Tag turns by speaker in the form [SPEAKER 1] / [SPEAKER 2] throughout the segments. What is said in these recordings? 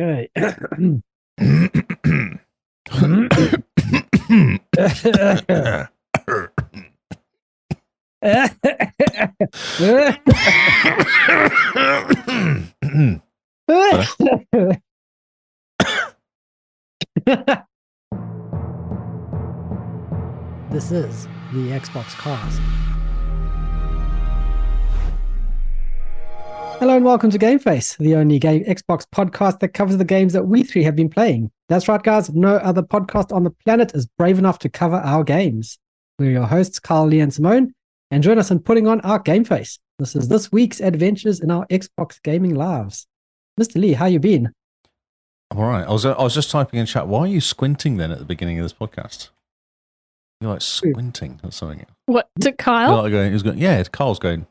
[SPEAKER 1] Okay. this is the Xbox Cast. Hello and welcome to Game Face, the only game Xbox podcast that covers the games that we three have been playing. That's right, guys. No other podcast on the planet is brave enough to cover our games. We're your hosts, Carl, Lee, and Simone, and join us in putting on our Game Face. This is this week's adventures in our Xbox gaming lives. Mr. Lee, how you been?
[SPEAKER 2] I'm all right. I was I was just typing in chat. Why are you squinting then at the beginning of this podcast? You're
[SPEAKER 3] Hmm.
[SPEAKER 2] like squinting at something.
[SPEAKER 3] What to
[SPEAKER 2] You're
[SPEAKER 3] Kyle?
[SPEAKER 2] like going, he's going, yeah, Carl's going.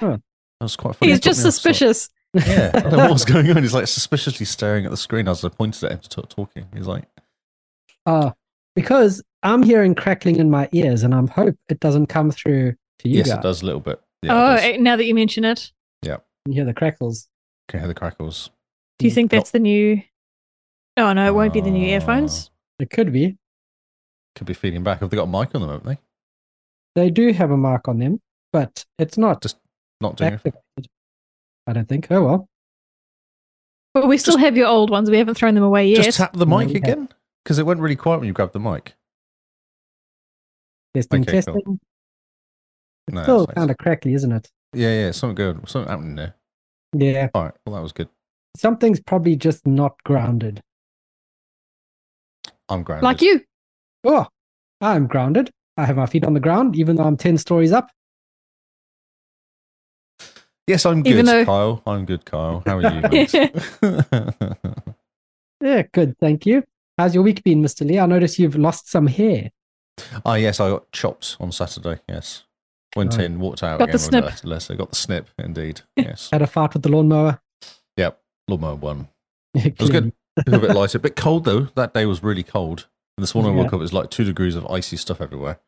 [SPEAKER 1] Huh.
[SPEAKER 2] That's quite funny.
[SPEAKER 3] He's
[SPEAKER 2] It took
[SPEAKER 3] just
[SPEAKER 2] me off sort-
[SPEAKER 3] suspicious.
[SPEAKER 2] Yeah, I don't know what was going on. He's like suspiciously staring at the screen as I pointed at him to talk, talking. He's like,
[SPEAKER 1] Uh, because I'm hearing crackling in my ears, and I'm hope it doesn't come through to you
[SPEAKER 2] yes,
[SPEAKER 1] guys.
[SPEAKER 2] it does a little bit. Yeah,
[SPEAKER 3] oh,
[SPEAKER 2] it does.
[SPEAKER 3] eh, now that you mention it,
[SPEAKER 1] You hear the crackles.
[SPEAKER 2] can hear the crackles.
[SPEAKER 3] do
[SPEAKER 2] Mm,
[SPEAKER 3] you think that's the new? Oh no, it won't be the new
[SPEAKER 2] Ah.
[SPEAKER 3] earphones.
[SPEAKER 1] It could be.
[SPEAKER 2] Could be feeding back. Have they got a mic on them? Haven't they?
[SPEAKER 1] They do have a mark on them, but it's not
[SPEAKER 2] Just Not doing. it.
[SPEAKER 1] activated. I don't think. Oh well.
[SPEAKER 3] But we still
[SPEAKER 2] Uh, Just-
[SPEAKER 3] have your old ones. We haven't thrown them away yet.
[SPEAKER 2] Just tap the
[SPEAKER 1] No,
[SPEAKER 2] mic
[SPEAKER 1] we haven't.
[SPEAKER 2] again because it went really quiet when you grabbed the mic.
[SPEAKER 1] Testing,
[SPEAKER 2] Okay, cool.
[SPEAKER 1] testing. It's
[SPEAKER 2] No,
[SPEAKER 1] still
[SPEAKER 2] it's nice.
[SPEAKER 1] kind of crackly, isn't it?
[SPEAKER 2] Yeah, yeah, something good. Something happening there.
[SPEAKER 1] Yeah.
[SPEAKER 2] All right. Well, that was good.
[SPEAKER 1] Something's probably just not grounded.
[SPEAKER 2] I'm grounded.
[SPEAKER 3] like you.
[SPEAKER 1] Oh, I'm grounded. I have my feet on the ground, even though I'm 10 stories up.
[SPEAKER 2] Yes, I'm good,
[SPEAKER 3] Even though-
[SPEAKER 2] Kyle. I'm good, Kyle. How are you, mate?
[SPEAKER 1] Yeah, good. Thank you. How's your week been, Mr. Lee? I notice you've lost some hair.
[SPEAKER 2] Ah, yes, I got chopped on Saturday. Yes, went
[SPEAKER 1] Right.
[SPEAKER 2] in, walked out.
[SPEAKER 3] Got the
[SPEAKER 2] again,
[SPEAKER 3] snip.
[SPEAKER 2] went to Leicester, got the snip, indeed. Yes,
[SPEAKER 1] Had a fight with the lawnmower.
[SPEAKER 2] yep. Lawnmower one. It was good. A little bit lighter, a bit cold though. That day was really cold. And this morning I
[SPEAKER 1] Yeah.
[SPEAKER 2] woke up, it was like two degrees of icy stuff everywhere.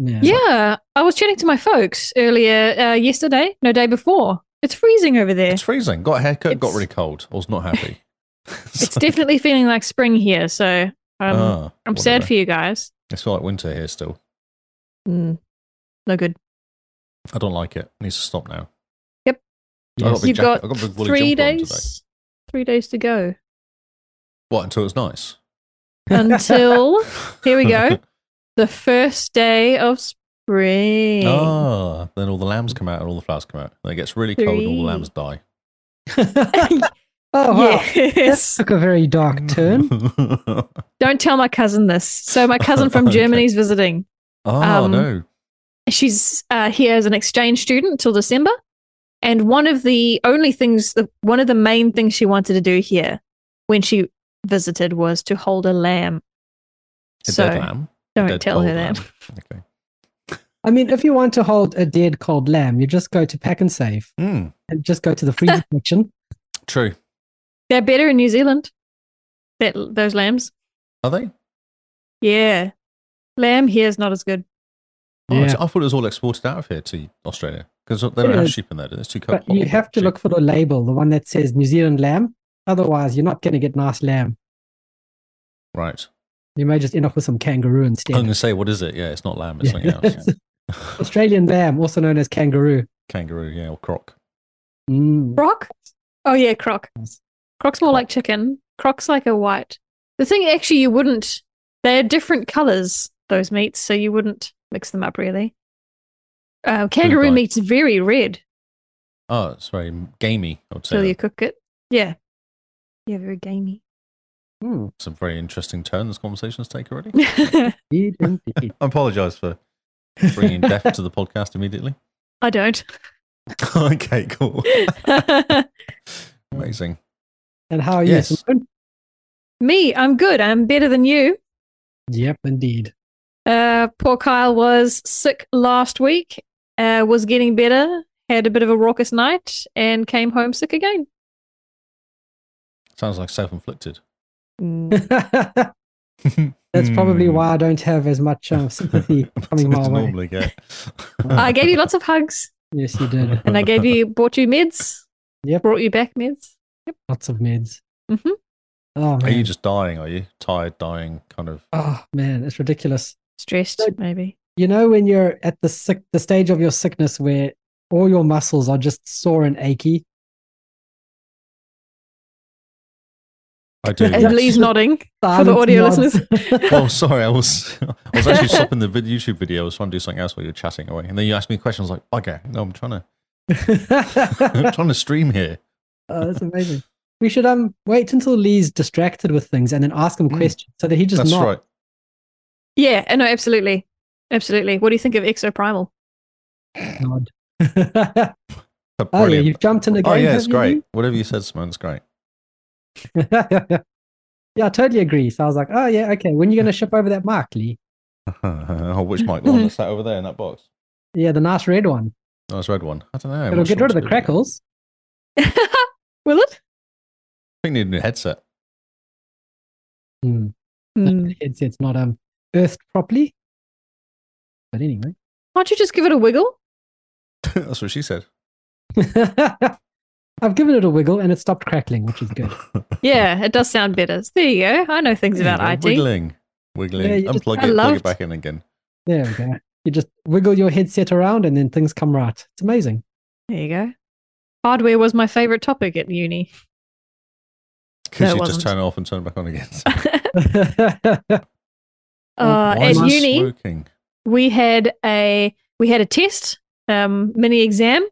[SPEAKER 1] Yeah.
[SPEAKER 3] yeah, I was chatting to my folks earlier uh, yesterday, no day before. It's freezing over there.
[SPEAKER 2] It's freezing. Got a haircut, got
[SPEAKER 3] It's-
[SPEAKER 2] really cold. I was not happy.
[SPEAKER 3] It's definitely feeling like spring here. So um,
[SPEAKER 2] Oh, Ah,
[SPEAKER 3] I'm sad for you guys.
[SPEAKER 2] I feel like winter here still.
[SPEAKER 3] Mm, no good.
[SPEAKER 2] I don't like it. It needs to stop now. I
[SPEAKER 1] Yes.
[SPEAKER 2] got a big
[SPEAKER 3] You've
[SPEAKER 2] jacket-
[SPEAKER 3] got,
[SPEAKER 2] I got a big woolly
[SPEAKER 3] three
[SPEAKER 2] jumper on today.
[SPEAKER 3] days. Three days to go
[SPEAKER 2] What until it's nice?
[SPEAKER 3] until. Here we go. the first day of spring.
[SPEAKER 2] Ah, then all the lambs come out and all the flowers come out. Then it gets really cold and all the
[SPEAKER 3] Three.
[SPEAKER 2] lambs die.
[SPEAKER 1] oh, wow. This
[SPEAKER 3] yes.
[SPEAKER 1] took a very dark
[SPEAKER 2] Mm.
[SPEAKER 1] turn.
[SPEAKER 3] Don't tell my cousin this. So my cousin from
[SPEAKER 2] Okay.
[SPEAKER 3] Germany's visiting.
[SPEAKER 2] oh,
[SPEAKER 3] Um,
[SPEAKER 2] no.
[SPEAKER 3] She's uh, here as an exchange student till December. And one of the only things, the, one of the main things she wanted to do here when she visited was to hold a lamb.
[SPEAKER 2] A
[SPEAKER 3] so
[SPEAKER 2] dead lamb. A
[SPEAKER 3] don't
[SPEAKER 2] dead
[SPEAKER 3] tell her
[SPEAKER 2] cold
[SPEAKER 3] that.
[SPEAKER 2] lamb. Okay.
[SPEAKER 1] I mean, if you want to hold a dead cold lamb, you just go to Pack and Save
[SPEAKER 2] Mm,
[SPEAKER 1] and just go to the freezer section.
[SPEAKER 2] true.
[SPEAKER 3] They're better in New Zealand. That those lambs.
[SPEAKER 2] Are they?
[SPEAKER 3] Yeah, lamb here is not as good.
[SPEAKER 2] Oh, I
[SPEAKER 1] Yeah.
[SPEAKER 2] t- I thought it was all exported out of here to Australia because they don't
[SPEAKER 1] Yeah.
[SPEAKER 2] have sheep in there. do they? It's too cold.
[SPEAKER 1] But you have to look for the label, the one that says New Zealand lamb. Otherwise, you're not going to get nice lamb.
[SPEAKER 2] Right.
[SPEAKER 1] You may just end up with some kangaroo instead.
[SPEAKER 2] I'm going to say, what is it? Yeah, it's not lamb. It's
[SPEAKER 1] Yeah.
[SPEAKER 2] something else.
[SPEAKER 1] Australian lamb, also known as kangaroo.
[SPEAKER 2] Kangaroo, yeah, or croc.
[SPEAKER 1] Mm.
[SPEAKER 3] Croc? Oh yeah, croc.
[SPEAKER 1] Yes.
[SPEAKER 3] Croc's more like chicken. Croc's like a white. The thing actually you wouldn't they're different colours, those meats, so you wouldn't mix them up really. Uh, kangaroo
[SPEAKER 2] like-
[SPEAKER 3] meat's very red
[SPEAKER 2] Oh, it's very gamey, I would say.
[SPEAKER 3] till you
[SPEAKER 2] That's
[SPEAKER 3] cook it. Yeah. Yeah, very gamey.
[SPEAKER 1] Mm.
[SPEAKER 2] a very interesting turn this conversation's take already.
[SPEAKER 3] I
[SPEAKER 1] Indeed, indeed.
[SPEAKER 2] I apologise for bringing death to the podcast immediately.
[SPEAKER 3] don't.
[SPEAKER 2] okay, cool. Amazing.
[SPEAKER 1] and how are you?
[SPEAKER 2] Yes.
[SPEAKER 1] Simone?
[SPEAKER 3] Me, I'm good. I'm better than you.
[SPEAKER 1] Yep, indeed.
[SPEAKER 3] Uh, poor Kyle was sick last week, uh, was getting better, had a bit of a raucous night, and came home sick again.
[SPEAKER 2] Sounds like self-inflicted.
[SPEAKER 3] Mm.
[SPEAKER 1] That's probably
[SPEAKER 2] Hmm.
[SPEAKER 1] why I don't have as much um, sympathy coming my
[SPEAKER 2] That's
[SPEAKER 1] way.
[SPEAKER 2] normally get.
[SPEAKER 3] Oh, I gave you lots of hugs
[SPEAKER 1] Yes, you did.
[SPEAKER 3] and I gave you bought you meds.
[SPEAKER 1] Yep.
[SPEAKER 3] Brought you back meds.
[SPEAKER 1] Lots of meds.
[SPEAKER 3] hmm
[SPEAKER 1] Oh
[SPEAKER 2] Are
[SPEAKER 1] man.
[SPEAKER 2] you just dying? Are you tired, dying, kind of?
[SPEAKER 1] oh man, it's ridiculous.
[SPEAKER 3] Stressed,
[SPEAKER 1] Like-
[SPEAKER 3] maybe.
[SPEAKER 1] You know when you're at the sick the stage of your sickness where all your muscles are just sore and achy?
[SPEAKER 2] I do.
[SPEAKER 1] Yeah.
[SPEAKER 3] And Lee's nodding.
[SPEAKER 1] For
[SPEAKER 3] the audio listeners.
[SPEAKER 2] oh, sorry. I was I was actually stopping the vid- YouTube video. I was trying to do something else while you were chatting away, and then you asked me questions like, "Bugger, no, I'm trying to I'm trying to stream here."
[SPEAKER 1] oh, that's amazing. We should um wait until Lee's distracted with things and then ask him
[SPEAKER 2] Mm.
[SPEAKER 1] questions so that he just
[SPEAKER 2] That's
[SPEAKER 1] not
[SPEAKER 2] right.
[SPEAKER 3] Yeah, uh, no, absolutely. Absolutely. What do you think of Exoprimal?
[SPEAKER 1] nod.
[SPEAKER 2] But
[SPEAKER 1] oh yeah,
[SPEAKER 2] brilliant.
[SPEAKER 1] you've jumped in the game.
[SPEAKER 2] oh yeah, it's
[SPEAKER 1] haven't
[SPEAKER 2] great.
[SPEAKER 1] you,
[SPEAKER 2] Whatever you said, Simone, it's great.
[SPEAKER 1] Lee? yeah, I totally agree. So I was like, oh yeah, okay. When you gonna ship over that mark, Lee?
[SPEAKER 2] oh, which mic? The one that's sat over there in that box.
[SPEAKER 1] Yeah, the nice red one.
[SPEAKER 2] Nice red one. I don't know.
[SPEAKER 1] It'll
[SPEAKER 2] What
[SPEAKER 1] get
[SPEAKER 2] should
[SPEAKER 1] rid of
[SPEAKER 2] I
[SPEAKER 1] the
[SPEAKER 2] do?
[SPEAKER 1] crackles.
[SPEAKER 3] Will it?
[SPEAKER 2] I think you need a new headset.
[SPEAKER 1] Hmm.
[SPEAKER 3] Hmm.
[SPEAKER 1] It's it's not um earthed properly. But anyway.
[SPEAKER 3] Can't you just give it a wiggle?
[SPEAKER 2] that's what she said.
[SPEAKER 1] I've given it a wiggle and it stopped crackling, which is good.
[SPEAKER 3] Yeah, it does sound better. There you go. I know things
[SPEAKER 2] Yeah,
[SPEAKER 3] about IT.
[SPEAKER 2] Wiggling. Wiggling.
[SPEAKER 1] Yeah, you just-
[SPEAKER 2] Unplug
[SPEAKER 3] I
[SPEAKER 2] it, plug
[SPEAKER 3] loved-
[SPEAKER 2] it back in again.
[SPEAKER 1] There we go. You just wiggle your headset around and then things come right. It's amazing.
[SPEAKER 3] There you go. Hardware was my favorite topic at uni. No,
[SPEAKER 2] Because
[SPEAKER 3] it
[SPEAKER 2] you just
[SPEAKER 3] wasn't.
[SPEAKER 2] turn it off and turn it back on again.
[SPEAKER 3] Oh, Uh,
[SPEAKER 1] Why
[SPEAKER 3] at
[SPEAKER 1] am I
[SPEAKER 3] uni,
[SPEAKER 2] Smoking.
[SPEAKER 3] we had a we had a test, um, mini exam,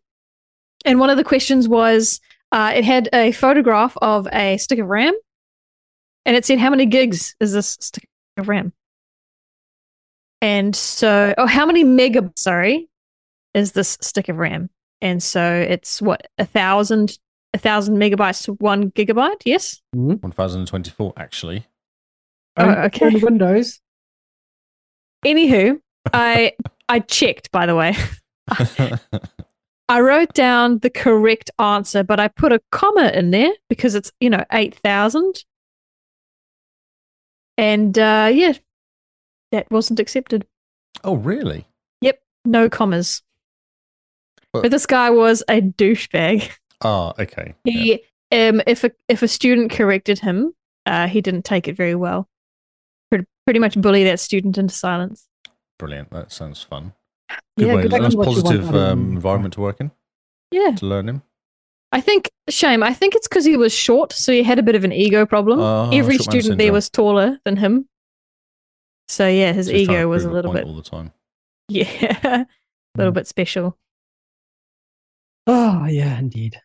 [SPEAKER 3] and one of the questions was uh, it had a photograph of a stick of RAM, and it said how many gigs is this stick of RAM, and so oh how many megabytes sorry is this stick of RAM, and so it's what a thousand a thousand megabytes to one gigabyte yes
[SPEAKER 2] 1024, actually.
[SPEAKER 3] Oh,
[SPEAKER 1] Only
[SPEAKER 3] okay.
[SPEAKER 1] Um, on Windows.
[SPEAKER 3] anywho I I checked by the way. I wrote down the correct answer, but I put a comma in there because it's, you know, 8,000. And uh, yeah, that wasn't accepted.
[SPEAKER 2] oh, really?
[SPEAKER 3] No commas.
[SPEAKER 2] Well-
[SPEAKER 3] but this guy was a douchebag.
[SPEAKER 2] Ah, okay. Yeah.
[SPEAKER 3] He, um, if a if a student corrected him, uh, he didn't take it very well. Pretty, pretty much bully that student into silence.
[SPEAKER 2] Brilliant. That sounds fun. Good
[SPEAKER 1] Yeah,
[SPEAKER 2] way.
[SPEAKER 1] good luck
[SPEAKER 2] nice
[SPEAKER 1] on what you want
[SPEAKER 2] positive
[SPEAKER 1] out of
[SPEAKER 2] um,
[SPEAKER 1] it.
[SPEAKER 2] environment to work in,
[SPEAKER 3] Yeah,
[SPEAKER 2] to learn in.
[SPEAKER 3] I think shame. I think it's because he was short, so he had a bit of an ego problem.
[SPEAKER 2] Oh, short man
[SPEAKER 3] every student there
[SPEAKER 2] syndrome.
[SPEAKER 3] was taller than him. So yeah, his
[SPEAKER 2] So he's trying to
[SPEAKER 3] ego was a
[SPEAKER 2] prove
[SPEAKER 3] little
[SPEAKER 2] point Hmm.
[SPEAKER 3] bit
[SPEAKER 2] All the time.
[SPEAKER 3] yeah, a little bit special.
[SPEAKER 1] Oh yeah, indeed.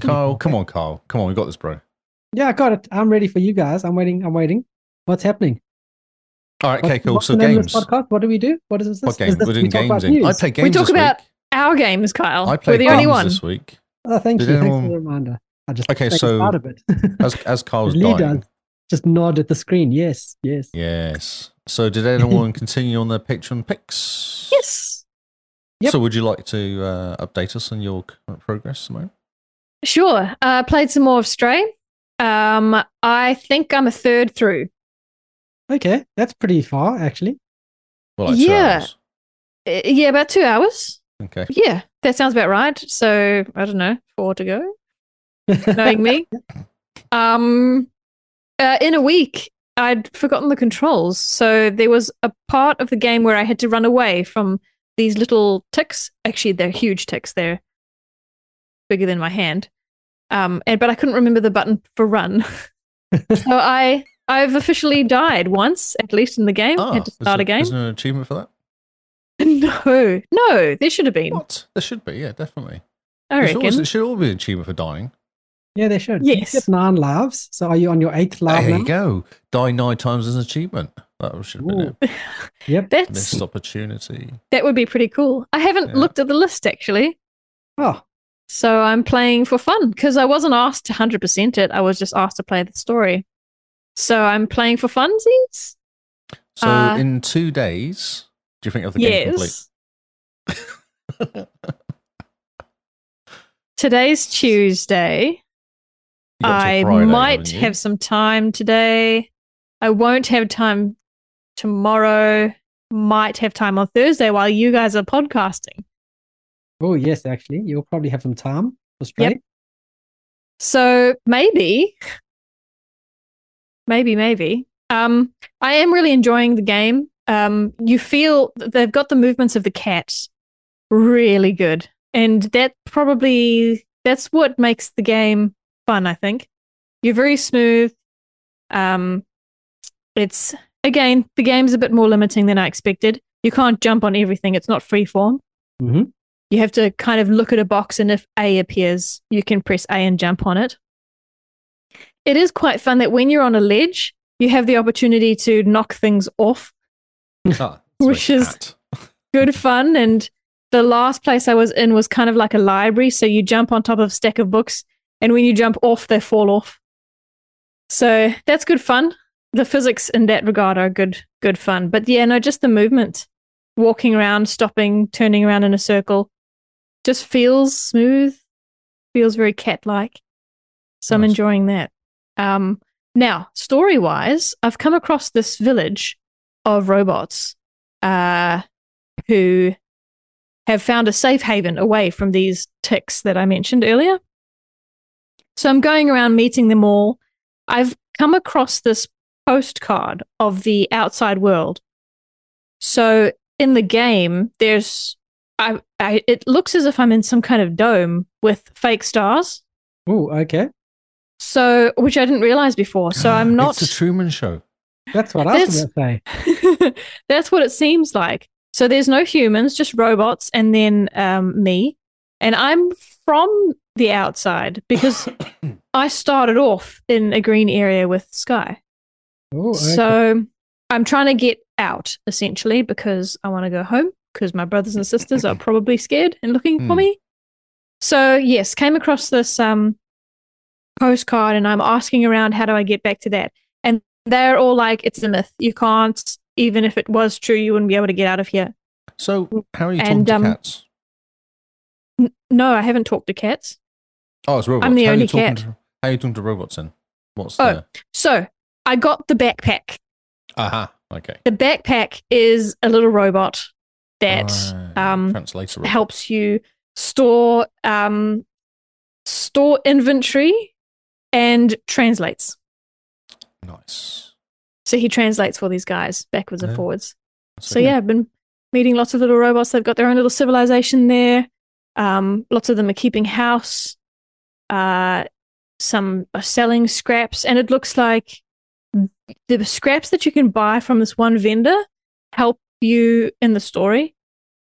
[SPEAKER 2] Carl, come on, Carl. Come on, we got this, bro.
[SPEAKER 1] Yeah, I got it. I'm ready for you guys. I'm waiting. I'm waiting. What's happening?
[SPEAKER 2] All right, okay,
[SPEAKER 1] What's-
[SPEAKER 2] cool.
[SPEAKER 1] what's
[SPEAKER 2] So,
[SPEAKER 1] the name of
[SPEAKER 2] games.
[SPEAKER 1] this podcast? What do we do? What is this?
[SPEAKER 2] What
[SPEAKER 1] Is
[SPEAKER 2] game?
[SPEAKER 1] this-
[SPEAKER 2] We're
[SPEAKER 1] we
[SPEAKER 2] doing
[SPEAKER 1] talk about
[SPEAKER 2] games. in- I
[SPEAKER 1] news?
[SPEAKER 2] play games
[SPEAKER 3] talk
[SPEAKER 2] this
[SPEAKER 3] about-
[SPEAKER 2] week.
[SPEAKER 3] Our games, Kyle.
[SPEAKER 2] I
[SPEAKER 3] We're
[SPEAKER 2] played
[SPEAKER 3] the only
[SPEAKER 2] games
[SPEAKER 3] one.
[SPEAKER 2] this week.
[SPEAKER 1] Oh, thank you.
[SPEAKER 2] Did
[SPEAKER 1] Thanks for
[SPEAKER 2] anyone-
[SPEAKER 1] the reminder. I just
[SPEAKER 2] Okay,
[SPEAKER 1] think
[SPEAKER 2] so-
[SPEAKER 1] out of it.
[SPEAKER 2] As, as Carl's
[SPEAKER 1] Lee
[SPEAKER 2] dying.
[SPEAKER 1] does. just nod at the screen. Yes, yes.
[SPEAKER 2] Yes. So, did anyone continue on their Patreon picks?
[SPEAKER 3] Yes,
[SPEAKER 1] Yep.
[SPEAKER 2] So, would you like to uh, update us on your current progress, Simone?
[SPEAKER 3] sure. Uh, played some more of Stray. Um, I think I'm a third through.
[SPEAKER 1] Okay, that's pretty far actually.
[SPEAKER 2] Well, like two
[SPEAKER 3] Yeah.
[SPEAKER 2] hours.
[SPEAKER 3] Uh, yeah, about two hours.
[SPEAKER 2] Okay.
[SPEAKER 3] Yeah, that sounds about right. So I don't know, four to go. knowing me. Um, uh, in a week, I'd forgotten the controls. So there was a part of the game where I had to run away from these little ticks. Actually, they're huge ticks. They're bigger than my hand. Um, and but I couldn't remember the button for run. so I I've officially died once, at least in the game. had
[SPEAKER 2] Oh,
[SPEAKER 3] to
[SPEAKER 2] is
[SPEAKER 3] start
[SPEAKER 2] there-
[SPEAKER 3] again.
[SPEAKER 2] Is there an achievement for that?
[SPEAKER 3] No, no, there should have been.
[SPEAKER 2] What? There should be, yeah, definitely.
[SPEAKER 3] I
[SPEAKER 2] There should always-
[SPEAKER 3] reckon.
[SPEAKER 2] there should all be an achievement for dying.
[SPEAKER 1] yeah, they should.
[SPEAKER 3] Yes.
[SPEAKER 1] You get nine lives. So are you on your eighth live
[SPEAKER 2] there you
[SPEAKER 1] now?
[SPEAKER 2] go. Die nine times is an achievement. That should have been
[SPEAKER 1] Ooh.
[SPEAKER 2] a
[SPEAKER 1] Yep.
[SPEAKER 3] That's
[SPEAKER 2] missed opportunity.
[SPEAKER 3] that would be pretty cool. I haven't
[SPEAKER 2] Yeah.
[SPEAKER 3] looked at the list actually.
[SPEAKER 1] Oh,
[SPEAKER 3] So I'm playing for fun because I wasn't asked to 100% it. I was just asked to play the story. So I'm playing for funsies.
[SPEAKER 2] So,
[SPEAKER 3] Uh,
[SPEAKER 2] in two days, do you think of the game complete?
[SPEAKER 3] Yes. Today's Tuesday.
[SPEAKER 2] You got till
[SPEAKER 3] I
[SPEAKER 2] Friday,
[SPEAKER 3] might
[SPEAKER 2] haven't you?
[SPEAKER 3] have some time today. I won't have time tomorrow. Might have time on Thursday while you guys are podcasting.
[SPEAKER 1] oh yes. Actually, you'll probably have some time for straight.
[SPEAKER 3] So maybe, maybe, maybe. Um, I am really enjoying the game. Um, you feel th- they've got the movements of the cats really good, and that probably that's what makes the game fun. I think you're very smooth. Um, it's again the game's a bit more limiting than I expected. You can't jump on everything; it's not free form
[SPEAKER 1] Mhm.
[SPEAKER 3] you have to kind of look at a box and if A appears, you can press A and jump on it. It is quite fun that when you're on a ledge, you have the opportunity to knock things off.
[SPEAKER 2] Ah,
[SPEAKER 3] Which is- Good fun. And the last place I was in was kind of like a library. So you jump on top of a stack of books, and when you jump off, they fall off. So that's good fun. The physics in that regard are good, good fun. But yeah, no, just the movement, walking around, stopping, turning around in a circle, just feels smooth, feels very cat-like. So I'm
[SPEAKER 2] Nice.
[SPEAKER 3] enjoying that. Um, now, story-wise, I've come across this village of robots uh, who have found a safe haven away from these ticks that I mentioned earlier. So I'm going around meeting them all. I've come across this postcard of the outside world. So in the game, there's I, I it looks as if I'm in some kind of dome with fake stars.
[SPEAKER 1] Oh, okay.
[SPEAKER 3] So which I didn't realize before. So I'm not
[SPEAKER 2] Ah, It's the Truman Show.
[SPEAKER 1] That's what I was
[SPEAKER 3] That's-
[SPEAKER 1] going to say.
[SPEAKER 3] That's what it seems like. So there's no humans, just robots, and then um, me. And I'm from the outside because I started off in a green area with Sky.
[SPEAKER 1] Oh, okay.
[SPEAKER 3] So I'm trying to get out essentially because I want to go home because my brothers and sisters are probably scared and looking for
[SPEAKER 2] Hmm.
[SPEAKER 3] me. So yes, came across this um postcard and I'm asking around how do I get back to that? And they're all like, it's a myth. You can't even if it was true, you wouldn't be able to get out of here.
[SPEAKER 2] So, how are you talking
[SPEAKER 3] And,
[SPEAKER 2] to
[SPEAKER 3] um,
[SPEAKER 2] cats?
[SPEAKER 3] No, I haven't talked to cats.
[SPEAKER 2] Oh, it's robots.
[SPEAKER 3] I'm the
[SPEAKER 2] how are
[SPEAKER 3] only
[SPEAKER 2] you talking
[SPEAKER 3] cat.
[SPEAKER 2] To, how are you talking to robots then? What's
[SPEAKER 3] Oh.
[SPEAKER 2] the.
[SPEAKER 3] So I got the backpack.
[SPEAKER 2] Aha. Okay.
[SPEAKER 3] The backpack is a little robot that
[SPEAKER 2] Right.
[SPEAKER 3] um
[SPEAKER 2] Translator. robot.
[SPEAKER 3] helps you store um, store inventory and translates.
[SPEAKER 2] Nice.
[SPEAKER 3] So he translates for these guys backwards and
[SPEAKER 2] Yeah.
[SPEAKER 3] forwards.
[SPEAKER 2] That's
[SPEAKER 3] So
[SPEAKER 2] okay.
[SPEAKER 3] yeah, I've been meeting lots of little robots. They've got their own little civilization there. Um, lots of them are keeping house. Uh, some are selling scraps, and it looks like the scraps that you can buy from this one vendor help you in the story.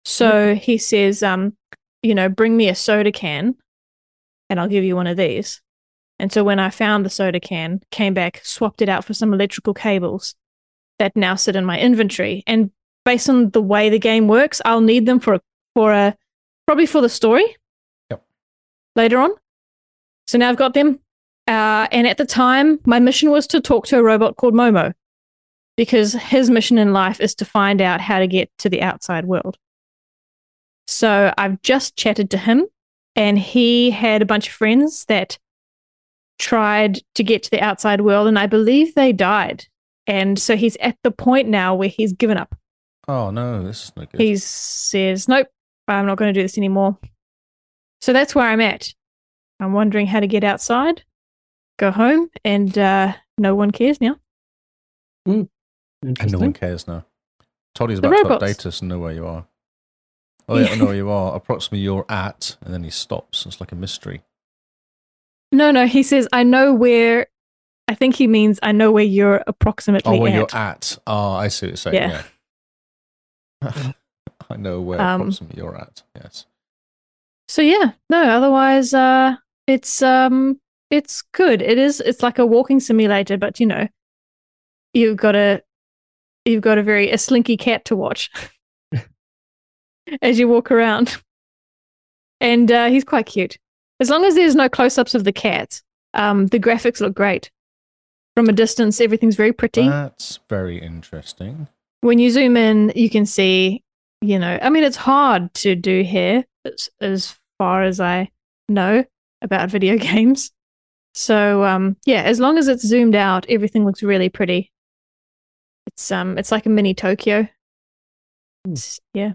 [SPEAKER 3] So he says, um, you know, bring me a soda can, and I'll give you one of these. And so when I found the soda can, came back, swapped it out for some electrical cables that now sit in my inventory. And based on the way the game works, I'll need them for a, for a probably for the story.
[SPEAKER 2] Yep.
[SPEAKER 3] Later on. So now I've got them. Uh, and at the time, my mission was to talk to a robot called Momo, because his mission in life is to find out how to get to the outside world. So I've just chatted to him, and he had a bunch of friends that tried to get to the outside world, and I believe they died. And so he's at the point now where he's given up.
[SPEAKER 2] Oh, no. This is no good.
[SPEAKER 3] He says, Nope, I'm not going to do this anymore. So that's where I'm at. I'm wondering how to get outside, go home, and uh, no one cares now.
[SPEAKER 2] And no one
[SPEAKER 1] Interesting.
[SPEAKER 2] cares now. Toddy's
[SPEAKER 3] The
[SPEAKER 2] about to
[SPEAKER 3] robots.
[SPEAKER 2] update us and know where you are. Oh, yeah, I know where you are. Approximately you're at, and then he stops. It's like a mystery.
[SPEAKER 3] No, no, he says, I know where. I think he means, I know where you're
[SPEAKER 2] Oh,
[SPEAKER 3] approximately
[SPEAKER 2] where
[SPEAKER 3] at.
[SPEAKER 2] you're at. Oh, I see what you're saying.
[SPEAKER 3] Yeah.
[SPEAKER 2] Yeah. I know where
[SPEAKER 3] Um,
[SPEAKER 2] approximately you're at. Yes.
[SPEAKER 3] So yeah, no, otherwise uh it's um it's good. It is it's like a walking simulator, but you know, you've got a you've got a very a slinky cat to watch as you walk around. And uh he's quite cute. As long as there's no close-ups of the cat, um the graphics look great. From a distance, everything's very pretty.
[SPEAKER 2] That's very interesting.
[SPEAKER 3] when you zoom in, you can see, you know, I mean, it's hard to do here as, as far as I know about video games. So, um, yeah, as long as it's zoomed out, everything looks really pretty. It's um, it's like a mini Tokyo.
[SPEAKER 1] Hmm.
[SPEAKER 3] It's- yeah,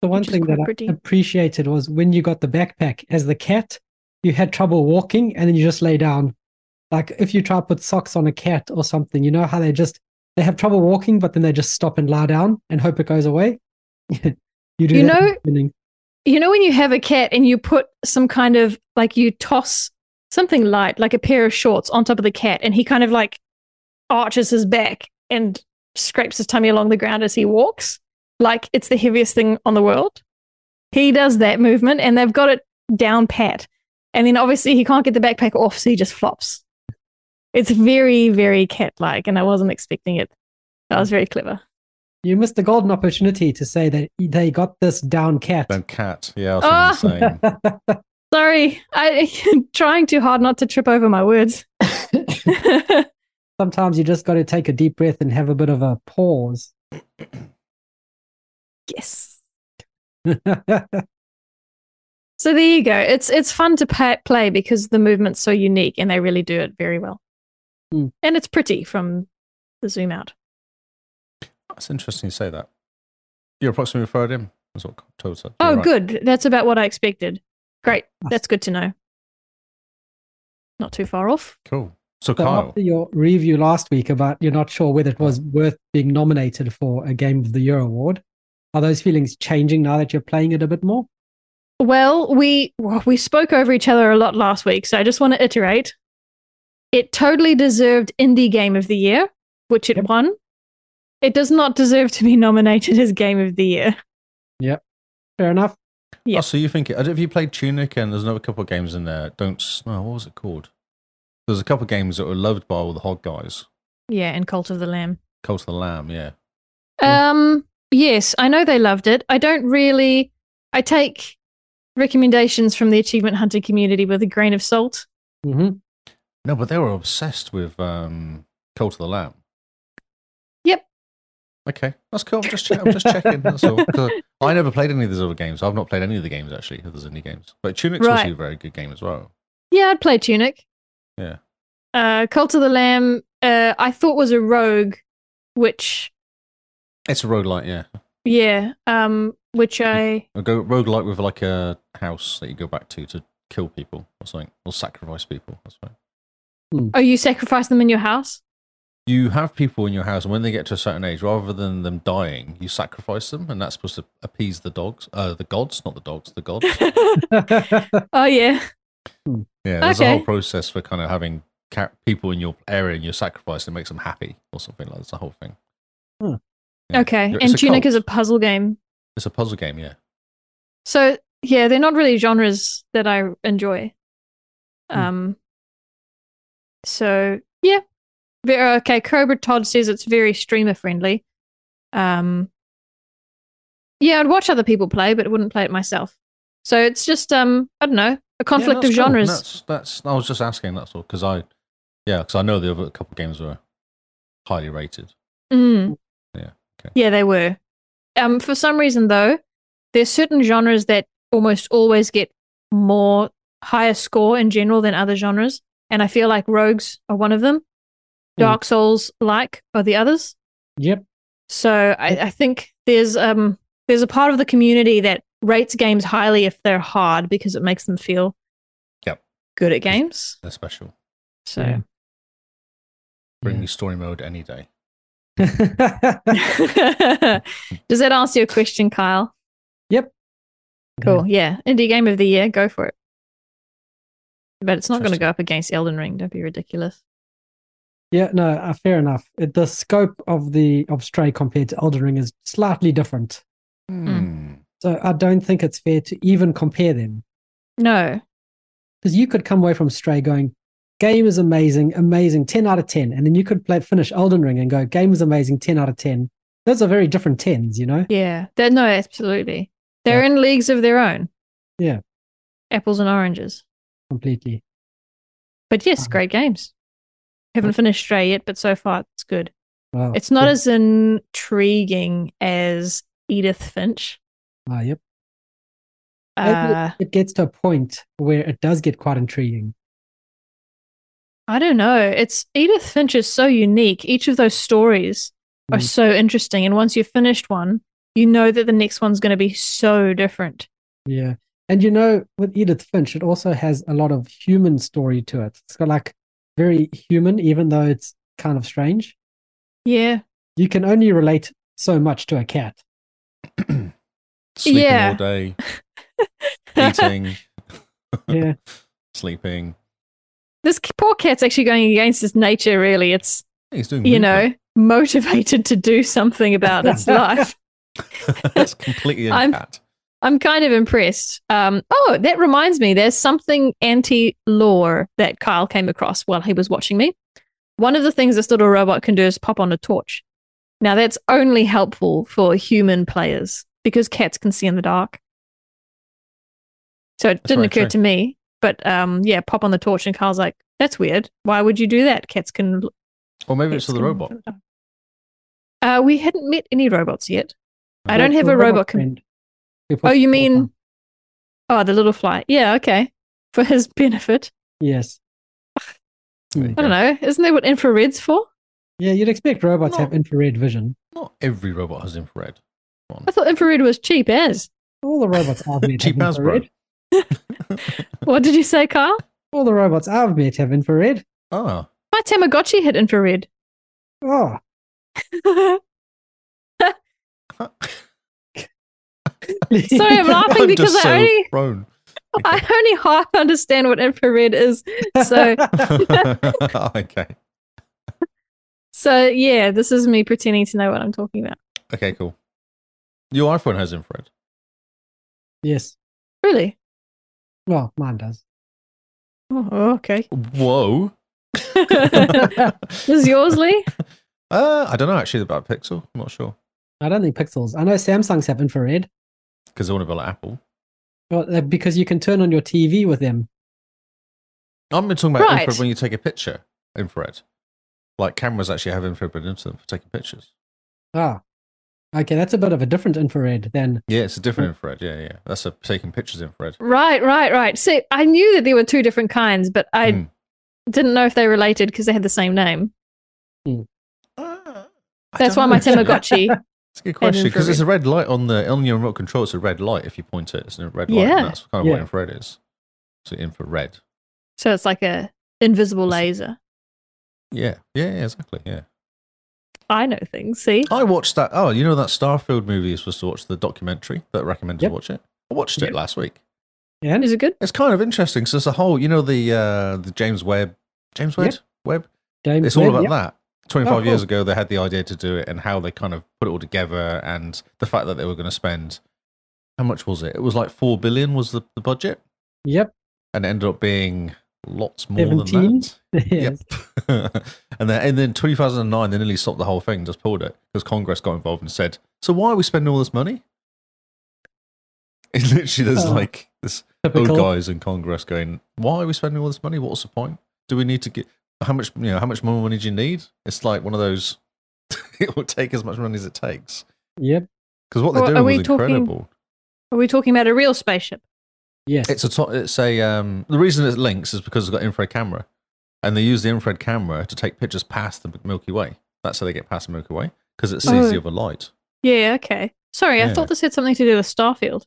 [SPEAKER 1] The one
[SPEAKER 3] which is
[SPEAKER 1] thing that
[SPEAKER 3] quite
[SPEAKER 1] I
[SPEAKER 3] pretty.
[SPEAKER 1] appreciated was when you got the backpack as the cat, you had trouble walking and then you just lay down. Like if you try to put socks on a cat or something, you know how they just they have trouble walking, but then they just stop and lie down and hope it goes away. you do that
[SPEAKER 3] You know-
[SPEAKER 1] in the beginning.
[SPEAKER 3] You know when you have a cat and you put some kind of like you toss something light, like a pair of shorts, on top of the cat, and he kind of like arches his back and scrapes his tummy along the ground as he walks, like it's the heaviest thing on the world. He does that movement, and they've got it down pat. And then obviously he can't get the backpack off, so he just flops. It's very, very cat-like, and I wasn't expecting it. That was very clever.
[SPEAKER 1] You missed the golden opportunity to say that e, they got this down cat.
[SPEAKER 2] Then cat. Yeah,
[SPEAKER 3] Ah!
[SPEAKER 2] I was mm, thinking the same.
[SPEAKER 3] Sorry, I trying too hard not to trip over my words.
[SPEAKER 1] Sometimes you just got to take a deep breath and have a bit of a pause.
[SPEAKER 3] yes.
[SPEAKER 1] yeah,
[SPEAKER 3] So there you go. It's it's fun to pa play because the movement's so unique and they really do it very well.
[SPEAKER 1] Hmm.
[SPEAKER 3] And it's pretty from the zoom out.
[SPEAKER 2] That's interesting you say that. You're approximately referred in. That's what Toad said.
[SPEAKER 3] Oh,
[SPEAKER 2] You're right.
[SPEAKER 3] good. That's about what I expected. Great.
[SPEAKER 1] Nice.
[SPEAKER 3] That's good to know. Not too far off.
[SPEAKER 2] Cool. So,
[SPEAKER 1] So
[SPEAKER 2] Kyle,
[SPEAKER 1] after your review last week about you're not sure whether it was worth being nominated for a Game of the Year award, are those feelings changing now that you're playing it a bit more?
[SPEAKER 3] Well, we well, we spoke over each other a lot last week, so I just want to iterate. It totally deserved Indie Game of the Year, which it
[SPEAKER 1] Yep.
[SPEAKER 3] won. It does not deserve to be nominated as Game of the Year.
[SPEAKER 1] Fair enough.
[SPEAKER 2] Oh,
[SPEAKER 3] Yeah.
[SPEAKER 2] so you think have you played Tunic and there's another couple of games in there? Don't s- no, what was it called? There's a couple of games that were loved by all the hog guys.
[SPEAKER 3] Yeah, and Cult of the Lamb.
[SPEAKER 2] Cult of the Lamb, yeah.
[SPEAKER 3] Um, yes, I know they loved it. I don't really. I take recommendations from the achievement hunter community with a grain of salt.
[SPEAKER 1] hmm
[SPEAKER 2] No, but they were obsessed with um, Cult of the Lamb.
[SPEAKER 3] Yep.
[SPEAKER 2] Okay, that's cool. I'm just, che- I'm just checking. That's all. 'Cause I never played any of these other games. I've not played any of the games actually. If there's any games, but Tunic's
[SPEAKER 3] Right.
[SPEAKER 2] also a very good game as well.
[SPEAKER 3] Yeah, I'd play Tunic.
[SPEAKER 2] Yeah.
[SPEAKER 3] Uh, Cult of the Lamb. Uh, I thought was a rogue, which
[SPEAKER 2] It's a roguelike, yeah.
[SPEAKER 3] yeah, um, which I
[SPEAKER 2] A go roguelike with like a house that you go back to to kill people or something, or sacrifice people. That's right.
[SPEAKER 3] oh you sacrifice them in your house.
[SPEAKER 2] you have people in your house, and when they get to a certain age, rather than them dying, you sacrifice them, and that's supposed to appease the dogs, uh, the gods, not the dogs, the gods.
[SPEAKER 3] oh yeah,
[SPEAKER 2] Yeah, there's a
[SPEAKER 3] Okay.
[SPEAKER 2] whole process for kind of having ca- people in your area and your sacrifice that makes them happy or something like that's the whole thing.
[SPEAKER 1] Hmm.
[SPEAKER 2] Yeah.
[SPEAKER 3] okay.
[SPEAKER 2] It's
[SPEAKER 3] and
[SPEAKER 2] a
[SPEAKER 3] Tunic
[SPEAKER 2] cult.
[SPEAKER 3] is a puzzle game,
[SPEAKER 2] it's a puzzle game, yeah.
[SPEAKER 3] so yeah, they're not really genres that I enjoy.
[SPEAKER 1] Hmm.
[SPEAKER 3] Um, so yeah, Ve- uh, okay. Cobra Todd says it's very streamer friendly. Um, yeah, I'd watch other people play, but wouldn't play it myself. So it's just um, I don't know, a conflict
[SPEAKER 2] Yeah, that's
[SPEAKER 3] of
[SPEAKER 2] cool.
[SPEAKER 3] genres.
[SPEAKER 2] That's, that's I was just asking. That's all because I, yeah, because I know the other couple games were highly rated.
[SPEAKER 3] Mm.
[SPEAKER 2] Yeah, okay.
[SPEAKER 3] Yeah, they were. Um, for some reason, though, there's certain genres that almost always get more higher score in general than other genres, and I feel like rogues are one of them.
[SPEAKER 2] Hmm.
[SPEAKER 3] Dark Souls, like, are the others.
[SPEAKER 1] Yep.
[SPEAKER 3] So I, I think there's um there's a part of the community that rates games highly if they're hard because it makes them feel
[SPEAKER 2] Yep.
[SPEAKER 3] good at games.
[SPEAKER 2] They're special.
[SPEAKER 3] So
[SPEAKER 1] Yeah.
[SPEAKER 2] Bring
[SPEAKER 1] Yeah.
[SPEAKER 2] me story mode any day.
[SPEAKER 3] does that answer your question, Kyle? Cool. Yeah. Indie game of the year. Go for it. But it's not going to
[SPEAKER 2] Interesting.
[SPEAKER 3] go up against Elden Ring. Don't be ridiculous.
[SPEAKER 1] Yeah, no, uh, fair enough. It, the scope of the of Stray compared to Elden Ring is slightly different,
[SPEAKER 2] Hmm.
[SPEAKER 1] so I don't think it's fair to even compare them.
[SPEAKER 3] No.
[SPEAKER 1] Because you could come away from Stray going, "Game is amazing, amazing, ten out of 10. and then you could play finish Elden Ring and go, "Game is amazing, ten out of 10. Those are very different tens, you know.
[SPEAKER 3] Yeah. They're, no, absolutely. They're in leagues of their own.
[SPEAKER 1] Yeah.
[SPEAKER 3] Apples and oranges.
[SPEAKER 1] Completely.
[SPEAKER 3] But yes,
[SPEAKER 1] Um,
[SPEAKER 3] great games. Haven't finished Stray yet, but so far it's good.
[SPEAKER 1] Wow.
[SPEAKER 3] It's not
[SPEAKER 1] Good.
[SPEAKER 3] as intriguing as Edith Finch.
[SPEAKER 1] Ah, yep. Maybe
[SPEAKER 3] Uh,
[SPEAKER 1] it, it gets to a point where it does get quite intriguing.
[SPEAKER 3] I don't know. It's Edith Finch is so unique. Each of those stories are
[SPEAKER 1] Mm.
[SPEAKER 3] so interesting, and once you've finished one, you know that the next one's going to be so different.
[SPEAKER 1] Yeah, And you know, with Edith Finch, it also has a lot of human story to it. It's got like very human, even though it's kind of strange.
[SPEAKER 3] Yeah.
[SPEAKER 1] You can only relate so much to a cat.
[SPEAKER 2] Sleeping
[SPEAKER 3] Yeah.
[SPEAKER 2] all day, eating,
[SPEAKER 1] Yeah.
[SPEAKER 2] sleeping.
[SPEAKER 3] this c- poor cat's actually going against its nature, really. It's,
[SPEAKER 2] He's doing
[SPEAKER 3] you
[SPEAKER 2] movement.
[SPEAKER 3] know, motivated to do something about its life.
[SPEAKER 2] That's completely a
[SPEAKER 3] I'm-
[SPEAKER 2] cat.
[SPEAKER 3] I'm kind of impressed. Um, oh, that reminds me, there's something anti lore that Kyle came across while he was watching me. One of the things this little robot can do is pop on a torch. Now, that's only helpful for human players because cats can see in the dark. So it didn't
[SPEAKER 2] very
[SPEAKER 3] occur
[SPEAKER 2] true.
[SPEAKER 3] to me. But um, yeah, pop on the torch, and Kyle's like, that's weird. Why would you do that? Cats can.
[SPEAKER 2] Or maybe
[SPEAKER 3] cats
[SPEAKER 2] it's for the
[SPEAKER 3] can-
[SPEAKER 2] robot.
[SPEAKER 3] Uh, we hadn't met any robots yet. I don't
[SPEAKER 1] That's
[SPEAKER 3] have
[SPEAKER 1] the
[SPEAKER 3] a robot. com-
[SPEAKER 1] friend who
[SPEAKER 3] Oh,
[SPEAKER 1] puts the
[SPEAKER 3] you mean-
[SPEAKER 1] on.
[SPEAKER 3] Oh, the little fly. Yeah, okay. For his benefit.
[SPEAKER 1] Yes.
[SPEAKER 2] There you
[SPEAKER 3] I
[SPEAKER 2] go.
[SPEAKER 3] don't know. Isn't that what infrared's for?
[SPEAKER 1] Yeah, you'd expect robots to have
[SPEAKER 2] No.
[SPEAKER 1] infrared vision.
[SPEAKER 2] Not every robot has infrared. Come
[SPEAKER 3] I thought infrared was cheap as.
[SPEAKER 1] All the robots I've
[SPEAKER 2] on.
[SPEAKER 1] met have
[SPEAKER 2] Cheap as bro.
[SPEAKER 1] infrared.
[SPEAKER 3] What did you say, Kyle?
[SPEAKER 1] All the robots I've met have infrared.
[SPEAKER 2] Ah,
[SPEAKER 3] My Tamagotchi had infrared.
[SPEAKER 1] Oh,
[SPEAKER 3] Sorry, I'm laughing
[SPEAKER 2] I'm
[SPEAKER 3] because
[SPEAKER 2] just so
[SPEAKER 3] I only
[SPEAKER 2] prone.
[SPEAKER 3] I only half understand what infrared is. So
[SPEAKER 2] Oh, okay.
[SPEAKER 3] so yeah, this is me pretending to know what I'm talking about.
[SPEAKER 2] Okay, cool. Your iPhone has infrared.
[SPEAKER 1] yes.
[SPEAKER 3] Really?
[SPEAKER 1] Well, mine does.
[SPEAKER 3] Oh, okay.
[SPEAKER 2] Whoa.
[SPEAKER 3] is yours, Lee?
[SPEAKER 2] Uh, I don't know actually about Pixel. I'm not sure
[SPEAKER 1] I don't think pixels. I know Samsungs have infrared
[SPEAKER 2] because I want to be like Apple.
[SPEAKER 1] well, uh, because you can turn on your TV with them.
[SPEAKER 2] I'm talking about
[SPEAKER 3] Right.
[SPEAKER 2] infrared when you take a picture. Infrared, like cameras actually have infrared into them for taking pictures.
[SPEAKER 1] Ah, okay. That's a bit of a different infrared than
[SPEAKER 2] Yeah, it's a different
[SPEAKER 3] Hmm.
[SPEAKER 2] infrared. Yeah, yeah, that's a taking pictures infrared.
[SPEAKER 3] Right, right, right. See, I knew that there were two different kinds, but I
[SPEAKER 2] Hmm.
[SPEAKER 3] didn't know if they related because they had the same name.
[SPEAKER 2] Ah, I
[SPEAKER 3] That's why
[SPEAKER 2] don't
[SPEAKER 3] my
[SPEAKER 2] know.
[SPEAKER 3] Tamagotchi
[SPEAKER 2] It's a good question because
[SPEAKER 3] infrared.
[SPEAKER 2] there's a red light on the on your remote control. It's a red light if you point it. It's a red light.
[SPEAKER 3] Yeah.
[SPEAKER 2] and that's kind of
[SPEAKER 1] Yeah.
[SPEAKER 2] what infrared is. So infrared.
[SPEAKER 3] So it's like a invisible laser.
[SPEAKER 2] Yeah, yeah, yeah, exactly. Yeah.
[SPEAKER 3] I know things. See,
[SPEAKER 2] I watched that. Oh, you know that Starfield movie you're supposed to watch the documentary that recommended
[SPEAKER 1] Yep.
[SPEAKER 2] to watch it. I watched it
[SPEAKER 1] Yep.
[SPEAKER 2] last week.
[SPEAKER 1] and
[SPEAKER 3] Oh, is it good?
[SPEAKER 2] It's kind of interesting. So it's a whole, you know, the uh, the James Webb, James Webb, Webb.
[SPEAKER 1] James
[SPEAKER 2] It's all
[SPEAKER 1] Webb,
[SPEAKER 2] about
[SPEAKER 1] yep.
[SPEAKER 2] that. Twenty five
[SPEAKER 1] Oh,
[SPEAKER 2] years
[SPEAKER 1] cool.
[SPEAKER 2] ago, they had the idea to do it, and how they kind of put it all together, and the fact that they were going to spend how much was it? It was like four billion was the, the budget,
[SPEAKER 1] Yep.
[SPEAKER 2] and it ended up being lots more than
[SPEAKER 1] 17?
[SPEAKER 2] that. Oh,
[SPEAKER 1] yes.
[SPEAKER 2] Yep. and then and then 2009, they nearly stopped the whole thing, just pulled it because Congress got involved and said, "So why are we spending all this money?" It literally there's
[SPEAKER 1] Oh.
[SPEAKER 2] like this
[SPEAKER 1] Typical.
[SPEAKER 2] old guys in Congress going, "Why are we spending all this money? What's the point? Do we need to get how much? You know, how much more money do you need?" It's like one of those. it will take as much money as it takes
[SPEAKER 1] Yep.
[SPEAKER 2] because what they're
[SPEAKER 3] Well, are
[SPEAKER 2] doing
[SPEAKER 3] we
[SPEAKER 2] was
[SPEAKER 3] talking-
[SPEAKER 2] incredible.
[SPEAKER 3] Are we talking about a real spaceship?
[SPEAKER 1] Yes.
[SPEAKER 2] It's a to- it's a um, the reason it links is because it's got infrared camera, and they use the infrared camera to take pictures past the Milky Way. That's how they get past the Milky Way because it sees
[SPEAKER 3] Oh.
[SPEAKER 2] the other light.
[SPEAKER 3] Yeah. Okay. Sorry, I
[SPEAKER 2] Yeah.
[SPEAKER 3] thought this had something to do with Starfield.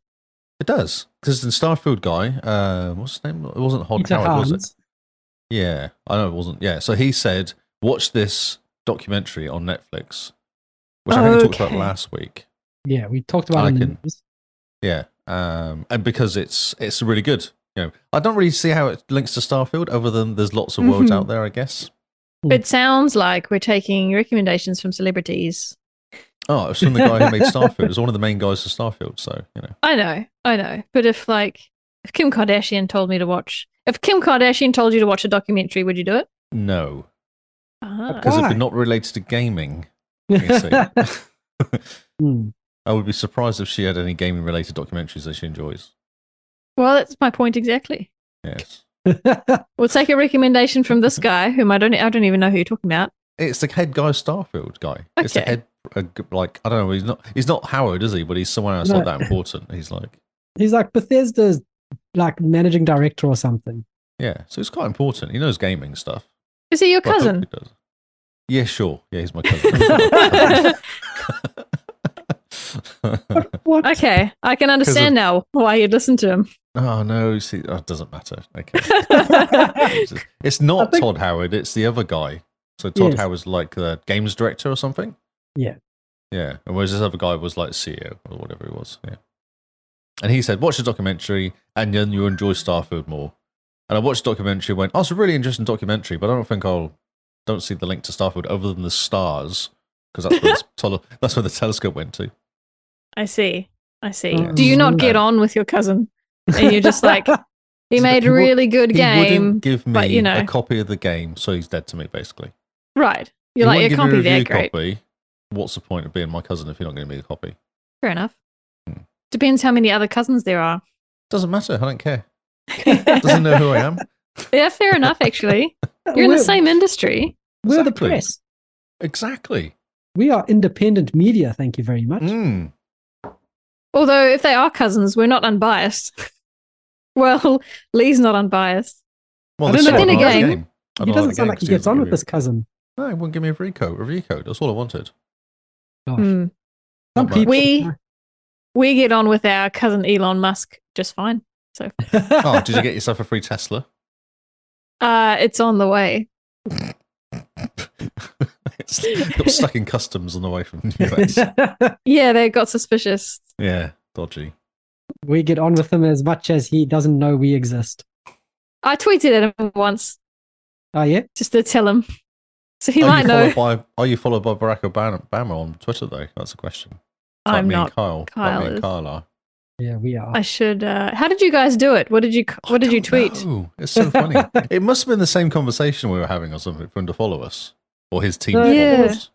[SPEAKER 2] It does because in Starfield guy, uh, what's his name? It wasn't Hod
[SPEAKER 1] Peter
[SPEAKER 2] Howard, was it?
[SPEAKER 1] Hans.
[SPEAKER 2] Yeah, I know it wasn't. Yeah, so he said, watch this documentary on Netflix, which I think we talked
[SPEAKER 3] Okay.
[SPEAKER 2] about last week.
[SPEAKER 1] Yeah, we talked about
[SPEAKER 2] I
[SPEAKER 1] it in the
[SPEAKER 2] can-
[SPEAKER 1] news.
[SPEAKER 2] Yeah, um, and because it's it's really good. You know, I don't really see how it links to Starfield, other than there's lots of worlds
[SPEAKER 3] Mhm.
[SPEAKER 2] out there, I guess. Hmm.
[SPEAKER 1] Mm.
[SPEAKER 3] It sounds like we're taking recommendations from celebrities.
[SPEAKER 2] Oh, it was from the guy who made Starfield. It was one of the main guys for Starfield, so you know.
[SPEAKER 3] I know. I know. But if like if Kim Kardashian told me to watch, if Kim Kardashian told you to watch a documentary, would you do it?
[SPEAKER 2] No,
[SPEAKER 3] Ah.
[SPEAKER 2] because if
[SPEAKER 1] Why?
[SPEAKER 2] they're not related to gaming, you see.
[SPEAKER 1] Hmm.
[SPEAKER 2] I would be surprised if she had any gaming-related documentaries that she enjoys.
[SPEAKER 3] Well, that's my point exactly.
[SPEAKER 2] Yes,
[SPEAKER 1] Hmm.
[SPEAKER 3] We'll take a recommendation from this guy, whom I don't I don't even know who you're talking about.
[SPEAKER 2] it's the head guy, of Starfield guy. It's the
[SPEAKER 3] Okay.
[SPEAKER 2] head, uh, g- like I don't know. He's not. He's not Howard, is he? But he's someone else not that important. He's like,
[SPEAKER 1] He's like Bethesda's like managing director or something.
[SPEAKER 2] yeah. So it's quite important. He knows gaming stuff.
[SPEAKER 3] Is he your
[SPEAKER 2] Well, I hope
[SPEAKER 3] cousin?
[SPEAKER 2] he does. Yeah, sure. Yeah, he's my cousin.
[SPEAKER 1] What?
[SPEAKER 3] Okay, I can understand now why you'd listen to him.
[SPEAKER 2] oh no, see, oh, it doesn't matter. Okay.
[SPEAKER 1] I
[SPEAKER 2] Jesus. It's not
[SPEAKER 1] I think-
[SPEAKER 2] Todd Howard, it's the other guy. So Todd
[SPEAKER 1] Yes.
[SPEAKER 2] Howard's like the games director or something.
[SPEAKER 1] Yeah.
[SPEAKER 2] Yeah. And whereas this other guy was like CEO or whatever he was. Yeah. And he said, watch the documentary and then you'll enjoy Starfield more. And I watched the documentary and went, oh, it's a really interesting documentary, but I don't think I'll don't see the link to Starfield other than the stars because that's, where this tele- that's where the telescope went to.
[SPEAKER 3] I see. I see.
[SPEAKER 1] Mm.
[SPEAKER 3] Do you not
[SPEAKER 2] Mm.
[SPEAKER 3] get on with your cousin? And you're just like, he
[SPEAKER 2] He
[SPEAKER 3] made a
[SPEAKER 2] would-
[SPEAKER 3] really good
[SPEAKER 2] He wouldn't
[SPEAKER 3] game.
[SPEAKER 2] give me
[SPEAKER 3] but, you know.
[SPEAKER 2] a copy of the game, so he's dead to me basically.
[SPEAKER 3] Right. You're
[SPEAKER 2] He
[SPEAKER 3] like,
[SPEAKER 2] won't
[SPEAKER 3] your
[SPEAKER 2] give me
[SPEAKER 3] copy
[SPEAKER 2] a
[SPEAKER 3] there,
[SPEAKER 2] review
[SPEAKER 3] great.
[SPEAKER 2] Copy. What's the point of being my cousin if you're not going to be a copy?
[SPEAKER 3] Fair enough.
[SPEAKER 2] Hmm.
[SPEAKER 3] Depends how many other cousins there are.
[SPEAKER 2] Doesn't matter. I don't care. Doesn't know who I am.
[SPEAKER 3] Yeah, fair enough, actually. You're in
[SPEAKER 1] we're,
[SPEAKER 3] the same industry.
[SPEAKER 1] We're the
[SPEAKER 2] Exactly.
[SPEAKER 1] press.
[SPEAKER 2] Exactly.
[SPEAKER 1] We are independent media. Thank you very much.
[SPEAKER 2] Mm.
[SPEAKER 3] Although, if they are cousins, we're not unbiased. well, Lee's not unbiased.
[SPEAKER 2] Well,
[SPEAKER 1] I
[SPEAKER 2] this
[SPEAKER 1] don't know.
[SPEAKER 2] is what I
[SPEAKER 3] Then
[SPEAKER 2] like the
[SPEAKER 3] again-
[SPEAKER 2] game. I
[SPEAKER 1] he
[SPEAKER 2] don't
[SPEAKER 1] doesn't
[SPEAKER 2] the
[SPEAKER 1] sound
[SPEAKER 2] game
[SPEAKER 1] like he
[SPEAKER 2] because he
[SPEAKER 1] gets on
[SPEAKER 2] doesn't
[SPEAKER 1] with this cousin.
[SPEAKER 2] give me- No, he won't give me a review code. Review code. That's all I wanted. Oh.
[SPEAKER 1] Gosh.
[SPEAKER 3] Hmm.
[SPEAKER 1] Some
[SPEAKER 2] Not much.
[SPEAKER 1] people.
[SPEAKER 3] We we get on with our cousin Elon Musk just fine.
[SPEAKER 2] Oh, did you get yourself a free Tesla?
[SPEAKER 3] Uh, it's on the way.
[SPEAKER 2] it's it got stuck in customs on the way from the US.
[SPEAKER 3] Yeah, they got suspicious.
[SPEAKER 2] yeah, dodgy.
[SPEAKER 1] we get on with him as much as he doesn't know we exist.
[SPEAKER 3] I tweeted at him once
[SPEAKER 1] Oh yeah,
[SPEAKER 3] just to tell him, so he
[SPEAKER 2] are
[SPEAKER 3] might
[SPEAKER 2] you
[SPEAKER 3] know.
[SPEAKER 2] followed By, are you followed by Barack Obama Obama on Twitter though? That's a question. Like
[SPEAKER 3] I'm
[SPEAKER 2] me
[SPEAKER 3] not.
[SPEAKER 2] And Kyle.
[SPEAKER 3] Kyle
[SPEAKER 2] Like me
[SPEAKER 3] is.
[SPEAKER 2] and Kyle are.
[SPEAKER 1] yeah, we are.
[SPEAKER 3] I should. Uh, how did you guys do it? What did you What did you tweet?
[SPEAKER 2] Oh, it's so funny. it must have been the same conversation we were having or something for him to follow us or his team.
[SPEAKER 1] No,
[SPEAKER 2] to
[SPEAKER 3] it
[SPEAKER 2] follow
[SPEAKER 3] was-
[SPEAKER 2] us.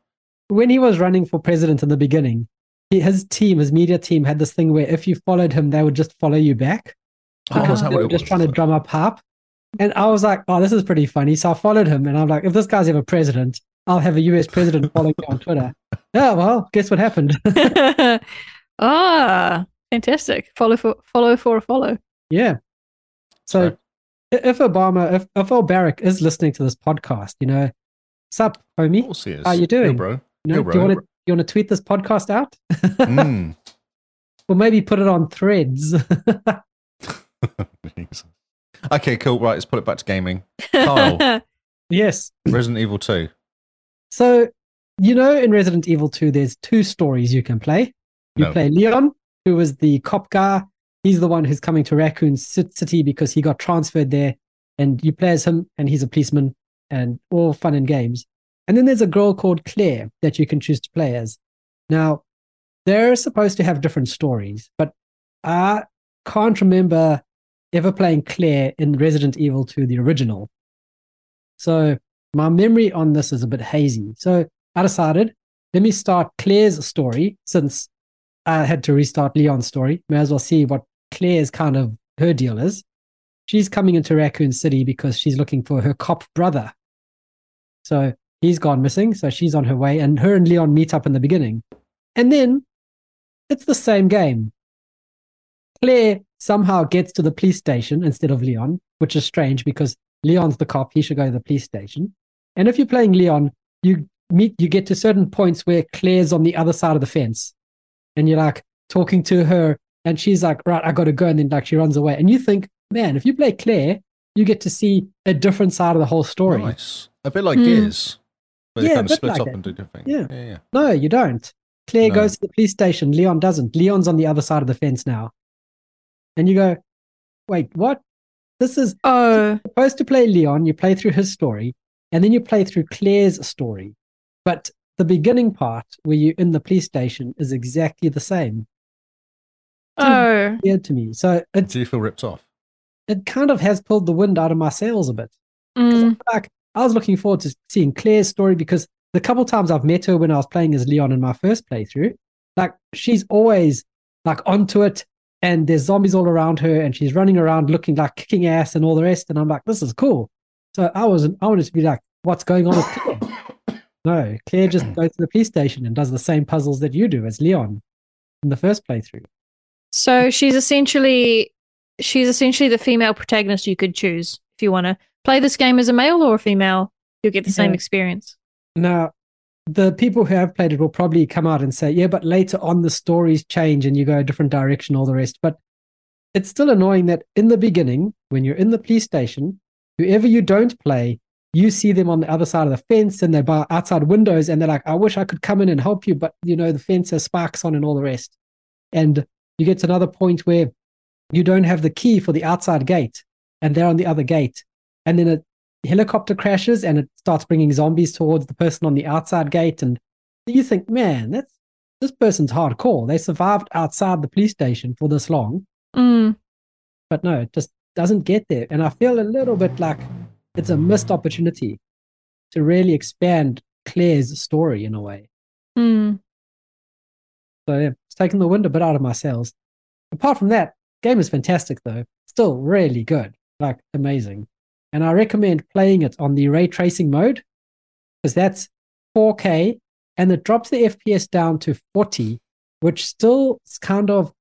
[SPEAKER 1] when he was running for president in the beginning, he, his team, his media team, had this thing where if you followed him, they would just follow you back.
[SPEAKER 2] Oh,
[SPEAKER 1] because
[SPEAKER 2] is that
[SPEAKER 1] they
[SPEAKER 2] what
[SPEAKER 1] were
[SPEAKER 2] it
[SPEAKER 1] just
[SPEAKER 2] was?
[SPEAKER 1] trying to drum up hype. And I was like, oh, this is pretty funny. So I followed him and I'm like, if this guy's ever president, I'll have a US president following me on Twitter. Yeah, well, guess what happened?
[SPEAKER 3] ah, fantastic. Follow for follow for a follow.
[SPEAKER 1] yeah. So i- if Obama, if, if Albaric is listening to this podcast, you know, sup,
[SPEAKER 2] Of
[SPEAKER 1] homie?
[SPEAKER 2] course he is.
[SPEAKER 1] How you
[SPEAKER 2] Yo,
[SPEAKER 1] doing?
[SPEAKER 2] bro?
[SPEAKER 1] You know,
[SPEAKER 2] Yo,
[SPEAKER 1] do you
[SPEAKER 2] bro.
[SPEAKER 1] want to you want to tweet this podcast out?
[SPEAKER 2] Mm.
[SPEAKER 1] Or maybe put it on threads.
[SPEAKER 2] Jesus. Okay, cool. Right, let's put it back to gaming.
[SPEAKER 1] Oh.
[SPEAKER 2] Kyle.
[SPEAKER 1] yes.
[SPEAKER 2] Resident Evil 2.
[SPEAKER 1] So, you know, in Resident Evil 2, there's two stories you can play. You
[SPEAKER 2] No.
[SPEAKER 1] play Leon, who was the cop guy. He's the one who's coming to Raccoon Ci- City because he got transferred there. And you play as him, and he's a policeman, and all fun and games. And then there's a girl called Claire that you can choose to play as. Now, they're supposed to have different stories, but I can't remember ever playing Claire in Resident Evil 2, the original. So my memory on this is a bit hazy. So I decided, let me start Claire's story since I had to restart Leon's story. May as well see what Claire's kind of her deal is. She's coming into Raccoon City because she's looking for her cop brother. So he's gone missing. So she's on her way, and her and Leon meet up in the beginning. And then it's the same game. Claire somehow gets to the police station instead of Leon, which is strange because Leon's the cop. He should go to the police station. And if you're playing Leon, you meet, you get to certain points where Claire's on the other side of the fence, and you're like talking to her, and she's like, "Right, I got to go," and then like she runs away, and you think, "Man, if you play Claire, you get to see a different side of the whole story."
[SPEAKER 2] Nice. A bit like
[SPEAKER 3] Hmm.
[SPEAKER 2] Gears. But
[SPEAKER 1] Yeah,
[SPEAKER 2] they
[SPEAKER 1] a
[SPEAKER 2] kind of
[SPEAKER 1] bit
[SPEAKER 2] split
[SPEAKER 1] like
[SPEAKER 2] up
[SPEAKER 1] it.
[SPEAKER 2] and do different
[SPEAKER 1] Yeah.
[SPEAKER 2] things. Yeah, yeah.
[SPEAKER 1] No, you don't. Claire
[SPEAKER 2] No.
[SPEAKER 1] goes to the police station. Leon doesn't. Leon's on the other side of the fence now, and you go, "Wait, what? This is
[SPEAKER 3] Oh,
[SPEAKER 1] supposed to play Leon, you play through his story, and then you play through Claire's story. But the beginning part where you're in the police station is exactly the same.
[SPEAKER 3] oh,
[SPEAKER 1] Weird to me. So it
[SPEAKER 2] Do you feel ripped off?
[SPEAKER 1] it kind of has pulled the wind out of my sails a bit. 'Cause I
[SPEAKER 3] mm,
[SPEAKER 1] feel Like I was looking forward to seeing Claire's story because the couple times I've met her when I was playing as Leon in my first playthrough, like she's always like onto it and there's zombies all around her and she's running around looking like kicking ass and all the rest. And I'm like, this is cool. So I was I wanted to be like, what's going on with Claire? No, Claire just goes to the police station and does the same puzzles that you do as Leon in the first playthrough.
[SPEAKER 3] so she's essentially she's essentially the female protagonist you could choose if you want to play this game as a male or a female. You'll get the same
[SPEAKER 1] Yeah.
[SPEAKER 3] experience.
[SPEAKER 1] Now, the people who have played it will probably come out and say, yeah, but later on the stories change and you go a different direction, all the rest. But it's still annoying that in the beginning, when you're in the police station, whoever you don't play, you see them on the other side of the fence and they're by outside windows and they're like, I wish I could come in and help you, but you know, the fence has sparks on and all the rest. And you get to another point where you don't have the key for the outside gate and they're on the other gate. And then a helicopter crashes and it starts bringing zombies towards the person on the outside gate. And you think, man, that's this person's hardcore. They survived outside the police station for this long.
[SPEAKER 3] Mm.
[SPEAKER 1] But no, it just doesn't get there. And I feel a little bit like it's a missed opportunity to really expand Claire's story in a way.
[SPEAKER 3] Mm.
[SPEAKER 1] So yeah, it's taken the wind a bit out of my sails. Apart from that, game is fantastic though. Still really good, like amazing. And I recommend playing it on the ray tracing mode because that's 4K and it drops the FPS down to 40, which still kind of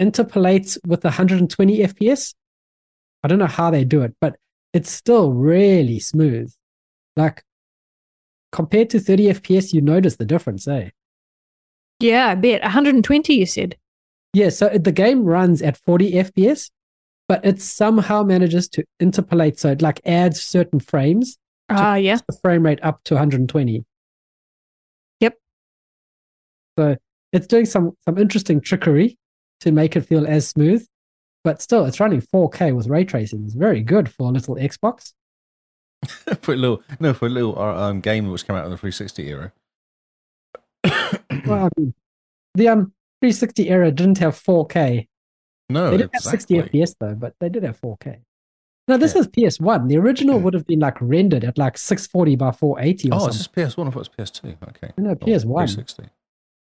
[SPEAKER 1] interpolates with 120 FPS. I don't know how they do it, but it's still really smooth. Like compared to 30 FPS, you notice the difference, eh?
[SPEAKER 3] Yeah, I bet. 120, you said.
[SPEAKER 1] Yeah, so it- the game runs at 40 FPS, but it somehow manages to interpolate. So it like adds certain frames,
[SPEAKER 3] Ah, yeah.
[SPEAKER 1] the frame rate up to 120.
[SPEAKER 3] Yep.
[SPEAKER 1] So it's doing some some interesting trickery to make it feel as smooth, but still it's running 4K with ray tracing. It's very good for a little Xbox.
[SPEAKER 2] for a little, no, for a little uh, um, game which came out in the 360 era. Hmm.
[SPEAKER 1] Well, I mean, the um 360 era didn't have 4K.
[SPEAKER 2] no,
[SPEAKER 1] they did
[SPEAKER 2] Oh, exactly.
[SPEAKER 1] have 60 FPS though, but they did have 4K. Now this
[SPEAKER 2] Yeah. Hmm.
[SPEAKER 1] is PS1. The original would have been like rendered at like 640 by 480 or
[SPEAKER 2] Oh, it's
[SPEAKER 1] something.
[SPEAKER 2] just PS1. I thought it was PS2. Okay.
[SPEAKER 1] No,
[SPEAKER 2] Cool.
[SPEAKER 1] PS1.
[SPEAKER 2] 360.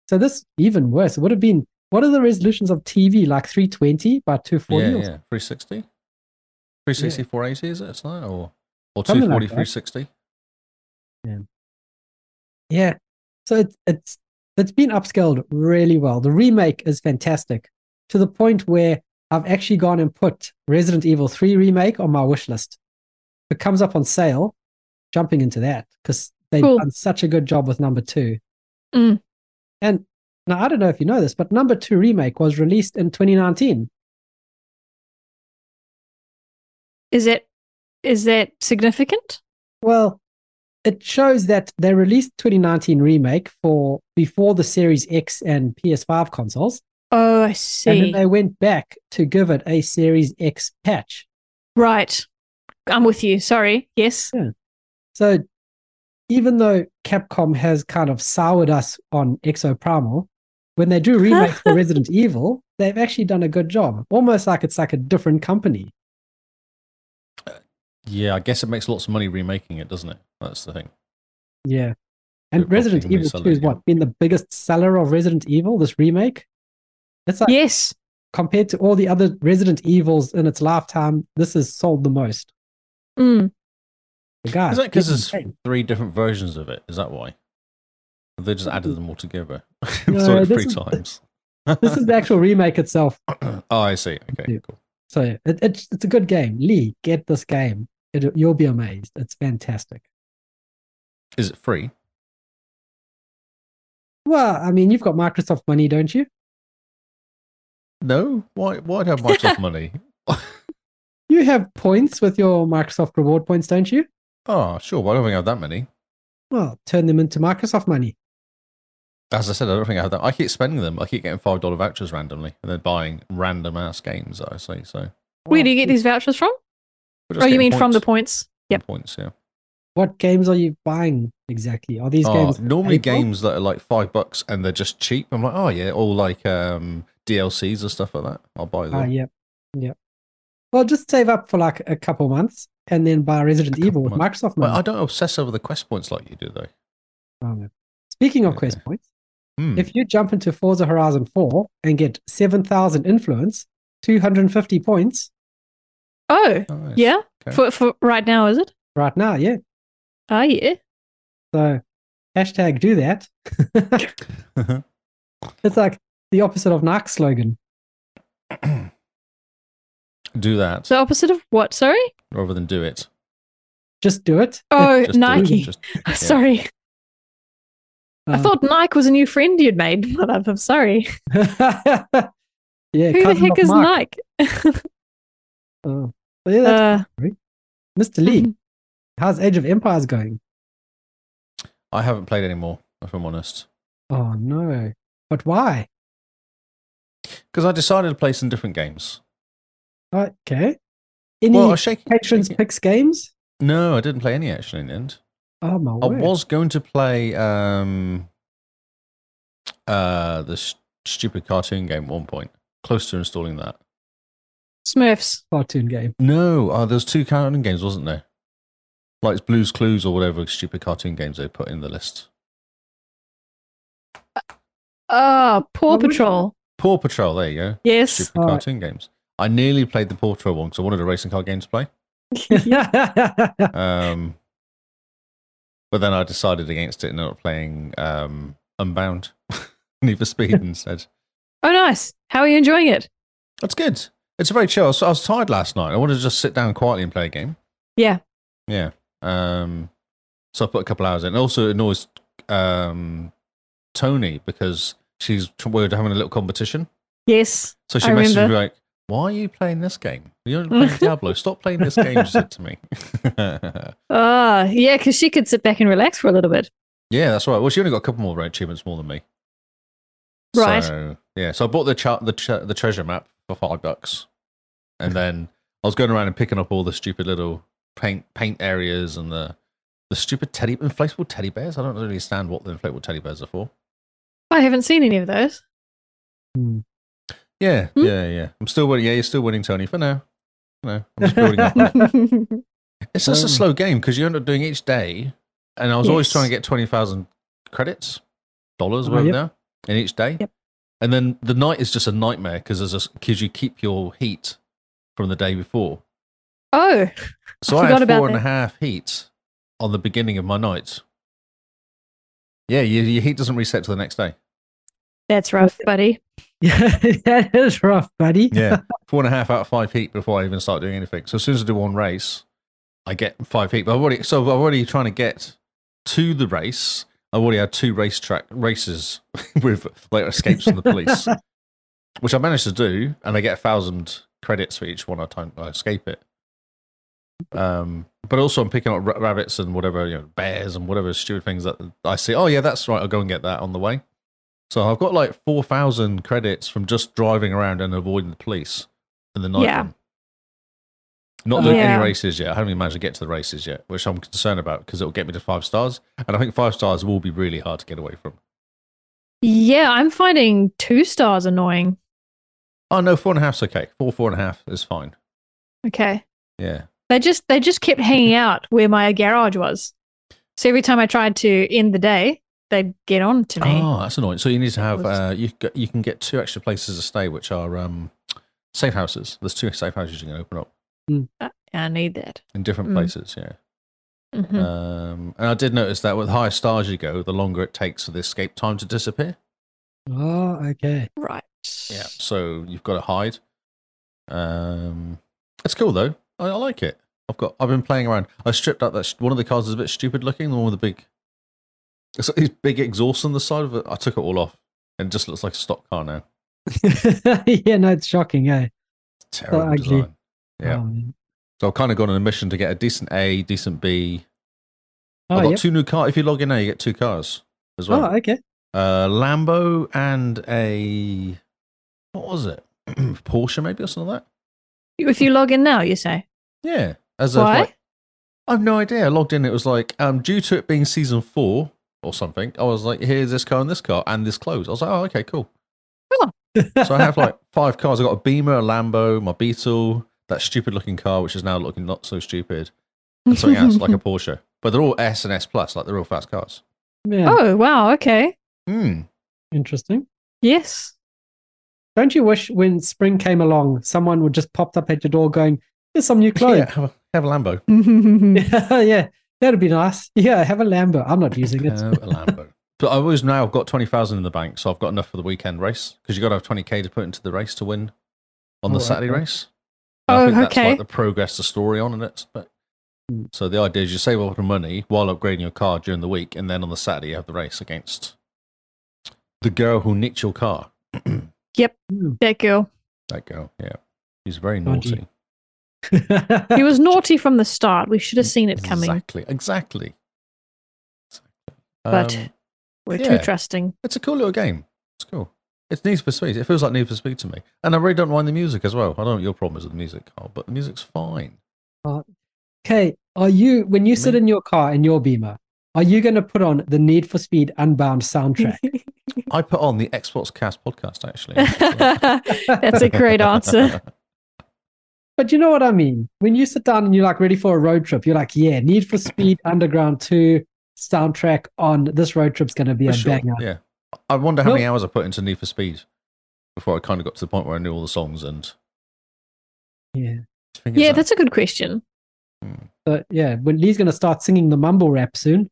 [SPEAKER 1] So this even worse. It would have been what are the resolutions of TV like 320 by 240?
[SPEAKER 2] Yeah,
[SPEAKER 1] or
[SPEAKER 2] yeah. 360? 360, 480, is it? It's not, or, or
[SPEAKER 1] Something
[SPEAKER 2] 240,
[SPEAKER 1] like that.
[SPEAKER 2] 360?
[SPEAKER 1] Yeah. So it, it's it's been upscaled really well. The remake is fantastic to the point where I've actually gone and put Resident Evil 3 remake on my wish list. If it comes up on sale, jumping into that because they've
[SPEAKER 3] Cool.
[SPEAKER 1] done such a good job with number two.
[SPEAKER 3] Mm.
[SPEAKER 1] And now I don't know if you know this, but number two remake was released in 2019.
[SPEAKER 3] Is that is that significant?
[SPEAKER 1] Well, it shows that they released 2019 remake for before the Series X and PS5 consoles.
[SPEAKER 3] Oh, I
[SPEAKER 1] And
[SPEAKER 3] see.
[SPEAKER 1] then they went back to give it a Series X patch.
[SPEAKER 3] right. I'm with you. Sorry. Yes.
[SPEAKER 1] So even though Capcom has kind of soured us on Exoprimal, when they do remakes for Resident Evil, they've actually done a good job. Almost like it's like a different company.
[SPEAKER 2] Yeah, I guess it makes lots of money remaking it, doesn't it? That's the thing.
[SPEAKER 1] Yeah. And
[SPEAKER 2] They're
[SPEAKER 1] Resident
[SPEAKER 2] probably
[SPEAKER 1] Evil 2 is
[SPEAKER 2] reselling it.
[SPEAKER 1] what? Been the biggest seller of Resident Evil, this remake? That's like
[SPEAKER 3] Yes.
[SPEAKER 1] compared to all the other Resident Evils in its lifetime, this has sold the most.
[SPEAKER 3] Mm.
[SPEAKER 1] The guy,
[SPEAKER 2] Is that because
[SPEAKER 1] give
[SPEAKER 2] there's
[SPEAKER 1] them fame.
[SPEAKER 2] three different versions of it? Is that why? They just added them all together.
[SPEAKER 1] No,
[SPEAKER 2] We've saw it
[SPEAKER 1] this
[SPEAKER 2] three
[SPEAKER 1] is-
[SPEAKER 2] times.
[SPEAKER 1] this is the actual remake itself.
[SPEAKER 2] oh, I see. Okay,
[SPEAKER 1] Yeah.
[SPEAKER 2] cool.
[SPEAKER 1] So it, it's it's a good game. Lee, get this game. It, you'll be amazed. It's fantastic.
[SPEAKER 2] Is it free?
[SPEAKER 1] Well, I mean, you've got Microsoft money, don't you?
[SPEAKER 2] No. Why? Why'd I have Microsoft money?
[SPEAKER 1] You have points with your Microsoft reward points, don't you?
[SPEAKER 2] Oh, sure. Why don't think I have that many?
[SPEAKER 1] Well, turn them into Microsoft money.
[SPEAKER 2] As I said, I don't think I have that. I keep spending them. I keep getting five dollar vouchers randomly, and then buying random ass games. that I see. So.
[SPEAKER 3] Where do you get these vouchers from?
[SPEAKER 2] we're just
[SPEAKER 3] Oh, you
[SPEAKER 2] getting
[SPEAKER 3] mean from the
[SPEAKER 2] points.
[SPEAKER 3] points? Yep.
[SPEAKER 2] Points. Yeah.
[SPEAKER 1] What games are you buying exactly? Are these
[SPEAKER 2] Oh,
[SPEAKER 1] games
[SPEAKER 2] normally
[SPEAKER 1] paid for?
[SPEAKER 2] games that are like five bucks and they're just cheap. I'm like, oh yeah, all like um, DLCs and stuff like that. I'll buy them.
[SPEAKER 1] Ah, yep, yep. Well, just save up for like a couple months and then buy Resident
[SPEAKER 2] couple
[SPEAKER 1] Evil with Microsoft
[SPEAKER 2] But I
[SPEAKER 1] money.
[SPEAKER 2] don't obsess over the quest points like you do, though.
[SPEAKER 1] Oh, no. Speaking of
[SPEAKER 2] Yeah.
[SPEAKER 1] quest points.
[SPEAKER 2] Hmm.
[SPEAKER 1] If you jump into Forza Horizon 4 and get 7,000 influence, 250 points
[SPEAKER 3] Oh,
[SPEAKER 2] Nice.
[SPEAKER 3] yeah.
[SPEAKER 2] Okay.
[SPEAKER 3] For for right now, is it?
[SPEAKER 1] right now, yeah.
[SPEAKER 3] Ah, yeah.
[SPEAKER 1] So hashtag do that.
[SPEAKER 2] Mhm.
[SPEAKER 1] It's like the opposite of Nike's slogan.
[SPEAKER 2] do that
[SPEAKER 3] The opposite of what? Sorry.
[SPEAKER 2] rather than do it.
[SPEAKER 1] Just do it.
[SPEAKER 3] Oh,
[SPEAKER 2] Just do it.
[SPEAKER 3] Nike.
[SPEAKER 2] Just-
[SPEAKER 3] Sorry. I
[SPEAKER 1] Uh,
[SPEAKER 3] thought Nike was a new friend you'd made, but I'm, I'm sorry.
[SPEAKER 1] Uh, yeah,
[SPEAKER 3] Who the
[SPEAKER 1] cousin
[SPEAKER 3] heck
[SPEAKER 1] of
[SPEAKER 3] is
[SPEAKER 1] Mark.
[SPEAKER 3] Nike?
[SPEAKER 1] Oh. Yeah, that's
[SPEAKER 3] Uh, um,
[SPEAKER 1] Mr. Lee. How's Age of Empires going?
[SPEAKER 2] I haven't played anymore, if I'm honest,
[SPEAKER 1] Oh no. But why?
[SPEAKER 2] because I decided to play some different games.
[SPEAKER 1] Okay. Any
[SPEAKER 2] well, I was shaking.
[SPEAKER 1] patrons
[SPEAKER 2] shaking-
[SPEAKER 1] picks games?
[SPEAKER 2] No, I didn't play any actually in the end.
[SPEAKER 1] Oh my
[SPEAKER 2] I
[SPEAKER 1] word.
[SPEAKER 2] was going to play um, uh, the st- stupid cartoon game at one point, close to installing that.
[SPEAKER 3] Smurfs.
[SPEAKER 1] cartoon game.
[SPEAKER 2] No, uh, there's two cartoon games, wasn't there? Like it's Blue's Clues or whatever stupid cartoon games they put in the list.
[SPEAKER 3] Oh, Paw
[SPEAKER 1] Well, we-
[SPEAKER 3] Patrol.
[SPEAKER 2] Paw Patrol, there you go.
[SPEAKER 3] Yes.
[SPEAKER 2] Stupid
[SPEAKER 1] All right.
[SPEAKER 2] cartoon games. I nearly played the Paw Patrol one because I wanted a racing car game to play. Um, but then I decided against it and not playing um, Unbound, Need for Speed instead.
[SPEAKER 3] Oh, nice. How are you enjoying it?
[SPEAKER 2] That's good. It's very chill. I was, I was tired last night. I wanted to just sit down quietly and play a game.
[SPEAKER 3] Yeah.
[SPEAKER 2] Yeah. Um, so I put a couple hours in. And also, it annoys um, Tony because she's we we're having a little competition.
[SPEAKER 3] Yes.
[SPEAKER 2] So she
[SPEAKER 3] I
[SPEAKER 2] messaged
[SPEAKER 3] remember.
[SPEAKER 2] me like, "Why are you playing this game? You're playing Diablo. Stop playing this game." She said to me.
[SPEAKER 3] Ah, yeah, because she could sit back and relax for a little bit.
[SPEAKER 2] yeah, that's right. Well, she only got a couple more achievements more than me.
[SPEAKER 3] Right.
[SPEAKER 2] So, yeah. So I bought the chart, the tre- the treasure map for five bucks, and then I was going around and picking up all the stupid little paint paint areas and the the stupid teddy inflatable teddy bears. I don't really understand what the inflatable teddy bears are for.
[SPEAKER 3] I haven't seen any of those.
[SPEAKER 1] Hmm.
[SPEAKER 2] Yeah,
[SPEAKER 3] Hmm?
[SPEAKER 2] yeah, yeah. I'm still winning. Yeah, you're still winning, Tony. For now, no, I'm just building up. on it. It's just a
[SPEAKER 1] Um,
[SPEAKER 3] Mm.
[SPEAKER 2] slow game because you end up doing each day, and I was always
[SPEAKER 3] Yes. Uh-huh,
[SPEAKER 2] trying to get twenty thousand credits, dollars,
[SPEAKER 1] Ah,
[SPEAKER 2] whatever
[SPEAKER 1] yep.
[SPEAKER 2] they are, in each day.
[SPEAKER 3] Yep.
[SPEAKER 2] And then the night is just a nightmare because because you keep your heat from the day before.
[SPEAKER 3] oh,
[SPEAKER 2] So I,
[SPEAKER 3] I
[SPEAKER 2] had
[SPEAKER 3] forgot about
[SPEAKER 2] four and a
[SPEAKER 3] that.
[SPEAKER 2] half heats on the beginning of my night. Yeah, your, your heat doesn't reset to the next day.
[SPEAKER 3] that's rough, buddy.
[SPEAKER 1] yeah, that is rough, buddy.
[SPEAKER 2] Yeah, four and a half out of five heat before I even start doing anything. So as soon as I do one race, I get five heat. But I've already so I'm already trying to get to the race. I've already had two racetrack races with like escapes from the police, which I managed to do, and I get a thousand credits for each one I time I escape it. Um, but also I'm picking up ra- rabbits and whatever you know bears and whatever stupid things that I see. Oh yeah, that's right. I'll go and get that on the way. So I've got like four thousand credits from just driving around and avoiding the police in the night.
[SPEAKER 3] Yeah.
[SPEAKER 2] time. Not
[SPEAKER 1] Oh.
[SPEAKER 2] doing
[SPEAKER 3] Yeah.
[SPEAKER 2] any races yet. I haven't even managed to get to the races yet, which I'm concerned about because it'll get me to five stars, and I think five stars will be really hard to get away from.
[SPEAKER 3] Yeah, I'm finding two stars annoying.
[SPEAKER 2] Oh no, four and a half's okay. Four four and a half is fine.
[SPEAKER 3] Okay.
[SPEAKER 2] Yeah,
[SPEAKER 3] They just they just kept hanging out where my garage was. So every time I tried to end the day, they'd get on to me.
[SPEAKER 2] Oh, that's annoying. So you need to have
[SPEAKER 3] Was-
[SPEAKER 2] uh, you g- you can get two extra places to stay, which are um, safe houses. There's two safe houses you can open up
[SPEAKER 3] I need that.
[SPEAKER 2] in different
[SPEAKER 3] Mm.
[SPEAKER 2] places. Yeah.
[SPEAKER 3] hmm
[SPEAKER 2] Um, and I did notice that with higher stars you go, the longer it takes for the escape time to disappear.
[SPEAKER 1] Oh, okay.
[SPEAKER 3] right.
[SPEAKER 2] Yeah. So you've got to hide. Um, it's cool though. I, I like it. I've got. I've been playing around. I stripped out that sh- one of the cars is a bit stupid looking. The one with the big, it's got these big exhausts on the side of it. I took it all off, and it just looks like a stock car now.
[SPEAKER 1] yeah, no, it's shocking, eh?
[SPEAKER 2] Terrible
[SPEAKER 1] ugly.
[SPEAKER 2] design. Yeah.
[SPEAKER 1] Oh, man.
[SPEAKER 2] So I've kind of gone on a mission to get a decent A, decent B.
[SPEAKER 1] Oh,
[SPEAKER 2] I've got
[SPEAKER 1] yep.
[SPEAKER 2] two new cars. If you log in now, you get two cars as well.
[SPEAKER 1] oh okay.
[SPEAKER 2] uh, Lambo and a what was it? Porsche maybe or something like that.
[SPEAKER 3] If you log in now, you say.
[SPEAKER 2] Yeah. As
[SPEAKER 3] Why?
[SPEAKER 2] Of like, I've no idea. I logged in. It was like um, due to it being season four or something. I was like, here's this car and this car and this clothes. I was like, oh, okay, cool. So I have like five cars. I got a Beamer, a Lambo, my Beetle, that stupid looking car which is now looking not so stupid, and something else like a Porsche. But they're all S and S plus, like they're all fast cars.
[SPEAKER 1] yeah,
[SPEAKER 2] Ah!
[SPEAKER 3] oh wow, okay.
[SPEAKER 2] Hmm.
[SPEAKER 1] interesting.
[SPEAKER 3] Yes.
[SPEAKER 1] Don't you wish when spring came along, someone would just popped up at your door going, "Here's some new clothes."
[SPEAKER 2] Yeah, have a, have a Lambo.
[SPEAKER 3] yeah.
[SPEAKER 1] Yeah, that'd be nice. Yeah, have a Lambo. I'm not using it.
[SPEAKER 2] Have Uh, a Lambo. But I always now I've got twenty thousand in the bank, so I've got enough for the weekend race because you got to have twenty k to put into the race to win on
[SPEAKER 1] Oh,
[SPEAKER 2] the Saturday
[SPEAKER 1] okay.
[SPEAKER 2] race. And I
[SPEAKER 3] Oh,
[SPEAKER 2] think that's
[SPEAKER 3] okay. Hmm.
[SPEAKER 2] like the progress the story on, and it's but
[SPEAKER 1] Mm.
[SPEAKER 2] So the idea is you save up the money while upgrading your car during the week, and then on the Saturday you have the race against the girl who nicked your car.
[SPEAKER 1] Mm.
[SPEAKER 3] That girl.
[SPEAKER 2] That girl, yeah, she's very
[SPEAKER 1] Dodgy.
[SPEAKER 2] naughty.
[SPEAKER 3] He was naughty from the start. We should have seen it coming.
[SPEAKER 2] Exactly, exactly. Exactly.
[SPEAKER 3] But
[SPEAKER 2] Um,
[SPEAKER 3] We're
[SPEAKER 2] yeah.
[SPEAKER 3] too trusting.
[SPEAKER 2] It's a cool little game. It's cool. It's Need for Speed. It feels like Need for Speed to me. And I really don't mind the music as well. I don't know what your problem is with the music, Carl, but the music's fine.
[SPEAKER 1] okay, are you when you sit in your car in your Beamer, are you going to put on the Need for Speed Unbound soundtrack?
[SPEAKER 2] I put on the Xbox Cast podcast, actually.
[SPEAKER 3] That's a great answer.
[SPEAKER 1] But you know what I mean? When you sit down and you're like ready for a road trip, you're like, yeah, Need for Speed Underground 2 soundtrack on this road trip's going to be
[SPEAKER 2] For
[SPEAKER 1] a
[SPEAKER 2] sure,
[SPEAKER 1] banger.
[SPEAKER 2] Yeah. I wonder how
[SPEAKER 1] No.
[SPEAKER 2] many hours I put into Need for Speed before I kind of got to the point where I knew all the songs and.
[SPEAKER 1] Yeah.
[SPEAKER 2] fingers
[SPEAKER 3] yeah,
[SPEAKER 2] up.
[SPEAKER 3] that's a good question.
[SPEAKER 1] So, yeah, when Lee's going to start singing the mumble rap soon.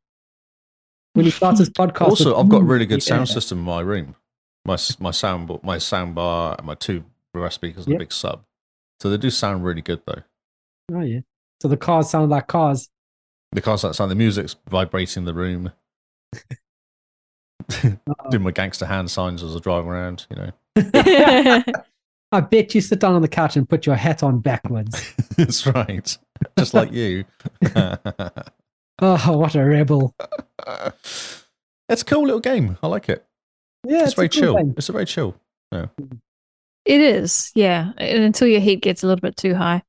[SPEAKER 1] When he starts his podcast.
[SPEAKER 2] Also,
[SPEAKER 1] with-
[SPEAKER 2] I've got really good sound
[SPEAKER 1] Yeah.
[SPEAKER 2] system in my room. My s- my sound bo- my sound bar and my two brass speakers and
[SPEAKER 1] Yeah.
[SPEAKER 2] a big sub. So they do sound really good though.
[SPEAKER 1] Oh, yeah. So the cars sound like cars.
[SPEAKER 2] The cars that sound, the music's vibrating the room. Doing my gangster hand signs as I drive around, you know.
[SPEAKER 3] That's
[SPEAKER 1] I bet you sit down on the couch and put your hat on backwards.
[SPEAKER 2] That's right. Just like you.
[SPEAKER 1] oh, what a rebel.
[SPEAKER 2] it's a cool little game. I like it.
[SPEAKER 1] Yeah,
[SPEAKER 2] It's, very
[SPEAKER 1] a cool
[SPEAKER 2] chill.
[SPEAKER 1] game.
[SPEAKER 2] It's a very chill.
[SPEAKER 3] It is, yeah. And until your heat gets a little bit too high.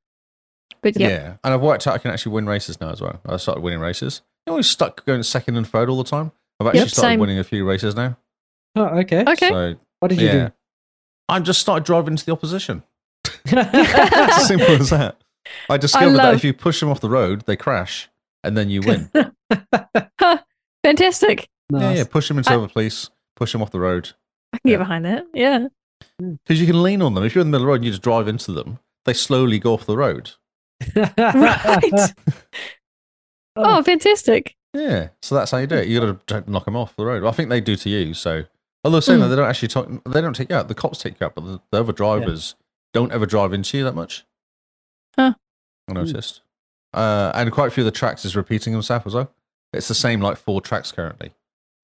[SPEAKER 3] But yeah,
[SPEAKER 2] Yeah. And I've worked out I can actually win races now as well. I started winning races. You know, I was stuck going second and third all the time. I've actually
[SPEAKER 3] Yep,
[SPEAKER 2] started
[SPEAKER 3] same.
[SPEAKER 2] winning a few races now.
[SPEAKER 1] Oh, okay.
[SPEAKER 3] okay.
[SPEAKER 2] So,
[SPEAKER 1] What did you
[SPEAKER 2] yeah. I just started driving to the opposition.
[SPEAKER 1] do?
[SPEAKER 2] It's as simple as that. I discovered that
[SPEAKER 3] love-
[SPEAKER 2] if you push them off the road, they crash and then you win.
[SPEAKER 3] Fantastic.
[SPEAKER 2] yeah,
[SPEAKER 1] Nice.
[SPEAKER 2] yeah. Push them into over police, push them off the road.
[SPEAKER 3] I can
[SPEAKER 2] Yeah.
[SPEAKER 3] get behind that. Yeah.
[SPEAKER 2] Because you can lean on them. If you're in the middle of the road and you just drive into them, they slowly go off the road.
[SPEAKER 3] Right.
[SPEAKER 1] Oh.
[SPEAKER 3] oh, fantastic.
[SPEAKER 2] Yeah. So that's how you do it. You got to knock them off the road. I think they do to you. So, although saying
[SPEAKER 3] Hmm.
[SPEAKER 2] that they don't actually talk, they don't take you out. The cops take you out, but the, the other drivers don't ever drive into you that much.
[SPEAKER 3] Huh. Hmm.
[SPEAKER 2] I noticed. Uh, and quite a few of the tracks is repeating himself as well. It's the same like four tracks currently.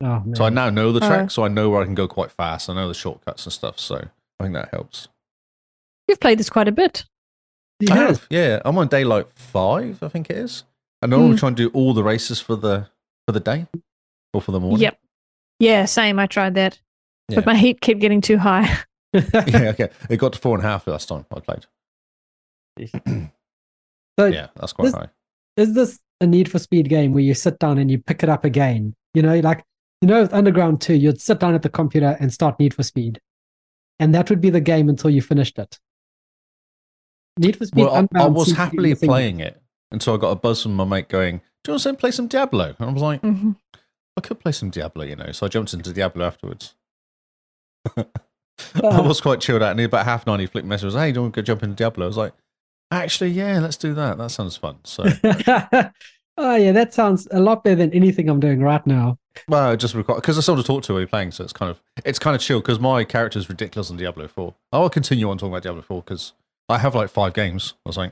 [SPEAKER 1] Oh, man.
[SPEAKER 2] So I now know the
[SPEAKER 3] Oh.
[SPEAKER 2] track, so I know where I can go quite fast. I know the shortcuts and stuff. So I think that helps.
[SPEAKER 3] You've played this quite a bit.
[SPEAKER 1] He
[SPEAKER 2] I
[SPEAKER 1] has.
[SPEAKER 2] have, yeah. I'm on day like five, I think it is. And I normally try and do all the races for the for the day or for the morning.
[SPEAKER 3] Yep. Yeah, same. I tried that.
[SPEAKER 2] Yeah.
[SPEAKER 3] But my heat kept getting too high.
[SPEAKER 2] yeah, okay. It got to four and a half last time I played.
[SPEAKER 1] So
[SPEAKER 2] Yeah, that's quite
[SPEAKER 1] This-
[SPEAKER 2] high.
[SPEAKER 1] is this a Need for Speed game where you sit down and you pick it up again? You know, like you know, with Underground Two, you'd sit down at the computer and start Need for Speed, and that would be the game until you finished it. Need for Speed.
[SPEAKER 2] Well, I, I
[SPEAKER 1] Unbound
[SPEAKER 2] was
[SPEAKER 1] seems to be
[SPEAKER 2] happily
[SPEAKER 1] missing-
[SPEAKER 2] playing it until I got a buzz from my mate going, "Do you want to play some Diablo?" And I was like,
[SPEAKER 3] Mhm.
[SPEAKER 2] "I could play some Diablo, you know." So I jumped into Diablo afterwards. I was quite chilled out, and about half nine, he flicked me a message, was, "Hey, do you want to go jump into Diablo?" I was like, "Actually, yeah, let's do that. That sounds fun." So
[SPEAKER 1] oh yeah, that sounds a lot better than anything I'm doing right now.
[SPEAKER 2] Well, it just require because I still have to talk to when you're playing, so it's kind of it's kind of chill because my character's ridiculous on Diablo Four. I'll continue on talking about Diablo Four because I have like five games or something.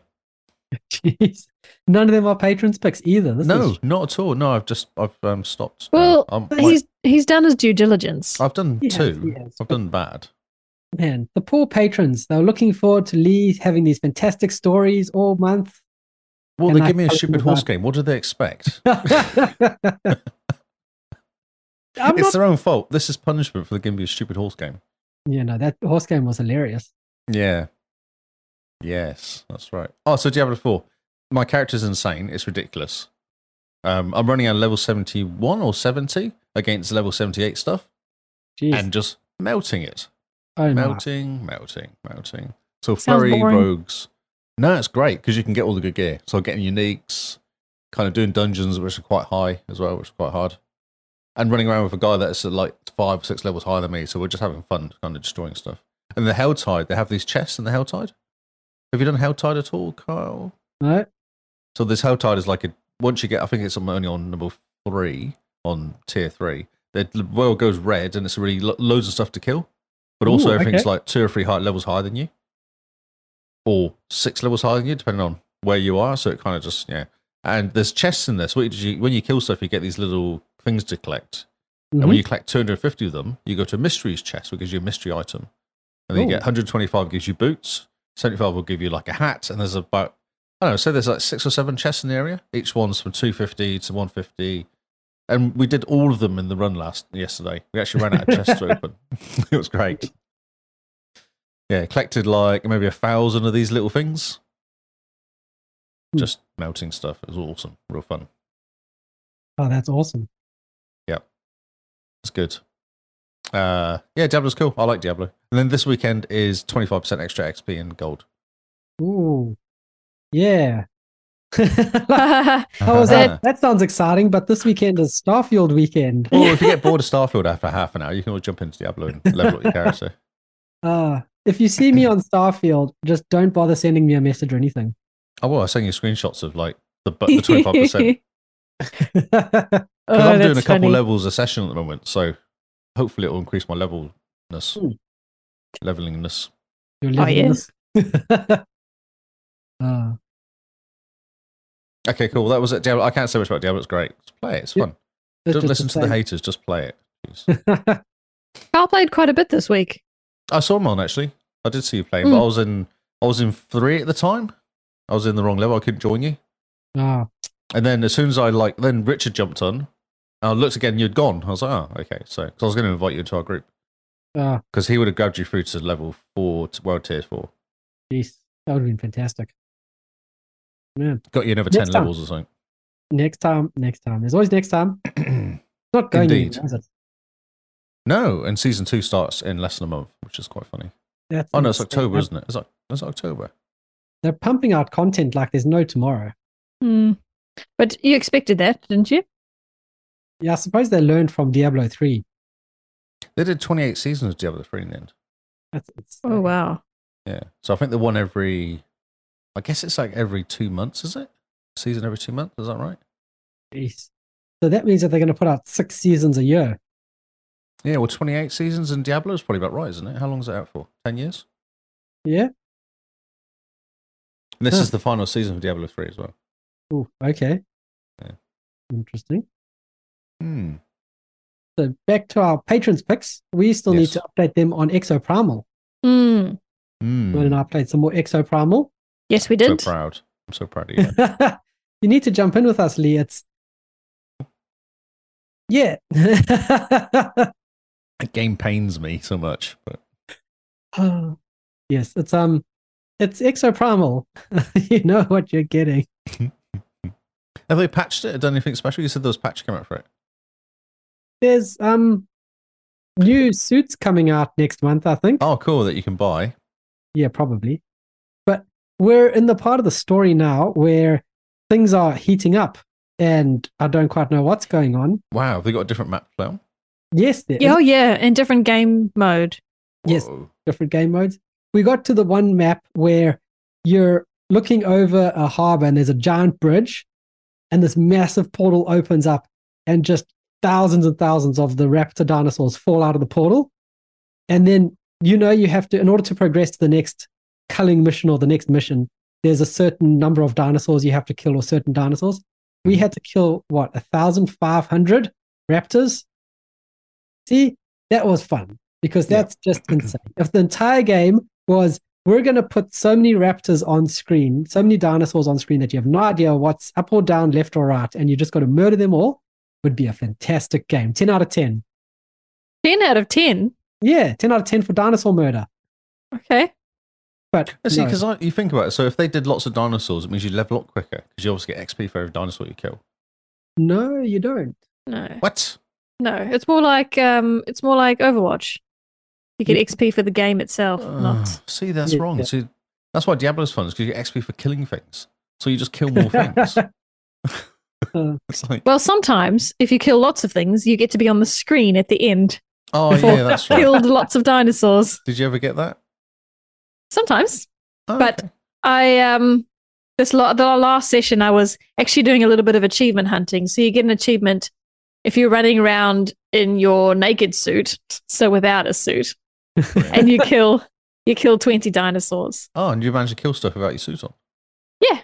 [SPEAKER 1] Jeez, none of them are patrons picks either. This
[SPEAKER 2] no,
[SPEAKER 1] is-
[SPEAKER 2] not at all. No, I've just I've um, stopped.
[SPEAKER 3] Well,
[SPEAKER 2] Uh, I'm-
[SPEAKER 3] But
[SPEAKER 2] wait,
[SPEAKER 3] he's he's done his due diligence.
[SPEAKER 2] I've done
[SPEAKER 1] Yes,
[SPEAKER 2] two.
[SPEAKER 1] yes,
[SPEAKER 2] I've
[SPEAKER 1] but-
[SPEAKER 2] done bad.
[SPEAKER 1] man, the poor patrons. They were looking forward to Lee having these fantastic stories all month.
[SPEAKER 2] Well,
[SPEAKER 1] And
[SPEAKER 2] they
[SPEAKER 1] I
[SPEAKER 2] give me a
[SPEAKER 1] haven't
[SPEAKER 2] stupid
[SPEAKER 1] done
[SPEAKER 2] horse
[SPEAKER 1] bad.
[SPEAKER 2] game. What do they expect?
[SPEAKER 1] I'm
[SPEAKER 2] it's
[SPEAKER 1] not.
[SPEAKER 2] their own fault. This is punishment for giving me a stupid horse game.
[SPEAKER 1] You know that horse game was hilarious.
[SPEAKER 2] Yeah. Yes, that's right. Oh, so Diablo 4. My character's insane. It's ridiculous. Um, I'm running at level 71 or 70 against level 78 stuff
[SPEAKER 1] Jeez.
[SPEAKER 2] and just melting it.
[SPEAKER 1] oh, my.
[SPEAKER 2] Melting, melting, melting. So
[SPEAKER 3] Sounds
[SPEAKER 2] flurry
[SPEAKER 3] boring.
[SPEAKER 2] rogues. No, it's great because you can get all the good gear. So getting uniques, kind of doing dungeons, which are quite high as well, which is quite hard. And running around with a guy that's at like five or six levels higher than me. So we're just having fun, kind of destroying stuff. And the Helltide, they have these chests in the Helltide. Have you done Helltide at all, Kyle?
[SPEAKER 1] No?
[SPEAKER 2] So this Helltide is like a once you get, I think it's only on number three on tier three. The the world goes red, and it's really lo- loads of stuff to kill, but also
[SPEAKER 1] Ooh,
[SPEAKER 2] everything's
[SPEAKER 1] okay.
[SPEAKER 2] like two or three high levels higher than you, or six levels higher than you, depending on where you are. So it kind of just yeah. and there's chests in this. What you- When you kill stuff, you get these little things to collect.
[SPEAKER 1] Mm-hmm.
[SPEAKER 2] And when you collect 250 of them, you go to a mysteries chest, which gives you a mystery item. And then you
[SPEAKER 1] Ooh.
[SPEAKER 2] get 125 gives you boots, 75 will give you like a hat, and there's about, I don't know, say there's like six or seven chests in the area. Each one's from 250 to 150. And we did all of them in the run last yesterday. We actually ran out of chests to open. It was great. Yeah, collected like maybe a thousand of these little things.
[SPEAKER 1] Hmm.
[SPEAKER 2] Just melting stuff. It was awesome. Real fun.
[SPEAKER 1] Oh, that's awesome.
[SPEAKER 2] It's good. Uh, yeah, Diablo's cool. I like Diablo. And then this weekend is 25% extra XP and gold.
[SPEAKER 1] Ooh, yeah. Like,
[SPEAKER 3] That's
[SPEAKER 1] oh, was
[SPEAKER 2] Uh-huh.
[SPEAKER 1] that? That sounds exciting. But this weekend is Starfield weekend.
[SPEAKER 2] Well, if you get bored of Starfield after half an hour, you can always jump into Diablo and level up your character.
[SPEAKER 1] Uh, if you see me on Starfield, just don't bother sending me a message or anything.
[SPEAKER 2] Oh, well, I was sending you screenshots of like the, bu- the 25%.
[SPEAKER 3] Oh,
[SPEAKER 1] Oh,
[SPEAKER 2] Because I'm doing a couple levels a session at the moment, so hopefully it will increase my levelness.
[SPEAKER 1] Hmm.
[SPEAKER 2] Levelingness.
[SPEAKER 1] You're
[SPEAKER 3] Oh,
[SPEAKER 1] living this. uh,
[SPEAKER 2] Okay, cool. That was it. Diablo. I can't say much about Diablo. It's great. Just play it. It's
[SPEAKER 1] Yeah,
[SPEAKER 2] fun.
[SPEAKER 1] it's
[SPEAKER 2] Don't
[SPEAKER 1] just
[SPEAKER 2] listen to the
[SPEAKER 1] same.
[SPEAKER 2] haters. Just play it. Jeez.
[SPEAKER 3] Carl played quite a bit this week.
[SPEAKER 2] I saw Mon actually. I did see you playing,
[SPEAKER 1] Hmm.
[SPEAKER 2] but
[SPEAKER 3] Mm.
[SPEAKER 2] I was in I was in three at the time. I was in the wrong level. I couldn't join you.
[SPEAKER 1] Ah,
[SPEAKER 2] And then as soon as I like, then Richard jumped on. And I looked again. You'd gone. I was like, oh, okay. So 'cause I was going to invite you into our group
[SPEAKER 1] ah,
[SPEAKER 2] because he would have grabbed you through to level four, to world tier four.
[SPEAKER 1] jeez, that would have been fantastic.
[SPEAKER 2] Got you another
[SPEAKER 1] Next
[SPEAKER 2] ten
[SPEAKER 1] time.
[SPEAKER 2] levels or
[SPEAKER 1] Next time, next time. There's always next time. It's
[SPEAKER 2] something.
[SPEAKER 1] not going
[SPEAKER 2] Indeed.
[SPEAKER 1] anywhere, is it?
[SPEAKER 2] No, and season two starts in less than a month, which is quite funny.
[SPEAKER 1] That's
[SPEAKER 2] Oh no, it's
[SPEAKER 1] insane.
[SPEAKER 2] October, isn't it? It's, like, it's October.
[SPEAKER 1] They're pumping out content like there's no tomorrow.
[SPEAKER 3] Hmm. But you expected that, didn't you?
[SPEAKER 1] Yeah, I suppose they learned from Diablo 3.
[SPEAKER 2] They did twenty-eight seasons of Diablo three in the end.
[SPEAKER 1] That's, it's,
[SPEAKER 3] Oh wow.
[SPEAKER 2] Yeah, so I think the one every, I guess it's like every two months, is it? Season every two months, is that right?
[SPEAKER 1] jeez. So that means that they're going to put out six seasons a year.
[SPEAKER 2] Yeah, well, twenty-eight seasons in Diablo is probably about right, isn't it? How long is it out for? Ten years.
[SPEAKER 1] Yeah.
[SPEAKER 2] And this
[SPEAKER 1] Huh.
[SPEAKER 2] is the final season for Diablo 3 as well.
[SPEAKER 1] Ooh, okay.
[SPEAKER 2] Yeah.
[SPEAKER 1] Interesting.
[SPEAKER 2] Hmm.
[SPEAKER 1] So back to our patrons picks. We still
[SPEAKER 2] Yes.
[SPEAKER 1] need to update them on Exoprimal.
[SPEAKER 3] Hmm.
[SPEAKER 2] Hmm.
[SPEAKER 1] Well, and I played some more Exoprimal.
[SPEAKER 3] Yes, we
[SPEAKER 2] so
[SPEAKER 3] did.
[SPEAKER 2] proud. I'm so proud of you.
[SPEAKER 1] you need to jump in with us, Lee. It's yeah.
[SPEAKER 2] that game pains me so much. But
[SPEAKER 1] Oh, yes, it's um, it's Exoprimal. you know what you're getting.
[SPEAKER 2] Have they patched it? Done anything special? You said there was a patch coming out for it.
[SPEAKER 1] There's um, new suits coming out next month. I think.
[SPEAKER 2] Oh, cool, that you can buy.
[SPEAKER 1] Yeah, probably. But we're in the part of the story now where things are heating up, and I don't quite know what's going on.
[SPEAKER 2] Wow, have they got a different map now?
[SPEAKER 1] Yes, there is
[SPEAKER 3] Yeah, Oh yeah, in different game mode.
[SPEAKER 1] Yes.
[SPEAKER 2] Whoa.
[SPEAKER 1] different game modes. We got to the one map where you're looking over a harbor and there's a giant bridge, and this massive portal opens up, and just thousands and thousands of the raptor dinosaurs fall out of the portal. And then you know you have to, in order to progress to the next culling mission or the next mission, there's a certain number of dinosaurs you have to kill or certain dinosaurs. We had to kill what a thousand five hundred raptors. See, that was fun because
[SPEAKER 2] Yeah.
[SPEAKER 1] that's just insane. If the entire game was we're going to put so many raptors on screen, so many dinosaurs on screen that you have no idea what's up or down, left or right, and you just got to murder them all, would be a fantastic game. 10 out of 10.
[SPEAKER 3] Ten out of ten.
[SPEAKER 1] Yeah, 10 out of 10 for dinosaur murder.
[SPEAKER 3] Okay.
[SPEAKER 1] But
[SPEAKER 2] I See,
[SPEAKER 1] no.
[SPEAKER 2] because you think about it, so if they did lots of dinosaurs, it means you level up quicker because you obviously get XP for every dinosaur you kill.
[SPEAKER 1] no, you don't.
[SPEAKER 3] No.
[SPEAKER 2] What?
[SPEAKER 3] No. It's more like um it's more like Overwatch. You get XP for the game itself, not
[SPEAKER 2] Ugh, Ah, see, that's
[SPEAKER 1] Yeah.
[SPEAKER 2] wrong. See, that's why Diablo's fun is because you get XP for killing things. So you just kill more things.
[SPEAKER 1] Uh,
[SPEAKER 2] It's like,
[SPEAKER 3] Well, sometimes if you kill lots of things, you get to be on the screen at the end.
[SPEAKER 2] oh,
[SPEAKER 3] before
[SPEAKER 2] yeah, that's right.
[SPEAKER 3] killed lots of dinosaurs.
[SPEAKER 2] Did you ever get that?
[SPEAKER 3] Sometimes
[SPEAKER 2] Oh,
[SPEAKER 3] But-
[SPEAKER 2] okay.
[SPEAKER 3] I um this la- the last session I was actually doing a little bit of achievement hunting. So you get an achievement if you're running around in your naked suit, so without a suit, and you kill you kill twenty dinosaurs.
[SPEAKER 2] oh, and you managed to kill stuff without your suit on.
[SPEAKER 3] Yeah.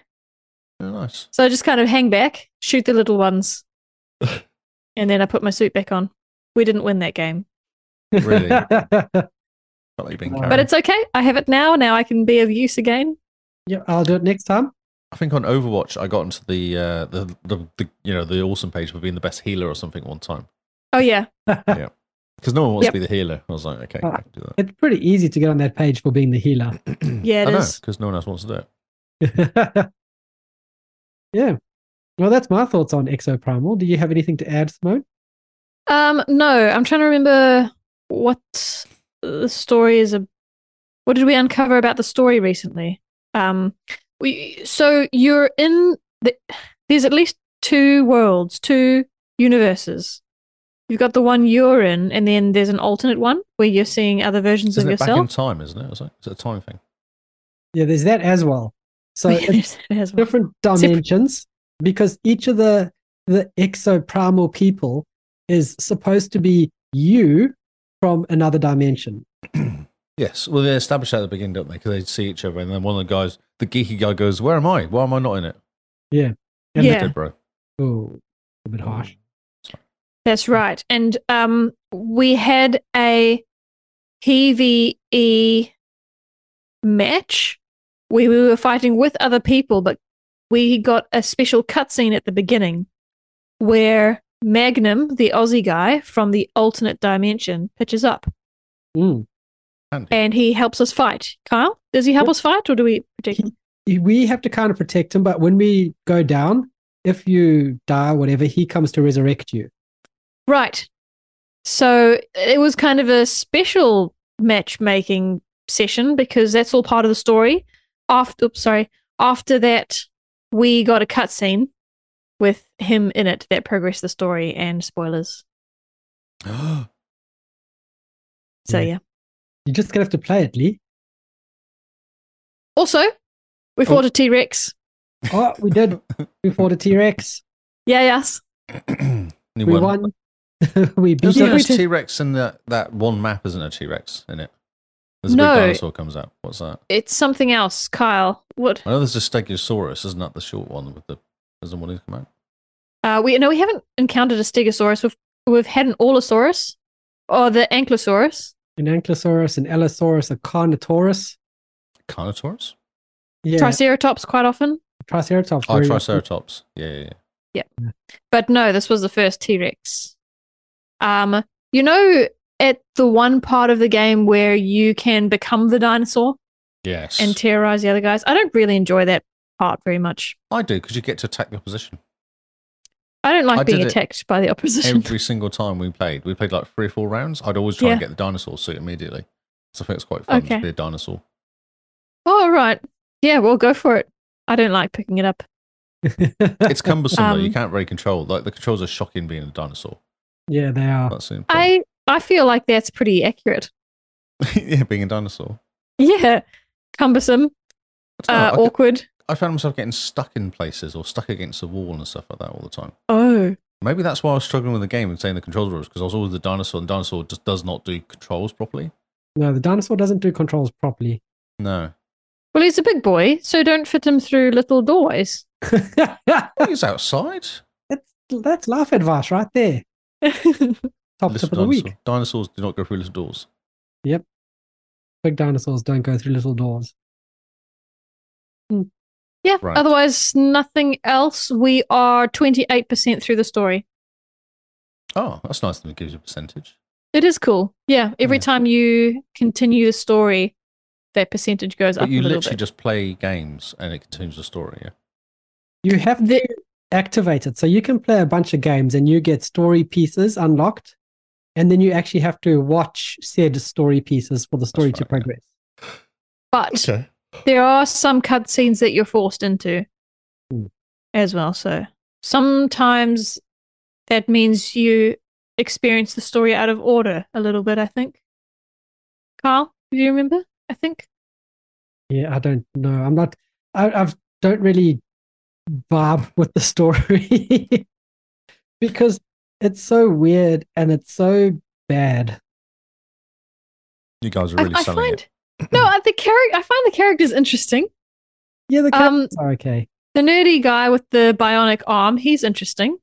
[SPEAKER 2] Yeah, nice.
[SPEAKER 3] So I just kind of hang back, shoot the little ones, and then I put my suit back on. We didn't win that game,
[SPEAKER 2] Really?
[SPEAKER 1] yeah,
[SPEAKER 2] Not like being
[SPEAKER 1] But
[SPEAKER 2] carried.
[SPEAKER 3] but it's okay. I have it now. Now I can be of use again.
[SPEAKER 1] I'll do it next time.
[SPEAKER 2] I think on Overwatch, I got onto the uh, the, the the you know the awesome page for being the best healer or something one time
[SPEAKER 3] Oh yeah,
[SPEAKER 2] because no one wants
[SPEAKER 3] Yep. Uh,
[SPEAKER 2] to be the healer. I was like, okay, I can do that.
[SPEAKER 1] It's pretty easy to get on that page for being the healer.
[SPEAKER 3] yeah, it is.
[SPEAKER 2] I because no one else wants to do it.
[SPEAKER 1] yeah. Well, that's my thoughts on Exoprimal. Do you have anything to add, Simone?
[SPEAKER 3] Um, no, I'm trying to remember what the story is. A- what did we uncover about the story recently? Um, we so you're in the there's at least two worlds, two universes. You've got the one you're in, and then there's an alternate one where you're seeing other versions
[SPEAKER 2] Isn't
[SPEAKER 3] of
[SPEAKER 2] it back in
[SPEAKER 3] yourself.
[SPEAKER 2] time? Isn't it? Is it is it a time thing?
[SPEAKER 1] Yeah, there's that as well. So
[SPEAKER 3] Oh, Yeah,
[SPEAKER 1] it's
[SPEAKER 3] there's that as well.
[SPEAKER 1] different dimensions because each of the the exoprimal people is supposed to be you from another dimension.
[SPEAKER 2] Yes. Well, they established that at the beginning, don't they? Because they see each other, and then one of the guys, the geeky guy, goes, "Where am I? Why am I not in it?"
[SPEAKER 1] And
[SPEAKER 3] Yeah.
[SPEAKER 2] Dead bro.
[SPEAKER 1] Oh, a bit harsh.
[SPEAKER 3] That's right. And um, we had a PvE match where we were fighting with other people, but we got a special cutscene at the beginning where Magnum, the Aussie guy from the alternate dimension, pitches up
[SPEAKER 1] Mm.
[SPEAKER 2] Handy.
[SPEAKER 3] and he helps us fight. Kyle, does he help
[SPEAKER 1] Yep.
[SPEAKER 3] us fight or do we protect him?
[SPEAKER 1] We have to kind of protect him, but when we go down, if you die, or whatever, he comes to resurrect you.
[SPEAKER 3] Right. So it was kind of a special matchmaking session because that's all part of the story. After, oops, sorry, after that, we got a cutscene with him in it that progressed the story and spoilers. So
[SPEAKER 1] Yeah.
[SPEAKER 3] yeah.
[SPEAKER 1] You're just gonna have to play it, Lee.
[SPEAKER 3] Also, we fought a T Rex.
[SPEAKER 1] Oh, we did. we fought a T Rex.
[SPEAKER 3] Yeah, yes.
[SPEAKER 2] you
[SPEAKER 1] We
[SPEAKER 2] won.
[SPEAKER 1] won. we beat
[SPEAKER 2] There's
[SPEAKER 1] it.
[SPEAKER 2] no T Rex in that that one map, isn't a T Rex in it? There's a
[SPEAKER 3] No.
[SPEAKER 2] big dinosaur comes out. What's that?
[SPEAKER 3] It's something else, Kyle. What?
[SPEAKER 2] I know there's a Stegosaurus, isn't that the short one with the? Doesn't one who's come out?
[SPEAKER 3] Uh, we no, we haven't encountered a Stegosaurus. We've we've had an Allosaurus or the Ankylosaurus.
[SPEAKER 1] An Ankylosaurus, an Allosaurus, a Carnotaurus.
[SPEAKER 2] Carnotaurus?
[SPEAKER 1] Yeah,
[SPEAKER 3] Triceratops quite often.
[SPEAKER 1] Triceratops.
[SPEAKER 2] Oh,
[SPEAKER 1] very-
[SPEAKER 2] Triceratops. Yeah, yeah, yeah.
[SPEAKER 3] But no, this was the first T Rex. Um, you know, at the one part of the game where you can become the dinosaur
[SPEAKER 2] Yes.
[SPEAKER 3] and terrorize the other guys, I don't really enjoy that part very much.
[SPEAKER 2] I do because you get to attack the opposition
[SPEAKER 3] I don't like
[SPEAKER 2] I
[SPEAKER 3] being
[SPEAKER 2] did it
[SPEAKER 3] attacked by the opposition.
[SPEAKER 2] every single time we played. We played like three or four rounds. I'd always try and get the dinosaur suit immediately. So I think it's quite fun
[SPEAKER 3] Okay.
[SPEAKER 2] to be a dinosaur.
[SPEAKER 3] oh, right. Yeah, well, go for it. I don't like picking it up.
[SPEAKER 2] It's cumbersome though. You
[SPEAKER 3] Um,
[SPEAKER 2] can't really control. Like the controls are shocking being a dinosaur.
[SPEAKER 1] yeah, they are.
[SPEAKER 2] That's the only problem.
[SPEAKER 3] I I feel like that's pretty accurate.
[SPEAKER 2] yeah, being a dinosaur.
[SPEAKER 3] Yeah, cumbersome,
[SPEAKER 2] I,
[SPEAKER 3] uh,
[SPEAKER 2] don't know. I, could-
[SPEAKER 3] awkward.
[SPEAKER 2] I found myself getting stuck in places or stuck against the wall and stuff like that all the time.
[SPEAKER 3] Oh,
[SPEAKER 2] Maybe that's why I was struggling with the game and saying the controls rules because I was always the dinosaur and the dinosaur just does not do controls properly.
[SPEAKER 1] No, the dinosaur doesn't do controls properly.
[SPEAKER 2] No,
[SPEAKER 3] well, he's a big boy, so don't fit him through little doorways.
[SPEAKER 2] he's outside.
[SPEAKER 1] that's that's life advice right there. Top
[SPEAKER 2] Little
[SPEAKER 1] tip of the
[SPEAKER 2] dinosaur.
[SPEAKER 1] week.
[SPEAKER 2] Dinosaurs do not go through little doors.
[SPEAKER 1] Big dinosaurs don't go through little doors.
[SPEAKER 3] Yeah.
[SPEAKER 2] Right.
[SPEAKER 3] Otherwise, nothing else. We are 28% through the story.
[SPEAKER 2] Oh, that's nice that it gives you a percentage.
[SPEAKER 3] It is cool. Yeah. Every
[SPEAKER 2] Yeah.
[SPEAKER 3] time you continue the story, that percentage goes
[SPEAKER 2] But
[SPEAKER 3] up
[SPEAKER 2] you
[SPEAKER 3] a little
[SPEAKER 2] literally
[SPEAKER 3] bit.
[SPEAKER 2] just play games and it continues the story. Yeah.
[SPEAKER 1] You have to activate it, so you can play a bunch of games and you get story pieces unlocked, and then you actually have to watch said story pieces for the story to
[SPEAKER 2] right, yeah.
[SPEAKER 1] progress.
[SPEAKER 3] but
[SPEAKER 2] Okay.
[SPEAKER 3] there are some cutscenes that you're forced into
[SPEAKER 2] Hmm.
[SPEAKER 1] Mm.
[SPEAKER 3] as well. So sometimes that means you experience the story out of order a little bit, I think. Carl, do you remember? I think.
[SPEAKER 1] Yeah, I don't know. I'm not. I I've, don't really vibe with the story because it's so weird and it's so bad.
[SPEAKER 2] You guys are
[SPEAKER 3] I-
[SPEAKER 2] really
[SPEAKER 3] I,
[SPEAKER 2] selling
[SPEAKER 3] find. no, I- the character. I find the characters interesting.
[SPEAKER 1] Yeah, the
[SPEAKER 3] Um,
[SPEAKER 1] characters are okay.
[SPEAKER 3] The nerdy guy with the bionic arm, he's interesting.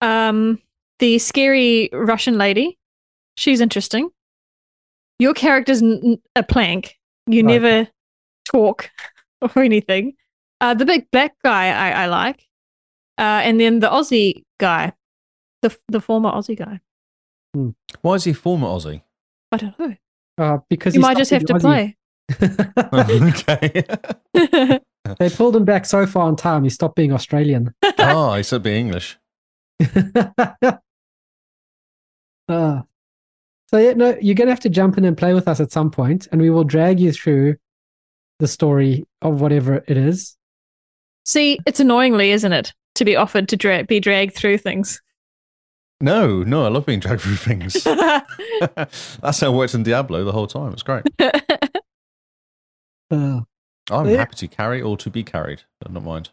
[SPEAKER 3] Um, the scary Russian lady, she's interesting. Your character's n- n- a plank. You
[SPEAKER 1] Right.
[SPEAKER 3] never talk or anything. Uh, the big black guy I, I like, uh, and then the Aussie guy, the f- the former Aussie guy.
[SPEAKER 2] Why is he former Aussie?
[SPEAKER 3] I don't know.
[SPEAKER 1] Uh, because
[SPEAKER 3] You
[SPEAKER 1] he
[SPEAKER 3] might just have
[SPEAKER 1] stopped
[SPEAKER 3] to
[SPEAKER 1] being
[SPEAKER 3] play.
[SPEAKER 1] Aussie.
[SPEAKER 2] okay.
[SPEAKER 1] they pulled him back so far in time, he stopped being Australian.
[SPEAKER 2] oh, he said be English.
[SPEAKER 1] Ah. so, yeah, no, you're going to have to jump in and play with us at some point, and we will drag you through the story of whatever it is.
[SPEAKER 3] See, it's annoyingly, isn't it, to be offered to dra- be dragged through things.
[SPEAKER 2] No, no, I love being dragged through things. That's how it worked in Diablo the whole time. It's great.
[SPEAKER 1] Ah.
[SPEAKER 2] I'm
[SPEAKER 1] Yeah.
[SPEAKER 2] happy to carry or to be carried. I don't mind.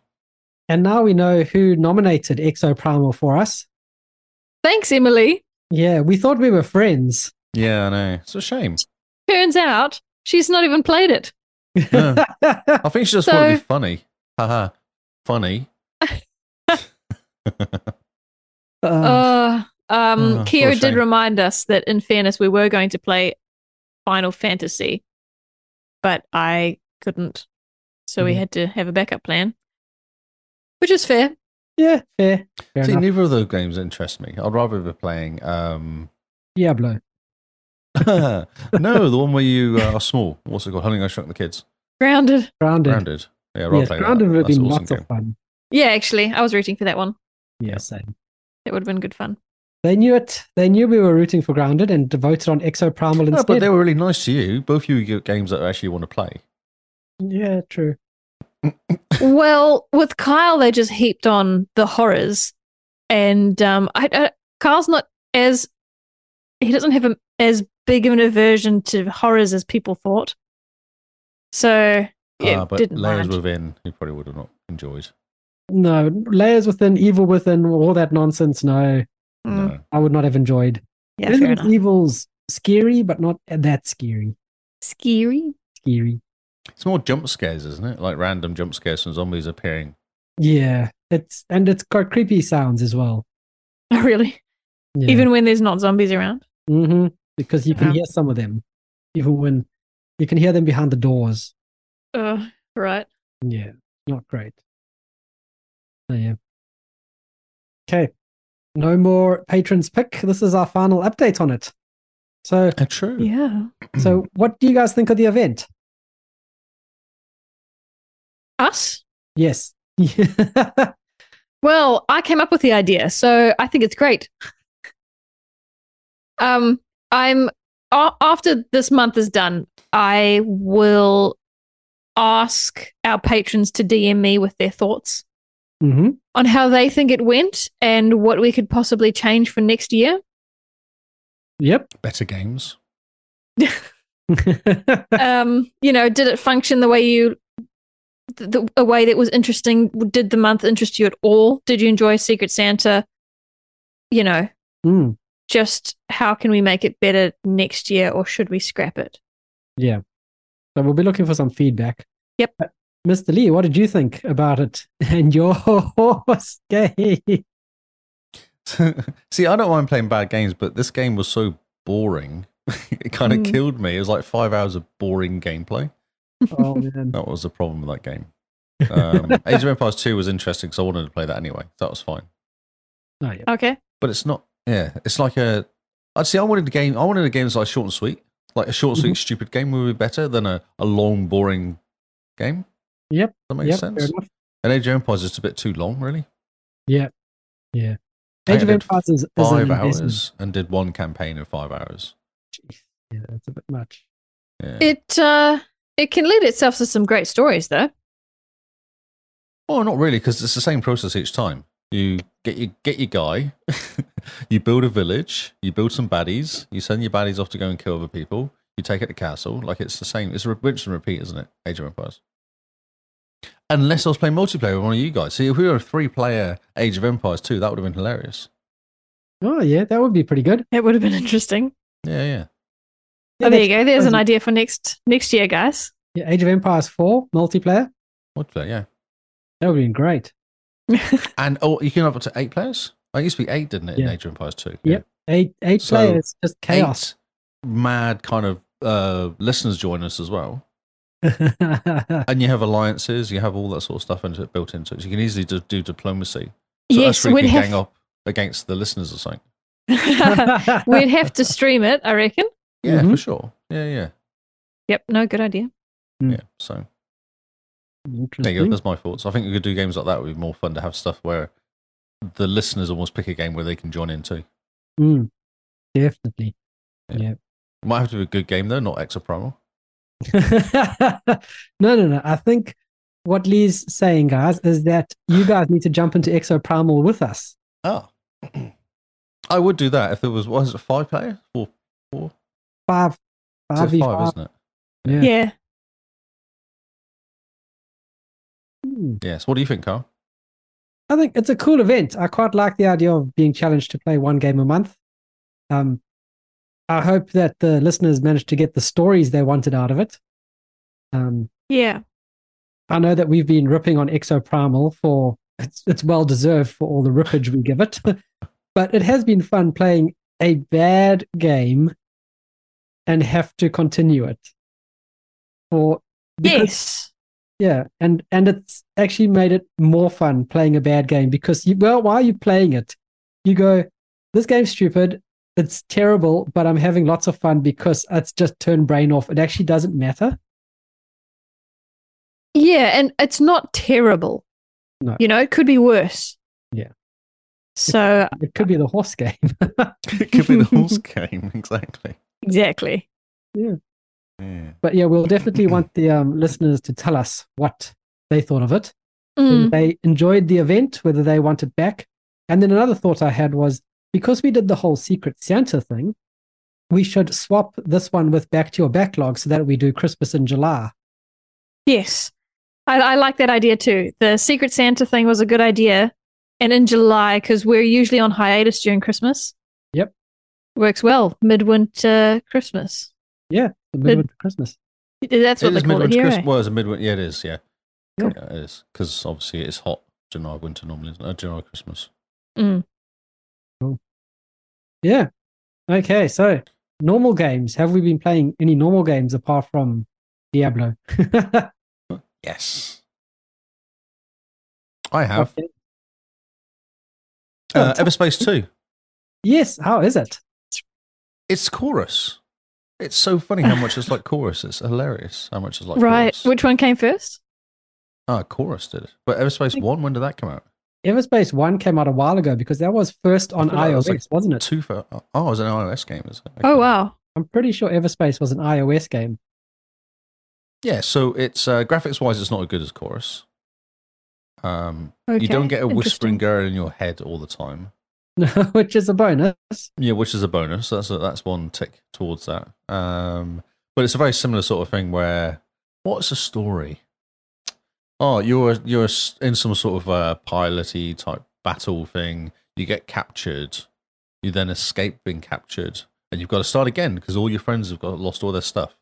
[SPEAKER 1] And now we know who nominated Exoprimal for us.
[SPEAKER 3] Thanks, Emily.
[SPEAKER 1] Yeah, we thought we were friends.
[SPEAKER 2] Yeah, I know. It's a shame.
[SPEAKER 3] Turns out she's not even played it.
[SPEAKER 2] No. I think she just thought it'd be funny. Haha. Funny.
[SPEAKER 1] Uh,
[SPEAKER 3] Uh, um,
[SPEAKER 2] Ah, what a
[SPEAKER 3] Kira did
[SPEAKER 2] shame.
[SPEAKER 3] remind us that, in fairness, we were going to play Final Fantasy, but I couldn't. So we
[SPEAKER 1] Mhm.
[SPEAKER 3] had to have a backup plan, which is fair.
[SPEAKER 1] yeah, fair. fair
[SPEAKER 2] See,
[SPEAKER 1] enough.
[SPEAKER 2] neither of those games interest me. I'd rather be playing. Um,
[SPEAKER 1] Diablo.
[SPEAKER 2] no, the one where you uh, are small. What's it called? Honey, I Shrunk the Kids.
[SPEAKER 3] Grounded.
[SPEAKER 1] Grounded.
[SPEAKER 2] Grounded. Yeah, I'd rather
[SPEAKER 1] yes,
[SPEAKER 2] play
[SPEAKER 1] Grounded
[SPEAKER 2] that.
[SPEAKER 1] would have
[SPEAKER 2] That's
[SPEAKER 1] been
[SPEAKER 2] an awesome
[SPEAKER 1] lots of fun.
[SPEAKER 3] Yeah, actually, I was rooting for that one.
[SPEAKER 1] Yeah,
[SPEAKER 2] Yeah.
[SPEAKER 1] same.
[SPEAKER 3] That would have been good fun.
[SPEAKER 1] They knew it. They knew we were rooting for Grounded and voted on Exoprimal
[SPEAKER 2] No,
[SPEAKER 1] instead.
[SPEAKER 2] but they were really nice to you. Both of you get games that I actually want to play.
[SPEAKER 1] Yeah, true.
[SPEAKER 3] well, with Kyle, they just heaped on the horrors, and um, I, I, Kyle's not as he doesn't have a, as big of an aversion to horrors as people thought. So yeah,
[SPEAKER 2] Ah, but
[SPEAKER 3] didn't
[SPEAKER 2] Layers
[SPEAKER 3] mind.
[SPEAKER 2] Within, you probably would have not enjoyed.
[SPEAKER 1] No, Layers Within, Evil Within, all that nonsense. No,
[SPEAKER 3] Mm,
[SPEAKER 2] No.
[SPEAKER 1] I would not have enjoyed.
[SPEAKER 3] yeah, fair
[SPEAKER 1] Resident
[SPEAKER 3] enough.
[SPEAKER 1] Evil's scary, but not that scary.
[SPEAKER 3] Scary.
[SPEAKER 1] Scary.
[SPEAKER 2] It's more jump scares, isn't it? Like random jump scares and zombies appearing.
[SPEAKER 1] Yeah, it's and it's got creepy sounds as well.
[SPEAKER 3] Oh, really?
[SPEAKER 1] Yeah.
[SPEAKER 3] Even when there's not zombies around.
[SPEAKER 1] hmm Because you can
[SPEAKER 3] Yeah.
[SPEAKER 1] hear some of them, even when you can hear them behind the doors.
[SPEAKER 3] Uh, right.
[SPEAKER 1] Yeah, not great. So, yeah. Okay. No more patrons pick. This is our final update on it. So,
[SPEAKER 2] Uh, true.
[SPEAKER 3] Yeah.
[SPEAKER 1] so what do you guys think of the event?
[SPEAKER 3] Us.
[SPEAKER 1] Yes. Mm-hmm. yeah.
[SPEAKER 3] Well, I came up with the idea, so I think it's great. um, I'm a- after this month is done, I will ask our patrons to DM me with their thoughts
[SPEAKER 1] hmm
[SPEAKER 3] on how they think it went and what we could possibly change for next year.
[SPEAKER 1] Yep.
[SPEAKER 2] Better games.
[SPEAKER 3] um, you know, did it function the way you, th- the, a way that was interesting? Did the month interest you at all? Did you enjoy Secret Santa? You know,
[SPEAKER 1] Mm,
[SPEAKER 3] just how can we make it better next year or should we scrap it?
[SPEAKER 1] yeah. So we'll be looking for some feedback.
[SPEAKER 3] Yep.
[SPEAKER 1] Uh, Mr. Lee, what did you think about it and your horse game?
[SPEAKER 2] See, I don't mind playing bad games, but this game was so boring. it kind
[SPEAKER 1] Hmm.
[SPEAKER 2] of
[SPEAKER 3] Mm.
[SPEAKER 2] killed me. It was like five hours of boring gameplay.
[SPEAKER 1] Oh, man.
[SPEAKER 2] That was the problem with that game. Um, Age of Empires 2 was interesting because I wanted to play that anyway. That was fine.
[SPEAKER 1] No, Oh, yeah.
[SPEAKER 3] Okay.
[SPEAKER 2] But it's not, yeah, it's like a. I'd say I wanted a game, I wanted a game that's like short and sweet. Like a short,
[SPEAKER 1] Mm-hmm.
[SPEAKER 2] sweet, stupid game would be better than a, a long, boring game.
[SPEAKER 1] Yep.
[SPEAKER 2] That makes
[SPEAKER 1] Yep, fair
[SPEAKER 2] sense.
[SPEAKER 1] enough.
[SPEAKER 2] And Age of Empires is just a bit too long, really. I
[SPEAKER 1] Age of
[SPEAKER 2] did
[SPEAKER 1] Empires is, is an
[SPEAKER 2] Five
[SPEAKER 1] investment.
[SPEAKER 2] hours and did one campaign in five hours.
[SPEAKER 1] Jeez. Yeah, that's a bit much.
[SPEAKER 2] Yeah.
[SPEAKER 3] It uh it can lead itself to some great stories though.
[SPEAKER 2] Well, Oh, not really, because it's the same process each time. You get your get your guy, you build a village, you build some baddies, you send your baddies off to go and kill other people. You take it to castle, like it's the same. It's a rinse and repeat, isn't it? Age of Empires. Unless I was playing multiplayer with one of you guys. See, if we were a three-player Age of Empires too, that would have been hilarious.
[SPEAKER 1] Oh yeah, that would be pretty good.
[SPEAKER 3] It would have been interesting.
[SPEAKER 2] Yeah, yeah.
[SPEAKER 3] oh, there you go. There's an
[SPEAKER 1] crazy.
[SPEAKER 3] idea for next next year, guys.
[SPEAKER 1] Yeah, Age of Empires Four multiplayer.
[SPEAKER 2] Multiplayer, yeah.
[SPEAKER 1] That would have been great.
[SPEAKER 2] And oh, you can have up to eight players. Oh, It used to be eight, didn't it? In
[SPEAKER 1] Yeah.
[SPEAKER 2] Age of Empires Two.
[SPEAKER 1] Yep. Eight eight
[SPEAKER 2] So,
[SPEAKER 1] players, just chaos.
[SPEAKER 2] Eight mad kind of uh, listeners join us as well, and you have alliances, you have all that sort of stuff into it, built into it. So you can easily do, do diplomacy. So
[SPEAKER 3] yes,
[SPEAKER 2] that's where
[SPEAKER 3] we'd
[SPEAKER 2] you can gang
[SPEAKER 3] have,
[SPEAKER 2] up against the listeners or something.
[SPEAKER 3] we'd have to stream it, I reckon.
[SPEAKER 2] Yeah,
[SPEAKER 1] Mhm.
[SPEAKER 2] for sure. Yeah, yeah,
[SPEAKER 3] Yep, no good idea.
[SPEAKER 1] Mm. Mm-hmm.
[SPEAKER 2] yeah. So there you go. That's my thoughts. I think we could do games like that. It would be more fun to have stuff where the listeners almost pick a game where they can join in too.
[SPEAKER 1] Mm, definitely.
[SPEAKER 2] Might have to be a good game though, not Exoprimal.
[SPEAKER 1] no, no, no. I think what Lee's saying, guys, is that you guys need to jump into Exo Primal with us.
[SPEAKER 2] Oh. I would do that if there was was it five players? Four four?
[SPEAKER 1] Five,
[SPEAKER 2] Is it
[SPEAKER 1] five, v
[SPEAKER 2] five,
[SPEAKER 1] five.
[SPEAKER 2] isn't it?
[SPEAKER 1] Yeah.
[SPEAKER 3] Yeah.
[SPEAKER 1] Hmm.
[SPEAKER 2] Yes. What do you think, Carl?
[SPEAKER 1] I think it's a cool event. I quite like the idea of being challenged to play one game a month. Um, I hope that the listeners managed to get the stories they wanted out of it. Um,
[SPEAKER 3] Yeah.
[SPEAKER 1] I know that we've been ripping on Exoprimal for it's, it's well deserved for all the rippage we give it, but it has been fun playing a bad game and have to continue it. For because-
[SPEAKER 3] Yes.
[SPEAKER 1] yeah, and and it's actually made it more fun playing a bad game because you, well, while you're playing it, you go, "This game's stupid, it's terrible," but I'm having lots of fun because it's just turned brain off. It actually doesn't matter.
[SPEAKER 3] Yeah, and it's not terrible.
[SPEAKER 1] No.
[SPEAKER 3] You know, it could be worse.
[SPEAKER 1] Yeah.
[SPEAKER 3] So
[SPEAKER 1] It could be the horse game.
[SPEAKER 2] It could be the horse game, exactly.
[SPEAKER 3] exactly.
[SPEAKER 2] Yeah.
[SPEAKER 1] but yeah, we'll definitely want the um, listeners to tell us what they thought of it, whether
[SPEAKER 3] Mm,
[SPEAKER 1] they enjoyed the event, whether they want it back. And then another thought I had was because we did the whole Secret Santa thing, we should swap this one with Back to Your Backlog so that we do Christmas in July.
[SPEAKER 3] Yes. I, I like that idea too. The Secret Santa thing was a good idea. And in July, because we're usually on hiatus during Christmas.
[SPEAKER 1] Yep.
[SPEAKER 3] Works well. Midwinter Christmas.
[SPEAKER 1] The midwinter Christmas.
[SPEAKER 3] That's what
[SPEAKER 2] it is
[SPEAKER 3] they call it
[SPEAKER 2] midwinter
[SPEAKER 3] here.
[SPEAKER 2] Christmas.
[SPEAKER 3] eh?
[SPEAKER 2] Well, it's a midwinter. Yeah, it is. Yeah,
[SPEAKER 1] Cool.
[SPEAKER 2] yeah it is because obviously it's hot. July winter normally, isn't it? Uh, July Christmas.
[SPEAKER 1] Yeah. Okay. So, normal games. Have we been playing any normal games apart from Diablo?
[SPEAKER 2] Yes, I have.
[SPEAKER 1] Okay.
[SPEAKER 2] Uh, Everspace Two.
[SPEAKER 1] Yes. How is it?
[SPEAKER 2] It's chorus. It's so funny how much it's like chorus. It's hilarious how much it's like
[SPEAKER 3] right.
[SPEAKER 2] Chorus.
[SPEAKER 3] Which one came first?
[SPEAKER 2] Ah, chorus did. it. But Everspace One. When did that come out?
[SPEAKER 1] Everspace 1 came out a while ago because that was first on
[SPEAKER 2] feel like that was
[SPEAKER 1] iOS,
[SPEAKER 2] like
[SPEAKER 1] wasn't it?
[SPEAKER 2] Two for oh, it was an iOS game. Is it?
[SPEAKER 3] Oh,
[SPEAKER 2] Okay.
[SPEAKER 3] wow.
[SPEAKER 1] I'm pretty sure Everspace was an iOS game.
[SPEAKER 2] Yeah. So it's uh, graphics wise, it's not as good as chorus. Um,
[SPEAKER 3] Okay.
[SPEAKER 2] you don't get a whispering
[SPEAKER 3] Interesting.
[SPEAKER 2] girl in your head all the time.
[SPEAKER 1] which is a bonus.
[SPEAKER 2] Yeah, which is a bonus. That's a, that's one tick towards that. Um, but it's a very similar sort of thing where what's the story? Oh, you're you're s- in some sort of uh, piloty type battle thing. You get captured. You then escape being captured, and you've got to start again because all your friends have got lost all their stuff.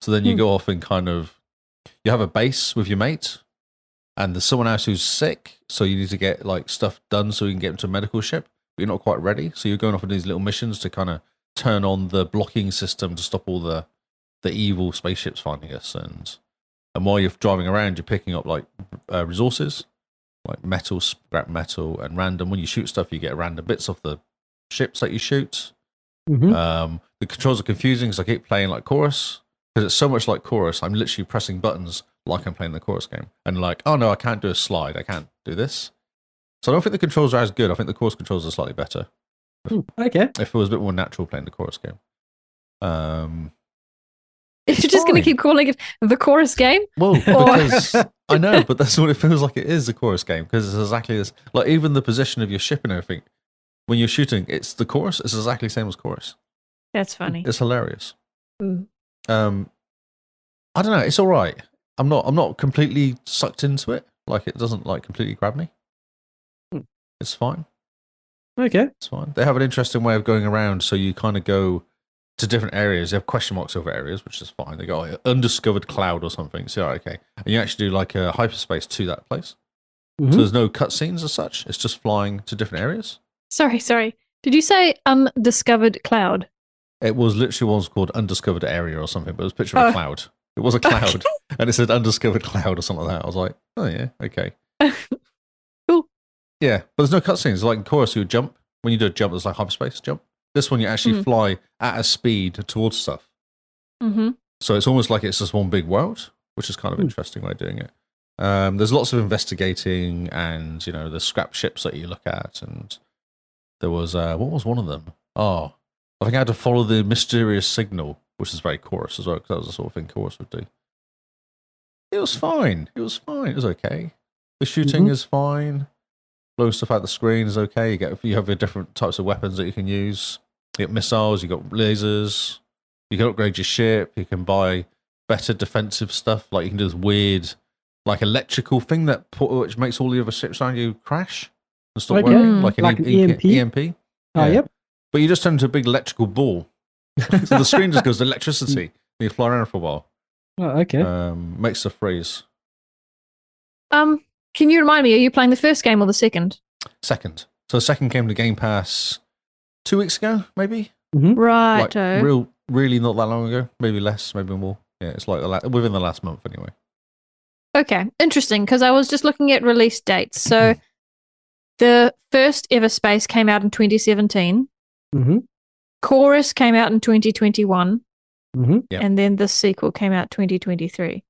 [SPEAKER 2] So then you
[SPEAKER 3] Hmm.
[SPEAKER 2] go off and kind of you have a base with your mate, and there's someone else who's sick, so you need to get like stuff done so you can get them to a medical ship but you're not quite ready. So you're going off on these little missions to kind of turn on the blocking system to stop all the the evil spaceships finding us. And and while you're driving around, you're picking up like uh, resources, like metal, scrap metal, and random. When you shoot stuff, you get random bits off the ships that you shoot.
[SPEAKER 1] Mhm.
[SPEAKER 2] Um, the controls are confusing because I keep playing like chorus because it's so much like chorus. I'm literally pressing buttons like I'm playing the chorus game, and like, oh no, I can't do a slide. I can't do this. So I don't think the controls are as good. I think the chorus controls are slightly better.
[SPEAKER 1] Hmm, Okay.
[SPEAKER 2] If it was a bit more natural playing the chorus game. Um,
[SPEAKER 3] You're just going to
[SPEAKER 2] Sorry.
[SPEAKER 3] keep calling it the chorus game?
[SPEAKER 2] well,
[SPEAKER 3] Or-
[SPEAKER 2] because I know, but that's what it feels like. It is the chorus game because it's exactly this. Like even the position of your ship and everything. When you're shooting, it's the chorus. It's exactly the same as chorus.
[SPEAKER 3] That's funny.
[SPEAKER 2] It's hilarious.
[SPEAKER 3] Mm.
[SPEAKER 2] um i don't know it's all right i'm not i'm not completely sucked into it like it doesn't like completely grab me
[SPEAKER 1] Hmm.
[SPEAKER 2] it's fine
[SPEAKER 1] Okay.
[SPEAKER 2] it's fine they have an interesting way of going around so you kind of go to different areas they have question marks over areas which is fine "Oh, they go like, undiscovered cloud or something so yeah, okay and you actually do like a hyperspace to that place
[SPEAKER 1] Mhm.
[SPEAKER 2] So there's no cutscenes as such. It's just flying to different areas.
[SPEAKER 3] Sorry, sorry. Did you say undiscovered cloud?
[SPEAKER 2] It was literally one's called Undiscovered Area or something, but it was a picture of a
[SPEAKER 3] Oh.
[SPEAKER 2] cloud. It was a cloud, and it said Undiscovered Cloud or something like that. I was like, oh yeah, okay,
[SPEAKER 3] Cool.
[SPEAKER 2] Yeah, but there's no cutscenes. Like in chorus, you jump. When you do a jump, it's like hyperspace jump. This one, you actually
[SPEAKER 3] Mhm.
[SPEAKER 2] fly at a speed towards stuff.
[SPEAKER 3] Mm-hmm.
[SPEAKER 2] So it's almost like it's just one big world, which is kind of
[SPEAKER 1] Hmm.
[SPEAKER 2] interesting way of doing it. Um, there's lots of investigating, and you know, there's scrap ships that you look at, and there was uh, what was one of them? Oh, I think I had to follow the mysterious signal, which is very chorus as well, because that was the sort of thing chorus would do. It was fine. It was fine. It was okay. The shooting
[SPEAKER 1] Mhm.
[SPEAKER 2] is fine. Blow stuff out the screen is okay. You get you have your different types of weapons that you can use. You get missiles. You got lasers. You can upgrade your ship. You can buy better defensive stuff. Like you can do this weird, like electrical thing that pu- which makes all the other ships around you crash and stop
[SPEAKER 1] Okay.
[SPEAKER 2] working, like an,
[SPEAKER 1] Like an
[SPEAKER 2] E-
[SPEAKER 1] EMP?
[SPEAKER 2] EMP.
[SPEAKER 1] Oh,
[SPEAKER 2] Yeah.
[SPEAKER 1] yep.
[SPEAKER 2] But you just turn into a big electrical ball. so the screen just goes to electricity. and you fly around for a while.
[SPEAKER 1] Oh, okay.
[SPEAKER 2] Um, makes the freeze.
[SPEAKER 3] Um, can you remind me? Are you playing the first game or the second?
[SPEAKER 2] Second. So the second came to Game Pass two weeks ago, maybe.
[SPEAKER 3] Right.
[SPEAKER 2] Like, real, really not that long ago. Maybe less, maybe more. Yeah, it's like the la- within the last month anyway.
[SPEAKER 3] Okay, interesting. Because I was just looking at release dates. So the first ever Space came out in 2017.
[SPEAKER 1] hmm
[SPEAKER 3] Chorus came out in 2021,
[SPEAKER 1] hmm
[SPEAKER 2] Yep.
[SPEAKER 3] and then the sequel came out 2023.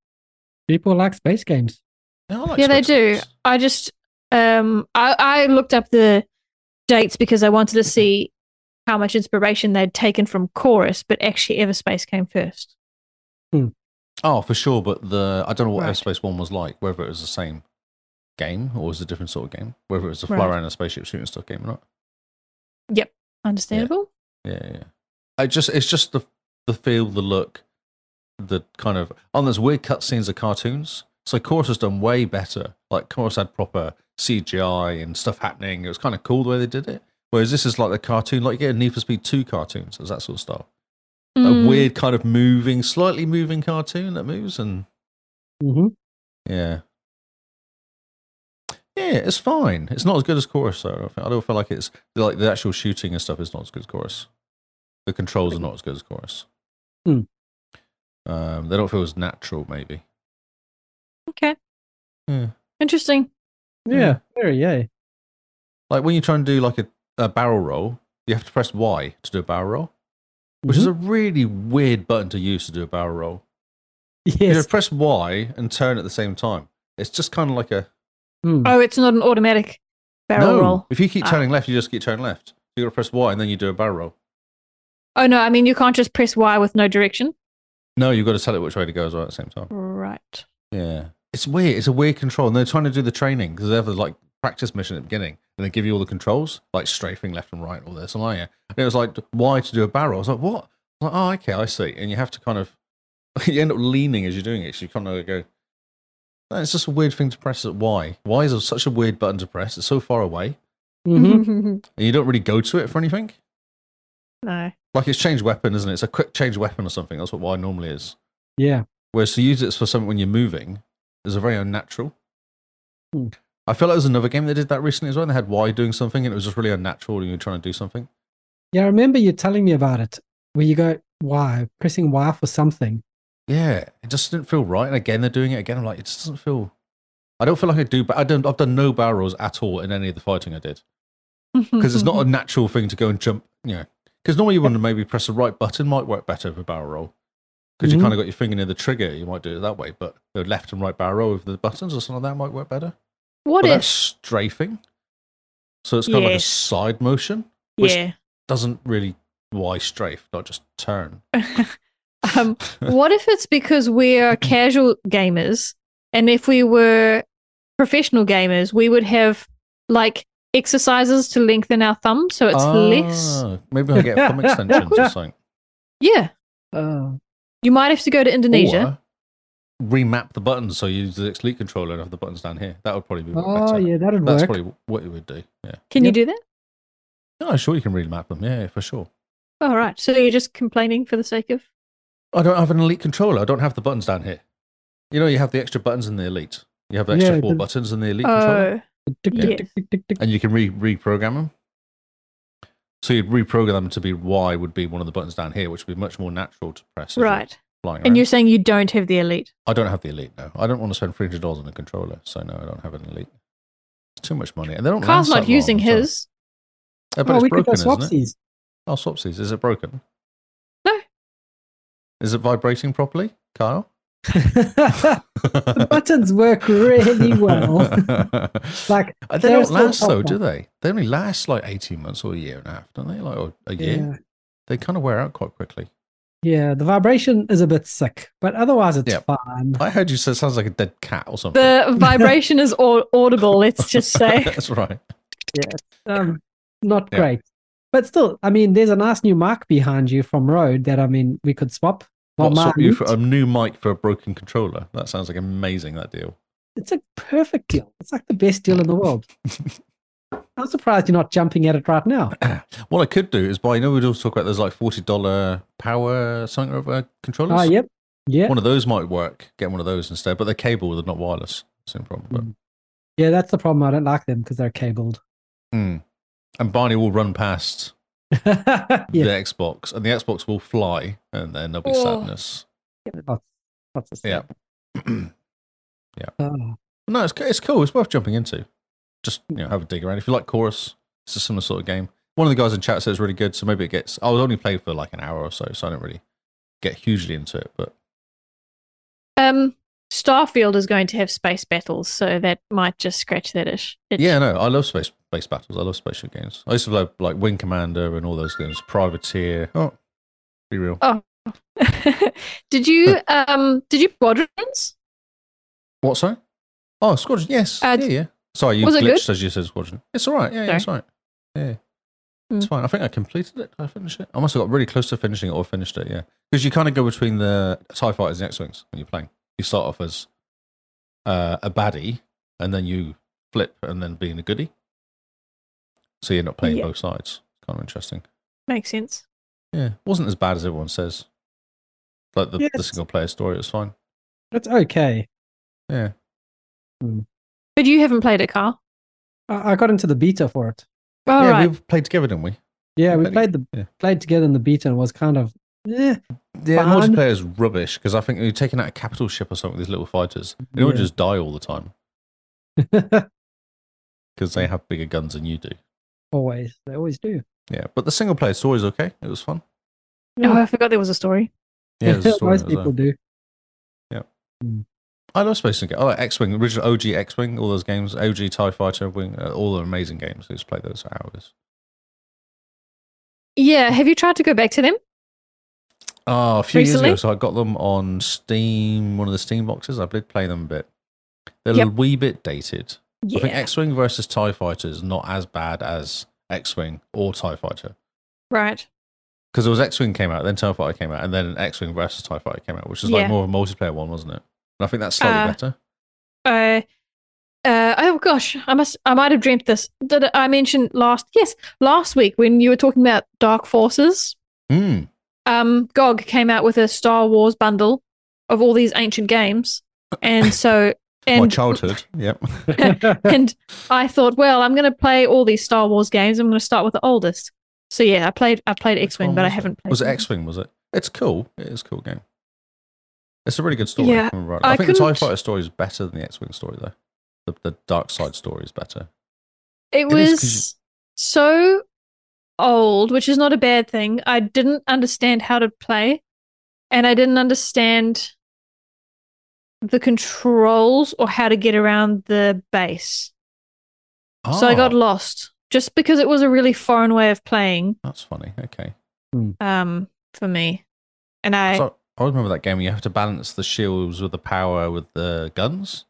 [SPEAKER 1] People like space games.
[SPEAKER 2] No, I like
[SPEAKER 3] yeah, they
[SPEAKER 2] Switch
[SPEAKER 3] do.
[SPEAKER 2] games.
[SPEAKER 3] I just um I I looked up the dates because I wanted to see how much inspiration they'd taken from Chorus, but actually Everspace came first.
[SPEAKER 2] Oh, for sure. But the I don't know what
[SPEAKER 3] Right.
[SPEAKER 2] Airspace One was like. Whether it was the same game or was it a different sort of game. Whether it was a fly
[SPEAKER 3] Right.
[SPEAKER 2] around a spaceship shooting stuff game or not.
[SPEAKER 3] Understandable?
[SPEAKER 2] Yeah, yeah, yeah. I just it's just the the feel, the look, the kind of on those weird cutscenes of cartoons. So Chorus has done way better. Like Chorus had proper CGI and stuff happening. It was kind of cool the way they did it. Whereas this is like the cartoon, like you get in Need for Speed Two cartoons, it's that sort of style.
[SPEAKER 3] Mm,
[SPEAKER 2] A weird kind of moving, slightly moving cartoon that moves and
[SPEAKER 1] hmm
[SPEAKER 2] yeah. Yeah, it's fine. It's not as good as Chorus, though. I don't, feel, I don't feel like it's like the actual shooting and stuff is not as good as Chorus. The controls are not as good as Chorus.
[SPEAKER 1] Hmm.
[SPEAKER 2] Um, they don't feel as natural, maybe.
[SPEAKER 3] Okay.
[SPEAKER 2] Yeah.
[SPEAKER 3] Interesting.
[SPEAKER 1] Yeah. Very yay.
[SPEAKER 2] Like when you try and do like a, a barrel roll, you have to press Y to do a barrel roll, which is a
[SPEAKER 3] Mm-hmm.
[SPEAKER 2] really weird button to use to do a barrel roll. You know,
[SPEAKER 1] Yes.
[SPEAKER 2] press Y and turn at the same time. It's just kind of like a
[SPEAKER 1] Mm.
[SPEAKER 2] Uh,
[SPEAKER 3] Oh, it's not an automatic barrel
[SPEAKER 2] Hmm. no.
[SPEAKER 3] roll.
[SPEAKER 2] If you keep
[SPEAKER 3] Ah.
[SPEAKER 2] turning left, you just keep turning left. You got to press Y and then you do a barrel roll.
[SPEAKER 3] Oh no, I mean you can't just press Y with no direction.
[SPEAKER 2] No, you've got to tell it which way to go as well at the same time.
[SPEAKER 3] Right.
[SPEAKER 2] Yeah. It's weird. It's a weird control. And they're trying to do the training because they have the like practice mission at the beginning and they give you all the controls, like strafing left and right, and all this. And, like, yeah. and it was like, why to do a barrel? I was like, what? I was like, oh, okay, I see. And you have to kind of, you end up leaning as you're doing it. So you kind of go, "No, it's just a weird thing to press at Y. Y is such a weird button to press. It's so far away mm-hmm.
[SPEAKER 1] hmm
[SPEAKER 2] and you don't really go to it for anything.
[SPEAKER 3] no.
[SPEAKER 2] Like it's change weapon, isn't it? It's a quick change weapon or something. That's what Y normally is.
[SPEAKER 1] Yeah.
[SPEAKER 2] Whereas to use it for something when you're moving is a very unnatural.
[SPEAKER 1] Hmm.
[SPEAKER 2] I feel like there was another game that did that recently as well. They had Y doing something and it was just really unnatural when you were trying to do something.
[SPEAKER 1] Yeah. I remember you telling me about it where you go, why? Pressing Y for something.
[SPEAKER 2] Yeah, it just didn't feel right. And again, they're doing it again. I'm like, it just doesn't feel. I don't feel like I do, but I don't. I've done no barrels at all in any of the fighting I did because it's not a natural thing to go and jump. You know, because normally you want to maybe press the right button might work better for barrel roll because
[SPEAKER 1] Mhm.
[SPEAKER 2] you kind of got your finger near the trigger. You might do it that way, but the left and right barrel roll with the buttons or something like that might work better.
[SPEAKER 3] What
[SPEAKER 2] but
[SPEAKER 3] if?
[SPEAKER 2] that's strafing. So it's kind of like a
[SPEAKER 3] Yes.
[SPEAKER 2] side motion. which-
[SPEAKER 3] yeah.
[SPEAKER 2] Doesn't really why strafe, not just turn.
[SPEAKER 3] Um, what if it's because we are casual gamers, and if we were professional gamers, we would have like exercises to lengthen our thumb, so it's less.
[SPEAKER 2] Ah, Maybe I get thumb extensions or something.
[SPEAKER 3] Yeah,
[SPEAKER 1] Oh.
[SPEAKER 3] you might have to go to
[SPEAKER 2] Oh,
[SPEAKER 3] Indonesia.
[SPEAKER 2] Or remap the buttons so you use the X Elite controller and have the buttons down here. That would probably be
[SPEAKER 1] Oh,
[SPEAKER 2] better.
[SPEAKER 1] yeah. That'd
[SPEAKER 2] That's
[SPEAKER 1] work.
[SPEAKER 2] probably what it would do. Yeah.
[SPEAKER 3] Can
[SPEAKER 1] Yep.
[SPEAKER 3] you do that?
[SPEAKER 2] No, sure you can remap them. Yeah, for sure.
[SPEAKER 3] All right. So you're just complaining for the sake of?
[SPEAKER 2] I don't have an Elite controller. I don't have the buttons down here. You know, you have the extra buttons in the Elite. You have extra
[SPEAKER 1] Yeah,
[SPEAKER 2] four
[SPEAKER 1] but-
[SPEAKER 2] buttons in the Elite controller,
[SPEAKER 3] Oh,
[SPEAKER 1] Tick, tick,
[SPEAKER 3] Yeah.
[SPEAKER 1] tick, tick, tick, tick.
[SPEAKER 2] and you can re- reprogram them. So you'd reprogram them to be Y would be one of the buttons down here, which would be much more natural to press. as you're
[SPEAKER 3] right.
[SPEAKER 2] Flying around.
[SPEAKER 3] And you're saying you don't have the elite.
[SPEAKER 2] I don't have the Elite now. I don't want to spend three hundred dollars on a controller, so no, I don't have an Elite. It's too much money, and they don't.
[SPEAKER 3] Carl's
[SPEAKER 2] last that
[SPEAKER 3] not using
[SPEAKER 2] long, so-
[SPEAKER 3] his.
[SPEAKER 2] Yeah,
[SPEAKER 1] Oh,
[SPEAKER 2] but it's
[SPEAKER 1] we could go
[SPEAKER 2] broken, isn't it?
[SPEAKER 1] swapsies.
[SPEAKER 2] Oh, swapsies. Is it broken?
[SPEAKER 3] No.
[SPEAKER 2] Is it vibrating properly, Kyle?
[SPEAKER 1] the buttons work really well. like,
[SPEAKER 2] they
[SPEAKER 1] They're
[SPEAKER 2] don't
[SPEAKER 1] still
[SPEAKER 2] last though,
[SPEAKER 1] proper.
[SPEAKER 2] do they? They only last like eighteen months or a year and a half, don't they? Like or a year.
[SPEAKER 1] yeah.
[SPEAKER 2] They kind of wear out quite quickly.
[SPEAKER 1] Yeah, the vibration is a bit sick, but otherwise it's
[SPEAKER 2] Yeah.
[SPEAKER 1] fine.
[SPEAKER 2] I heard you say it sounds like a dead cat or something.
[SPEAKER 3] The vibration is au- audible, let's just say.
[SPEAKER 2] That's right.
[SPEAKER 1] Um, not
[SPEAKER 2] Yeah.
[SPEAKER 1] great. But still, I mean, there's a nice new mark behind you from Road that I mean we could swap. Well,
[SPEAKER 2] What swap
[SPEAKER 1] mine-
[SPEAKER 2] you for a new mic for a broken controller? That sounds like amazing. That deal.
[SPEAKER 1] It's a perfect deal. It's like the best deal in the world. I'm surprised you're not jumping at it right now.
[SPEAKER 2] What I could do is buy. You know, we always talk about those like forty dollar power something or other controllers.
[SPEAKER 1] Ah, yep. Yeah.
[SPEAKER 2] One of those might work. Get one of those instead, but they're cable, they're not wireless. It's no problem. But,
[SPEAKER 1] Yeah, that's the problem. I don't like them because they're cabled.
[SPEAKER 2] Hmm. And Barney will run past
[SPEAKER 1] yeah.
[SPEAKER 2] the Xbox, and the Xbox will fly, and then there'll be
[SPEAKER 3] Oh.
[SPEAKER 2] sadness.
[SPEAKER 1] Lots, lots of
[SPEAKER 2] Yeah.
[SPEAKER 1] stuff. Ah.
[SPEAKER 2] no, it's it's cool. It's worth jumping into. Just you know, have a dig around. If you like Chorus, it's a similar sort of game. One of the guys in chat said it's really good, so maybe it gets. I was only played for like an hour or so, so I don't really get hugely into it. But
[SPEAKER 3] Um, Starfield is going to have space battles, so that might just scratch that ish. itch.
[SPEAKER 2] yeah, no, I love space space battles. I love spaceship games. I used to play like Wing Commander and all those games. Privateer. Oh, be real.
[SPEAKER 3] did you um did you quadrants?
[SPEAKER 2] What sorry? Oh, Squadron. Yes.
[SPEAKER 3] Uh,
[SPEAKER 2] yeah, yeah. Sorry, you
[SPEAKER 3] was it good?
[SPEAKER 2] glitched as you said Squadron. It's all right. Yeah, yeah it's all right. Yeah, it's
[SPEAKER 3] Mm.
[SPEAKER 2] fine. I think I completed it. Did I finished it. I must have got really close to finishing it or finished it. Yeah, because you kind of go between the Tie Fighters and X Wings when you're playing. You start off as uh, a baddie, and then you flip, and then being a goodie. So you're not playing
[SPEAKER 3] Yeah.
[SPEAKER 2] both sides. Kind of interesting.
[SPEAKER 3] Makes sense.
[SPEAKER 2] Yeah, wasn't as bad as everyone says. Like the, the
[SPEAKER 1] Yes.
[SPEAKER 2] single player story, it was fine.
[SPEAKER 1] It's okay.
[SPEAKER 2] Yeah.
[SPEAKER 3] But you haven't played it, Carl.
[SPEAKER 1] I, I got into the beta for it.
[SPEAKER 3] All
[SPEAKER 2] yeah,
[SPEAKER 3] right.
[SPEAKER 2] we played together, didn't we?
[SPEAKER 1] Yeah, we
[SPEAKER 2] Really?
[SPEAKER 1] played the
[SPEAKER 2] Yeah.
[SPEAKER 1] played together in the beta and was kind of eh,
[SPEAKER 2] Yeah,
[SPEAKER 1] Ban-
[SPEAKER 2] multiplayer is rubbish because I think you're taking out a capital ship or something. These little fighters, they don't
[SPEAKER 1] Yeah.
[SPEAKER 2] just die all the time because they have bigger guns than you do.
[SPEAKER 1] always. They always do.
[SPEAKER 2] Yeah, but the single player story is okay. It was fun.
[SPEAKER 3] Oh, I forgot there was a story.
[SPEAKER 2] Yeah, there's a story
[SPEAKER 1] most
[SPEAKER 2] in it as
[SPEAKER 1] people
[SPEAKER 2] well.
[SPEAKER 1] do.
[SPEAKER 2] I love Space Game. I like X Wing, original OG X Wing, all those games, OG Tie Fighter, Wing, uh, all the amazing games. I just played those for hours.
[SPEAKER 3] Yeah, have you tried to go back to them?
[SPEAKER 2] Oh, a few
[SPEAKER 3] Recently?
[SPEAKER 2] years ago, so I got them on Steam, one of the Steam boxes. I did play them a bit. They're
[SPEAKER 3] Yep.
[SPEAKER 2] a wee bit dated. I think
[SPEAKER 3] Yeah.
[SPEAKER 2] X Wing versus Tie Fighter is not as bad as X Wing or Tie Fighter.
[SPEAKER 3] right.
[SPEAKER 2] because it was X Wing came out, then Tie Fighter came out, and then X Wing versus Tie Fighter came out, which is like
[SPEAKER 3] Yeah.
[SPEAKER 2] more of a multiplayer one, wasn't it? And I think that's slightly
[SPEAKER 3] Uh,
[SPEAKER 2] better.
[SPEAKER 3] Uh, uh, oh gosh, I must, I might have dreamt this. Did I mention last? Yes, last week when you were talking about Dark Forces,
[SPEAKER 2] Mm.
[SPEAKER 3] um, GOG came out with a Star Wars bundle of all these ancient games, and so
[SPEAKER 2] My
[SPEAKER 3] and
[SPEAKER 2] childhood. Yep.
[SPEAKER 3] and I thought, well, I'm going to play all these Star Wars games. I'm going to start with the oldest. So yeah, I played, I played
[SPEAKER 2] Which
[SPEAKER 3] X Wing,
[SPEAKER 2] one
[SPEAKER 3] but I
[SPEAKER 2] was it?
[SPEAKER 3] haven't played.
[SPEAKER 2] Was it
[SPEAKER 3] them.
[SPEAKER 2] X Wing? Was it? It's cool. It is a cool game. It's a really good story.
[SPEAKER 3] Yeah,
[SPEAKER 2] if I, remember right.
[SPEAKER 3] I
[SPEAKER 2] I think the Tie
[SPEAKER 3] couldn't-
[SPEAKER 2] Fighter story is better than the X Wing story, though. The, the Dark Side story is better.
[SPEAKER 3] It
[SPEAKER 2] It is
[SPEAKER 3] was
[SPEAKER 2] 'cause you-
[SPEAKER 3] so old, which is not a bad thing. I didn't understand how to play, and I didn't understand the controls or how to get around the base. So I got
[SPEAKER 2] Ah,
[SPEAKER 3] lost just because it was a really foreign way of playing
[SPEAKER 2] That's funny. Okay.
[SPEAKER 3] um, for me. And I,
[SPEAKER 2] So I remember that game. You have to balance the shields with the power with the guns.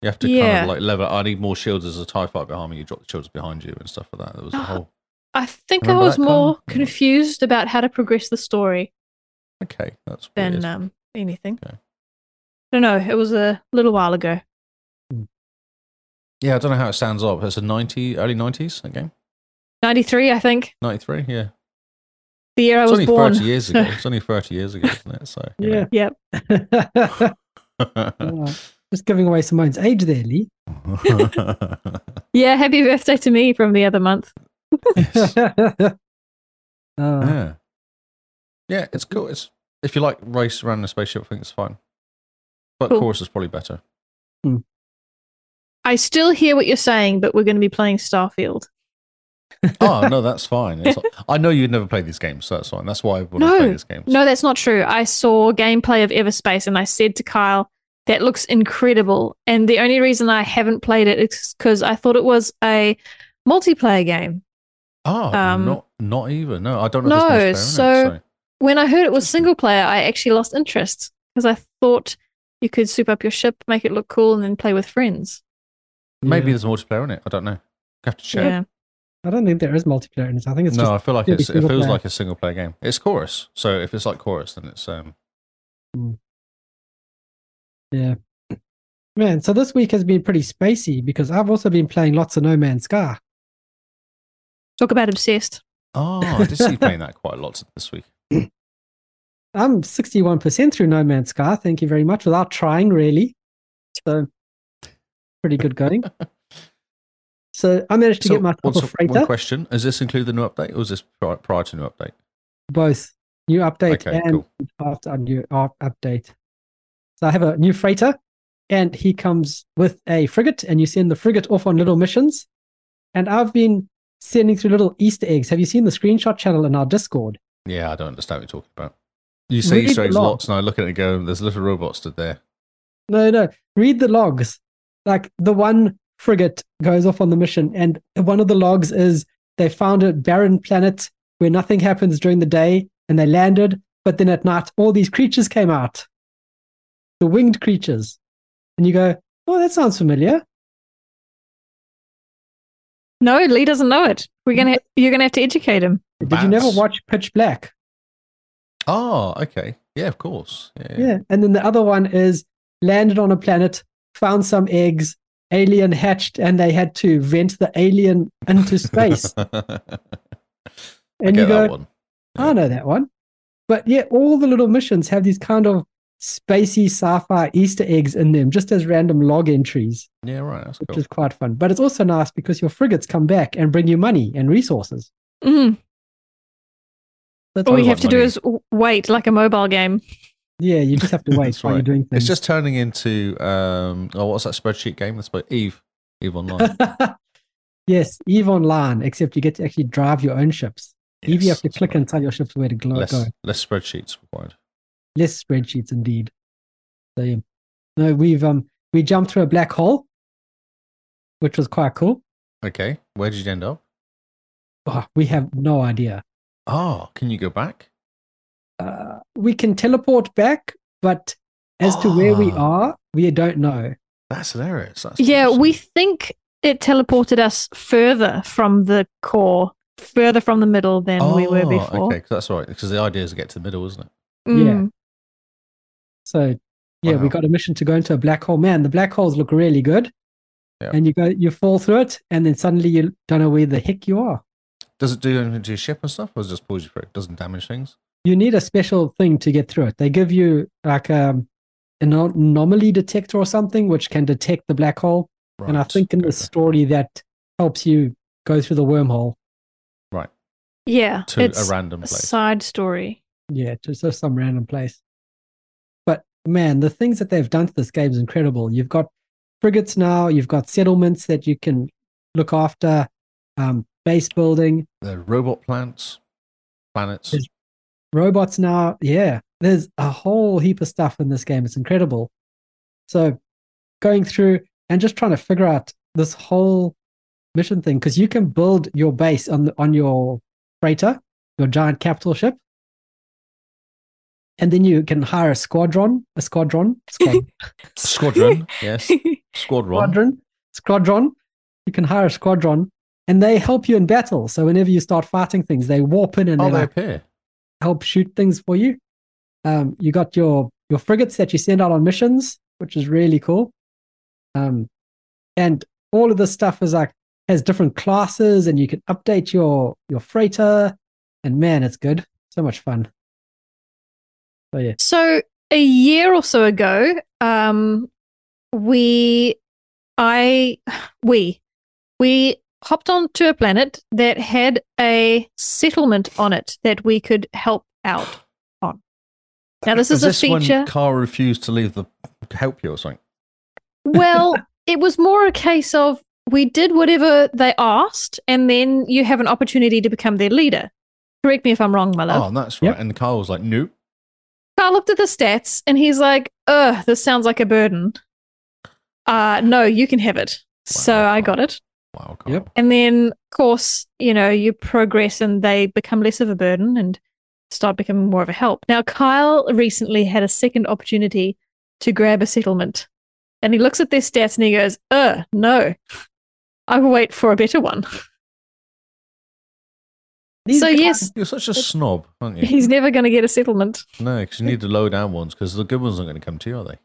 [SPEAKER 2] You have to kind
[SPEAKER 3] Yeah.
[SPEAKER 2] of like level. I need more shields as a Tie Fighter behind me. You drop the shields behind you and stuff like that. There
[SPEAKER 3] Ah.
[SPEAKER 2] was a whole.
[SPEAKER 3] I think I
[SPEAKER 2] remember
[SPEAKER 3] was
[SPEAKER 2] that,
[SPEAKER 3] more
[SPEAKER 2] Carl?
[SPEAKER 3] confused about how to progress the story
[SPEAKER 2] Okay, that's
[SPEAKER 3] than
[SPEAKER 2] weird.
[SPEAKER 3] um, anything.
[SPEAKER 2] Okay.
[SPEAKER 3] I don't know. It was a little while ago.
[SPEAKER 2] yeah, I don't know how it stands up. It's a ninety, early nineties. That game,
[SPEAKER 3] 93, I think,
[SPEAKER 2] ninety three. Yeah,
[SPEAKER 3] the year I
[SPEAKER 2] it's
[SPEAKER 3] was
[SPEAKER 2] only
[SPEAKER 3] born.
[SPEAKER 2] thirty years ago. It's only thirty years ago, isn't it? So you
[SPEAKER 1] yeah.
[SPEAKER 2] know.
[SPEAKER 3] Yep.
[SPEAKER 1] Yeah. Just giving away Simone's age there, Lee.
[SPEAKER 3] Yeah, happy birthday to me from the other month.
[SPEAKER 2] Yes.
[SPEAKER 1] Oh, Uh,
[SPEAKER 2] Yeah. Yeah, it's cool. It's if you like race around in a spaceship, I think it's fine. But
[SPEAKER 3] Cool.
[SPEAKER 2] chorus is probably better.
[SPEAKER 3] I still hear what you're saying, but we're going to be playing Starfield.
[SPEAKER 2] Oh no, that's fine. It's, I know you'd never play these games, so that's fine. That's why I wouldn't
[SPEAKER 3] No,
[SPEAKER 2] play these games.
[SPEAKER 3] No, that's not true. I saw gameplay of Everspace and I said to Kyle, that looks incredible. And the only reason I haven't played it is because I thought it was a multiplayer game.
[SPEAKER 2] oh,
[SPEAKER 3] um,
[SPEAKER 2] not not even. No, I don't know.
[SPEAKER 3] No,
[SPEAKER 2] if there's multiplayer in
[SPEAKER 3] so- When I heard it was single player, I actually lost interest because I thought you could soup up your ship, make it look cool, and then play with friends.
[SPEAKER 2] maybe
[SPEAKER 1] yeah.
[SPEAKER 2] there's multiplayer in it. I don't know. I have to check.
[SPEAKER 3] Yeah.
[SPEAKER 1] I don't think there is multiplayer in it. I think it's
[SPEAKER 2] no,
[SPEAKER 1] just
[SPEAKER 2] I feel like
[SPEAKER 1] it'd be
[SPEAKER 2] it's, it feels
[SPEAKER 1] single player.
[SPEAKER 2] like a single player game. It's chorus, so if it's like chorus, then it's um.
[SPEAKER 1] man. So this week has been pretty spacey because I've also been playing lots of No Man's Sky.
[SPEAKER 3] Talk about obsessed.
[SPEAKER 2] Oh, I did see you playing that quite a lot this week.
[SPEAKER 1] I'm 61% through No Man's Sky. Thank you very much. Without trying, really. So pretty good going. so I managed to
[SPEAKER 2] So,
[SPEAKER 1] get my
[SPEAKER 2] one
[SPEAKER 1] triple
[SPEAKER 2] sort- one
[SPEAKER 1] freighter,
[SPEAKER 2] question: Does this include the new update, or is this pri- prior to new update?
[SPEAKER 1] both new update
[SPEAKER 2] Okay,
[SPEAKER 1] and
[SPEAKER 2] cool.
[SPEAKER 1] after a new up- update. So I have a new freighter, and he comes with a frigate, and you send the frigate off on little missions. And I've been sending through little Easter eggs. Have you seen the screenshot channel in our Discord?
[SPEAKER 2] Yeah, I don't understand what you're talking about. You say
[SPEAKER 1] Read
[SPEAKER 2] Easter
[SPEAKER 1] the
[SPEAKER 2] eggs
[SPEAKER 1] log.
[SPEAKER 2] lots, and I look at it and go, "There's a little robot stood there."
[SPEAKER 1] No, no. Read the logs. Like the one frigate goes off on the mission, and one of the logs is they found a barren planet where nothing happens during the day, and they landed. But then at night, all these creatures came out, the winged creatures, and you go, "Oh, that sounds familiar."
[SPEAKER 3] No, Lee doesn't know it. We're gonna you're gonna have to educate him.
[SPEAKER 1] Did you never
[SPEAKER 2] Bats.
[SPEAKER 1] watch Pitch Black?
[SPEAKER 2] Oh, okay. Yeah, of course. Yeah.
[SPEAKER 1] Yeah. And then the other one is landed on a planet, found some eggs, alien hatched, and they had to vent the alien into space.
[SPEAKER 2] I
[SPEAKER 1] and
[SPEAKER 2] get
[SPEAKER 1] you go,
[SPEAKER 2] that one.
[SPEAKER 1] I know that one. But yeah, all the little missions have these kind of spacey sci-fi Easter eggs in them, just as random log entries,
[SPEAKER 2] Yeah, right. That's
[SPEAKER 1] which
[SPEAKER 2] cool.
[SPEAKER 1] is quite fun. But it's also nice because your frigates come back and bring you money and resources.
[SPEAKER 3] Mm.
[SPEAKER 1] That's
[SPEAKER 3] All
[SPEAKER 2] I
[SPEAKER 3] you
[SPEAKER 2] want
[SPEAKER 3] have to do
[SPEAKER 2] money.
[SPEAKER 3] is w- wait, like a mobile game.
[SPEAKER 1] yeah, you just have to wait
[SPEAKER 2] That's
[SPEAKER 1] while you're
[SPEAKER 2] right.
[SPEAKER 1] doing
[SPEAKER 2] It's
[SPEAKER 1] things.
[SPEAKER 2] just turning into um. Oh, what's that spreadsheet game? That's about Eve. Eve Online.
[SPEAKER 1] yes, Eve Online, except you get to actually drive your own ships. Eve, you have
[SPEAKER 2] Yes,
[SPEAKER 1] to
[SPEAKER 2] that's
[SPEAKER 1] click
[SPEAKER 2] right.
[SPEAKER 1] and tell your ships where to glo-
[SPEAKER 2] less
[SPEAKER 1] go.
[SPEAKER 2] less spreadsheets required.
[SPEAKER 1] Less spreadsheets, indeed. So yeah, no, we've um we jumped through a black hole, which was quite cool.
[SPEAKER 2] Okay, where did you end up?
[SPEAKER 1] Oh, we have no idea.
[SPEAKER 2] Oh, can you go back?
[SPEAKER 1] Uh, we can teleport back, but as to where we
[SPEAKER 2] Ah.
[SPEAKER 1] are, we don't know.
[SPEAKER 2] That's hilarious. That's
[SPEAKER 3] Yeah,
[SPEAKER 2] awesome.
[SPEAKER 3] we think it teleported us further from the core, further from the middle than we were
[SPEAKER 2] Oh,
[SPEAKER 3] before.
[SPEAKER 2] Okay, 'cause that's right. Because the idea is to get to the middle, isn't it?
[SPEAKER 3] Mm.
[SPEAKER 1] So yeah,
[SPEAKER 2] Wow.
[SPEAKER 1] we got a mission to go into a black hole. Man, the black holes look really good.
[SPEAKER 2] Yeah.
[SPEAKER 1] And you go, you fall through it, and then suddenly you don't know where the heck you are.
[SPEAKER 2] Does it do anything to your ship and stuff, or does it just pulls you through? It doesn't damage things.
[SPEAKER 1] you need a special thing to get through it. They give you like um, an anom- anomaly detector or something which can detect the black hole.
[SPEAKER 2] Right.
[SPEAKER 1] And I think in the
[SPEAKER 2] okay.
[SPEAKER 1] story that helps you go through the wormhole.
[SPEAKER 3] Yeah,
[SPEAKER 2] to
[SPEAKER 3] it's
[SPEAKER 2] a random
[SPEAKER 3] a
[SPEAKER 2] place.
[SPEAKER 3] side story.
[SPEAKER 1] Yeah, just to some random place. But man, the things that they've done to this game is incredible. You've got frigates now. You've got settlements that you can look after. Um, base building.
[SPEAKER 2] the robot plants, planets.
[SPEAKER 1] There's- robots now. Yeah, there's a whole heap of stuff in this game. It's incredible. So, going through and just trying to figure out this whole mission thing because you can build your base on the, on your freighter, your giant capital ship, and then you can hire a squadron, a squadron, squadron,
[SPEAKER 2] Squadron, yes, squadron.
[SPEAKER 1] squadron, squadron. You can hire a squadron, and they help you in battle. So whenever you start fighting things, they warp in and
[SPEAKER 2] Oh,
[SPEAKER 1] they're
[SPEAKER 2] they
[SPEAKER 1] like,
[SPEAKER 2] appear.
[SPEAKER 1] help shoot things for you. Um, you got your your frigates that you send out on missions, which is really cool. Um, and all of this stuff is like has different classes, and you can update your your freighter. And man, it's good. So much fun. So yeah,
[SPEAKER 3] So a year or so ago, um, we i we we hopped onto a planet that had a settlement on it that we could help out on now this is,
[SPEAKER 2] Is this
[SPEAKER 3] a feature
[SPEAKER 2] when Carl refused to leave the to help you or something?
[SPEAKER 3] well it was more a case of we did whatever they asked and then you have an opportunity to become their leader correct me if i'm wrong my love
[SPEAKER 2] Oh, that's right.
[SPEAKER 1] Yep.
[SPEAKER 2] And Carl was like, nope.
[SPEAKER 3] Carl looked at the stats and he's like, ugh, this sounds like a burden. Uh, no, you can have it. So
[SPEAKER 2] Wow.
[SPEAKER 3] I got it.
[SPEAKER 2] Wow, Carl.
[SPEAKER 1] Yep.
[SPEAKER 3] And then, of course, you know, you progress and they become less of a burden and start becoming more of a help. Now, Kyle recently had a second opportunity to grab a settlement and he looks at their stats and he goes, ugh, no, I will wait for a better one.
[SPEAKER 1] These
[SPEAKER 3] so,
[SPEAKER 1] guys-
[SPEAKER 3] yes,
[SPEAKER 2] You're such a snob, aren't you?
[SPEAKER 3] he's never going to get a settlement.
[SPEAKER 2] No, because you need the low down ones because the good ones aren't going to come to you, are they?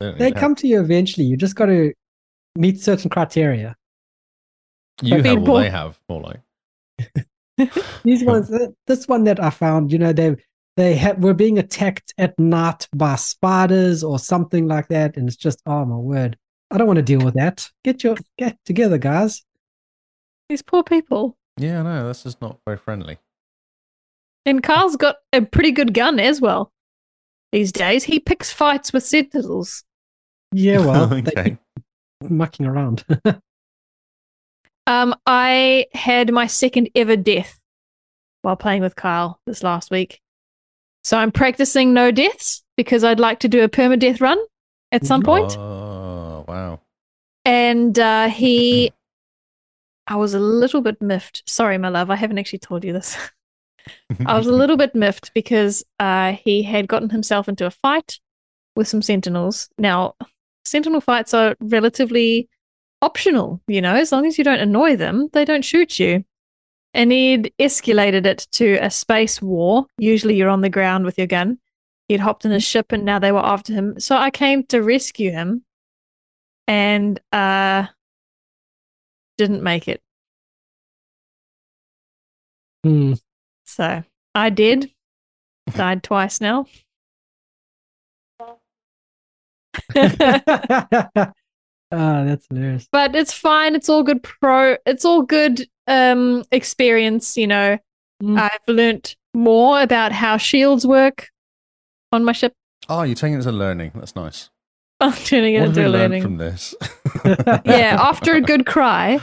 [SPEAKER 2] They, don't
[SPEAKER 1] They
[SPEAKER 2] need
[SPEAKER 1] come to you eventually. You just got to meet certain criteria.
[SPEAKER 2] help. You have
[SPEAKER 3] people.
[SPEAKER 2] what they have, more like.
[SPEAKER 1] These ones, th- this one that I found, you know, they they had, were being attacked at night by spiders or something like that, and it's just, oh my word, I don't want to deal with that. Get your get together, guys.
[SPEAKER 3] These poor people.
[SPEAKER 2] Yeah, no, this is not very friendly.
[SPEAKER 3] And Carl's got a pretty good gun as well. These days, he picks fights with sentinels.
[SPEAKER 1] Yeah, well, they
[SPEAKER 2] okay.
[SPEAKER 1] keep mucking around.
[SPEAKER 3] Um, I had my second ever death while playing with Kyle this last week. So I'm practicing no deaths because I'd like to do a permadeath run at some point.
[SPEAKER 2] Oh, wow.
[SPEAKER 3] And uh, he, I was a little bit miffed. Sorry, my love, I haven't actually told you this. I was a little bit miffed because uh, he had gotten himself into a fight with some sentinels. Now, sentinel fights are relatively optional, you know, as long as you don't annoy them, they don't shoot you. And he'd escalated it to a space war. Usually you're on the ground with your gun. He'd hopped in his ship and now they were after him. So I came to rescue him and uh, didn't make it.
[SPEAKER 1] Hmm.
[SPEAKER 3] So I did. Died twice now. but
[SPEAKER 1] Ah, that's hilarious.
[SPEAKER 3] it's fine. It's all good pro. It's all good um, experience. You know,
[SPEAKER 1] Mm.
[SPEAKER 3] I've learnt more about how shields work on my ship.
[SPEAKER 2] Oh, you're taking it as a learning. That's nice.
[SPEAKER 3] I'm turning it
[SPEAKER 2] What have
[SPEAKER 3] into
[SPEAKER 2] we
[SPEAKER 3] a
[SPEAKER 2] learned
[SPEAKER 3] learning.
[SPEAKER 2] from this?
[SPEAKER 3] yeah, after a good cry,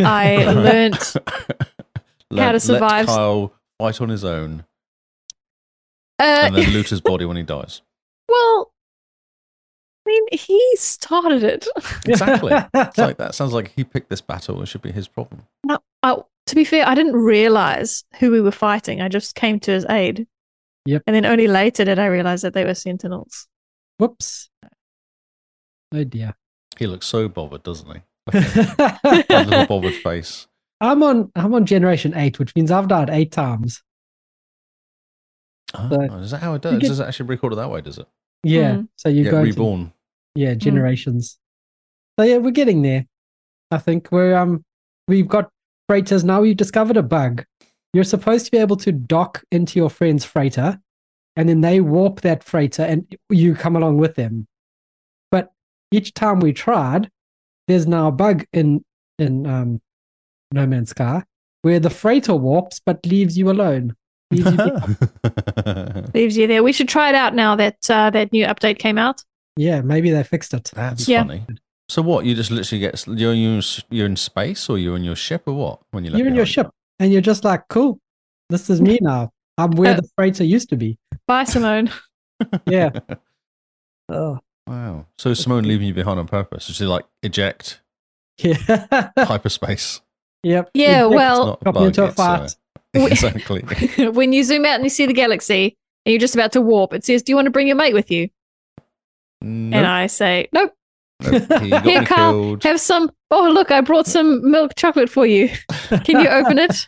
[SPEAKER 3] I learnt.
[SPEAKER 2] Let- let
[SPEAKER 3] survive-
[SPEAKER 2] Kyle fight on his own and
[SPEAKER 3] Uh,
[SPEAKER 2] then loot his body when he dies.
[SPEAKER 3] well, I mean, he started it.
[SPEAKER 2] Exactly. It's like that sounds like he picked this battle. It should be his problem.
[SPEAKER 3] No, I, to be fair, I didn't realize who we were fighting. I just came to his aid.
[SPEAKER 1] Yep.
[SPEAKER 3] And then only later did I realize that they were sentinels.
[SPEAKER 1] Whoops. Oh dear.
[SPEAKER 2] He looks so bothered, doesn't he? That little
[SPEAKER 1] I'm
[SPEAKER 2] bothered face.
[SPEAKER 1] on I'm on generation eight, which means I've died eight times.
[SPEAKER 2] Oh,
[SPEAKER 1] So-
[SPEAKER 2] is that how it
[SPEAKER 1] You
[SPEAKER 2] does?
[SPEAKER 1] get-
[SPEAKER 2] Does it actually record it that way? Does it?
[SPEAKER 1] Yeah.
[SPEAKER 3] Mm.
[SPEAKER 1] So you
[SPEAKER 2] Get
[SPEAKER 1] go to-
[SPEAKER 2] reborn.
[SPEAKER 1] yeah, generations. So yeah, we're getting there. I think we're um we've got freighters now. We've discovered a bug. You're supposed to be able to dock into your friend's freighter, and then they warp that freighter, and you come along with them. But each time we tried, there's now a bug in in um, No Man's Sky where the freighter warps but leaves you alone. Leaves you be-
[SPEAKER 3] Leaves you there. We should try it out now that uh, that new update came out.
[SPEAKER 1] yeah, maybe they fixed it.
[SPEAKER 2] That's
[SPEAKER 3] Yeah.
[SPEAKER 2] funny. So what? You just literally get s- you're in, you're in space or you're in your ship or what? When you
[SPEAKER 1] you're in your ship and you're just like cool this is me now i'm where
[SPEAKER 3] Uh,
[SPEAKER 1] the freighter used to be
[SPEAKER 3] Bye, Simone.
[SPEAKER 1] yeah oh
[SPEAKER 2] Wow. So is Simone leaving you behind on purpose? Is she like eject
[SPEAKER 1] yeah
[SPEAKER 2] hyperspace?
[SPEAKER 1] yep
[SPEAKER 3] Yeah,
[SPEAKER 1] Exactly.
[SPEAKER 2] It's
[SPEAKER 3] well,
[SPEAKER 2] not a
[SPEAKER 1] Copy
[SPEAKER 2] bug,
[SPEAKER 1] into a
[SPEAKER 2] it's, uh,
[SPEAKER 1] fart.
[SPEAKER 3] We-
[SPEAKER 2] exactly.
[SPEAKER 3] when you zoom out and you see the galaxy and you're just about to warp, it says, Do you want to bring your mate with you? And
[SPEAKER 2] Nope.
[SPEAKER 3] I say, Nope.
[SPEAKER 2] Nope. He got
[SPEAKER 3] Here,
[SPEAKER 2] me
[SPEAKER 3] Carl,
[SPEAKER 2] killed.
[SPEAKER 3] Have some. Oh, look, I brought some milk chocolate for you. Can you open it?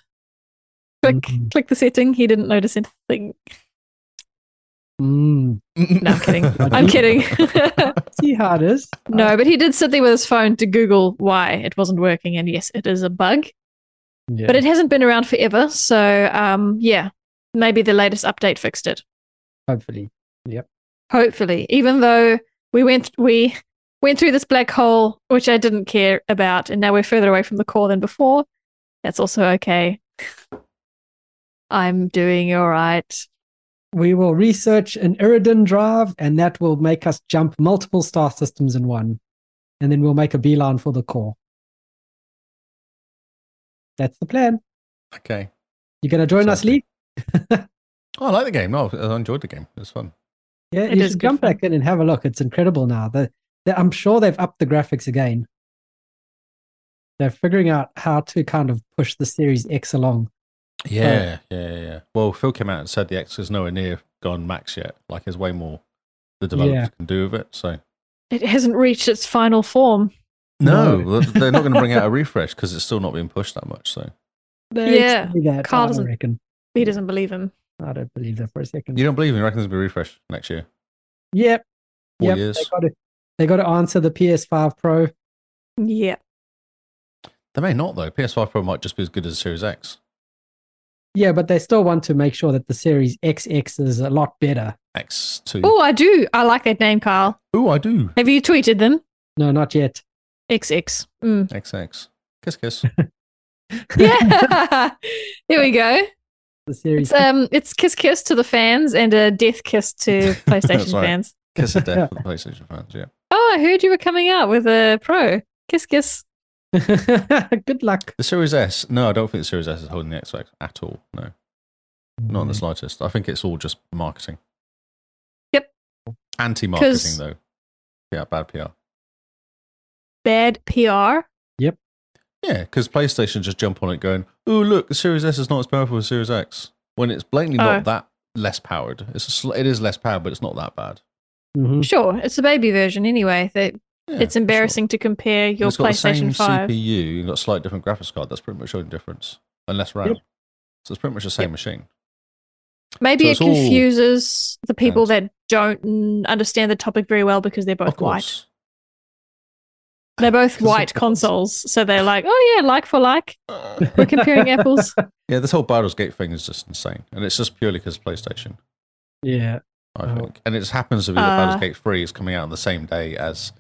[SPEAKER 3] Click,
[SPEAKER 1] Mhm.
[SPEAKER 3] click the setting. He didn't notice anything.
[SPEAKER 1] Mm.
[SPEAKER 3] No, I'm kidding. I'm kidding.
[SPEAKER 1] see how it is
[SPEAKER 3] No, but he did sit there with his phone to Google why it wasn't working. And yes, it is a bug,
[SPEAKER 1] Yeah.
[SPEAKER 3] but it hasn't been around forever. So, um, yeah, maybe the latest update fixed it.
[SPEAKER 1] hopefully
[SPEAKER 3] Hopefully, even though we went, we went through this black hole, which I didn't care about, and now we're further away from the core than before. That's also okay. I'm doing all right.
[SPEAKER 1] We will research an Iridian drive, and that will make us jump multiple star systems in one. And then we'll make a beeline for the core. That's the plan.
[SPEAKER 2] Okay.
[SPEAKER 1] You going to join us,
[SPEAKER 2] Sounds good.
[SPEAKER 1] Lee?
[SPEAKER 2] Oh, I like the game. No, I enjoyed the game. It was fun.
[SPEAKER 1] Yeah,
[SPEAKER 3] It
[SPEAKER 1] you
[SPEAKER 3] is
[SPEAKER 1] should
[SPEAKER 3] good
[SPEAKER 1] jump back in and have a look. It's incredible now. The, the, I'm sure they've upped the graphics again. They're figuring out how to kind of push the Series X along.
[SPEAKER 2] Yeah, yeah, yeah, yeah. Well, Phil came out and said the X is nowhere near gone max yet. Like, there's way more the developers
[SPEAKER 1] Yeah.
[SPEAKER 2] can do with it. So,
[SPEAKER 3] It hasn't reached its final form.
[SPEAKER 1] No.
[SPEAKER 2] no, they're not going to bring out a refresh because it's still not being pushed that much. So,
[SPEAKER 1] They
[SPEAKER 3] Yeah,
[SPEAKER 1] say that,
[SPEAKER 3] Carl
[SPEAKER 1] I don't
[SPEAKER 3] doesn't-
[SPEAKER 1] reckon.
[SPEAKER 3] He doesn't believe him.
[SPEAKER 1] I don't believe that for a second.
[SPEAKER 2] you don't believe me? You reckon there's going to be a refresh next year?
[SPEAKER 1] Yep.
[SPEAKER 2] Four
[SPEAKER 1] yep. They
[SPEAKER 2] years?
[SPEAKER 1] got to they got to answer the PS5 Pro.
[SPEAKER 3] Yeah.
[SPEAKER 2] They may not, though. PS5 Pro might just be as good as Series X.
[SPEAKER 1] Yeah, but they still want to make sure that the Series XX is a lot better.
[SPEAKER 2] X2.
[SPEAKER 3] Oh, I do. I like that name, Carl.
[SPEAKER 2] Oh, I do.
[SPEAKER 3] Have you tweeted them?
[SPEAKER 1] No, not yet.
[SPEAKER 3] XX. Mm.
[SPEAKER 2] XX. Kiss, kiss.
[SPEAKER 3] Yeah. there we go.
[SPEAKER 1] The Series
[SPEAKER 3] It's um, it's kiss kiss to the fans and a death kiss to PlayStation
[SPEAKER 2] That's right.
[SPEAKER 3] fans.
[SPEAKER 2] Kiss of death for the PlayStation fans, yeah.
[SPEAKER 3] Oh, I heard you were coming out with a pro kiss kiss.
[SPEAKER 1] Good luck.
[SPEAKER 2] The Series S, no, I don't think the Series S is holding the Xbox at all. No, not
[SPEAKER 3] Mm.
[SPEAKER 2] in the slightest. I think it's all just marketing.
[SPEAKER 3] Yep.
[SPEAKER 2] Anti
[SPEAKER 3] 'Cause-
[SPEAKER 2] marketing, though. Yeah, bad PR.
[SPEAKER 3] Bad PR.
[SPEAKER 2] Yeah, because PlayStation just jump on it going, oh, look, the Series S is not as powerful as Series X. When it's blatantly
[SPEAKER 3] Oh.
[SPEAKER 2] not that less powered. It's a sl- It is less powered, but it's not that bad.
[SPEAKER 1] Mhm.
[SPEAKER 3] Sure, it's a baby version anyway. That
[SPEAKER 2] Hmm. Yeah,
[SPEAKER 3] it's
[SPEAKER 2] sure.
[SPEAKER 3] embarrassing to compare your
[SPEAKER 2] it's got the same
[SPEAKER 3] PlayStation Five.
[SPEAKER 2] CPU, you've got a slight different graphics card. That's pretty much the only difference. And less RAM.
[SPEAKER 1] Yep.
[SPEAKER 2] So it's pretty much the same machine.
[SPEAKER 3] Maybe
[SPEAKER 2] So
[SPEAKER 3] it
[SPEAKER 2] it's all-
[SPEAKER 3] confuses the people that don't mm, understand the topic very well because they're both
[SPEAKER 2] Of
[SPEAKER 3] white.
[SPEAKER 2] course.
[SPEAKER 3] They're both
[SPEAKER 2] 'Cause they're
[SPEAKER 3] white
[SPEAKER 2] both-
[SPEAKER 3] consoles, so they're like, oh yeah, like for like.
[SPEAKER 2] Uh,
[SPEAKER 3] We're comparing apples.
[SPEAKER 2] yeah, this whole Baldur's Gate thing is just insane. And it's just purely because PlayStation,
[SPEAKER 1] Yeah.
[SPEAKER 2] I
[SPEAKER 1] Oh.
[SPEAKER 2] think. And it just happens to be that
[SPEAKER 3] Uh.
[SPEAKER 2] Baldur's Gate 3 is coming out on the same day as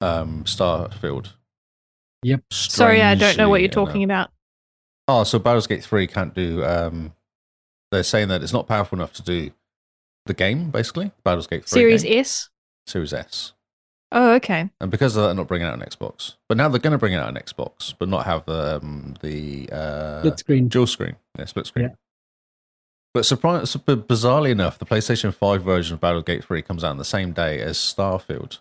[SPEAKER 2] um, Starfield.
[SPEAKER 1] Yep.
[SPEAKER 3] Sorry, I don't know what you're talking
[SPEAKER 2] about.
[SPEAKER 3] about.
[SPEAKER 2] Oh, so Baldur's Gate 3 can't do. Um, they're saying that it's not powerful enough to do the game, basically. Baldur's Gate 3.
[SPEAKER 3] Series E.
[SPEAKER 2] game,
[SPEAKER 3] S.
[SPEAKER 2] Series S.
[SPEAKER 3] Oh, okay.
[SPEAKER 2] And because of that, they're not bringing out an Xbox. But now they're going to bring out an Xbox, but not have the, um, the uh,
[SPEAKER 1] Split screen.
[SPEAKER 2] dual screen, yeah, split screen.
[SPEAKER 1] Yeah.
[SPEAKER 2] But surprise, but bizarrely enough, the PlayStation Five version of Battlegate Three comes out on the same day as Starfield,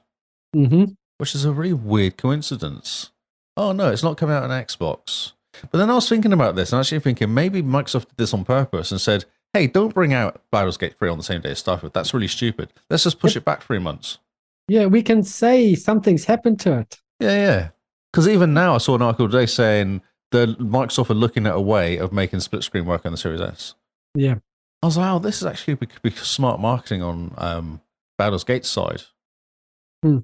[SPEAKER 1] hmm
[SPEAKER 2] which is a really weird coincidence. Oh no, it's not coming out on Xbox. But then I was thinking about this and actually thinking maybe Microsoft did this on purpose and said, "Hey, don't bring out Battlegate Three on the same day as Starfield. That's really stupid. Let's just push it back three months."
[SPEAKER 1] Yeah, we can say something's happened to it.
[SPEAKER 2] Yeah, yeah. Because even now, I saw an article today saying that Microsoft are looking at a way of making split screen work on the Series S.
[SPEAKER 1] Yeah.
[SPEAKER 2] I was like, oh, this is actually be- be smart marketing on um, Baldur's Gate's side.
[SPEAKER 1] Hmm.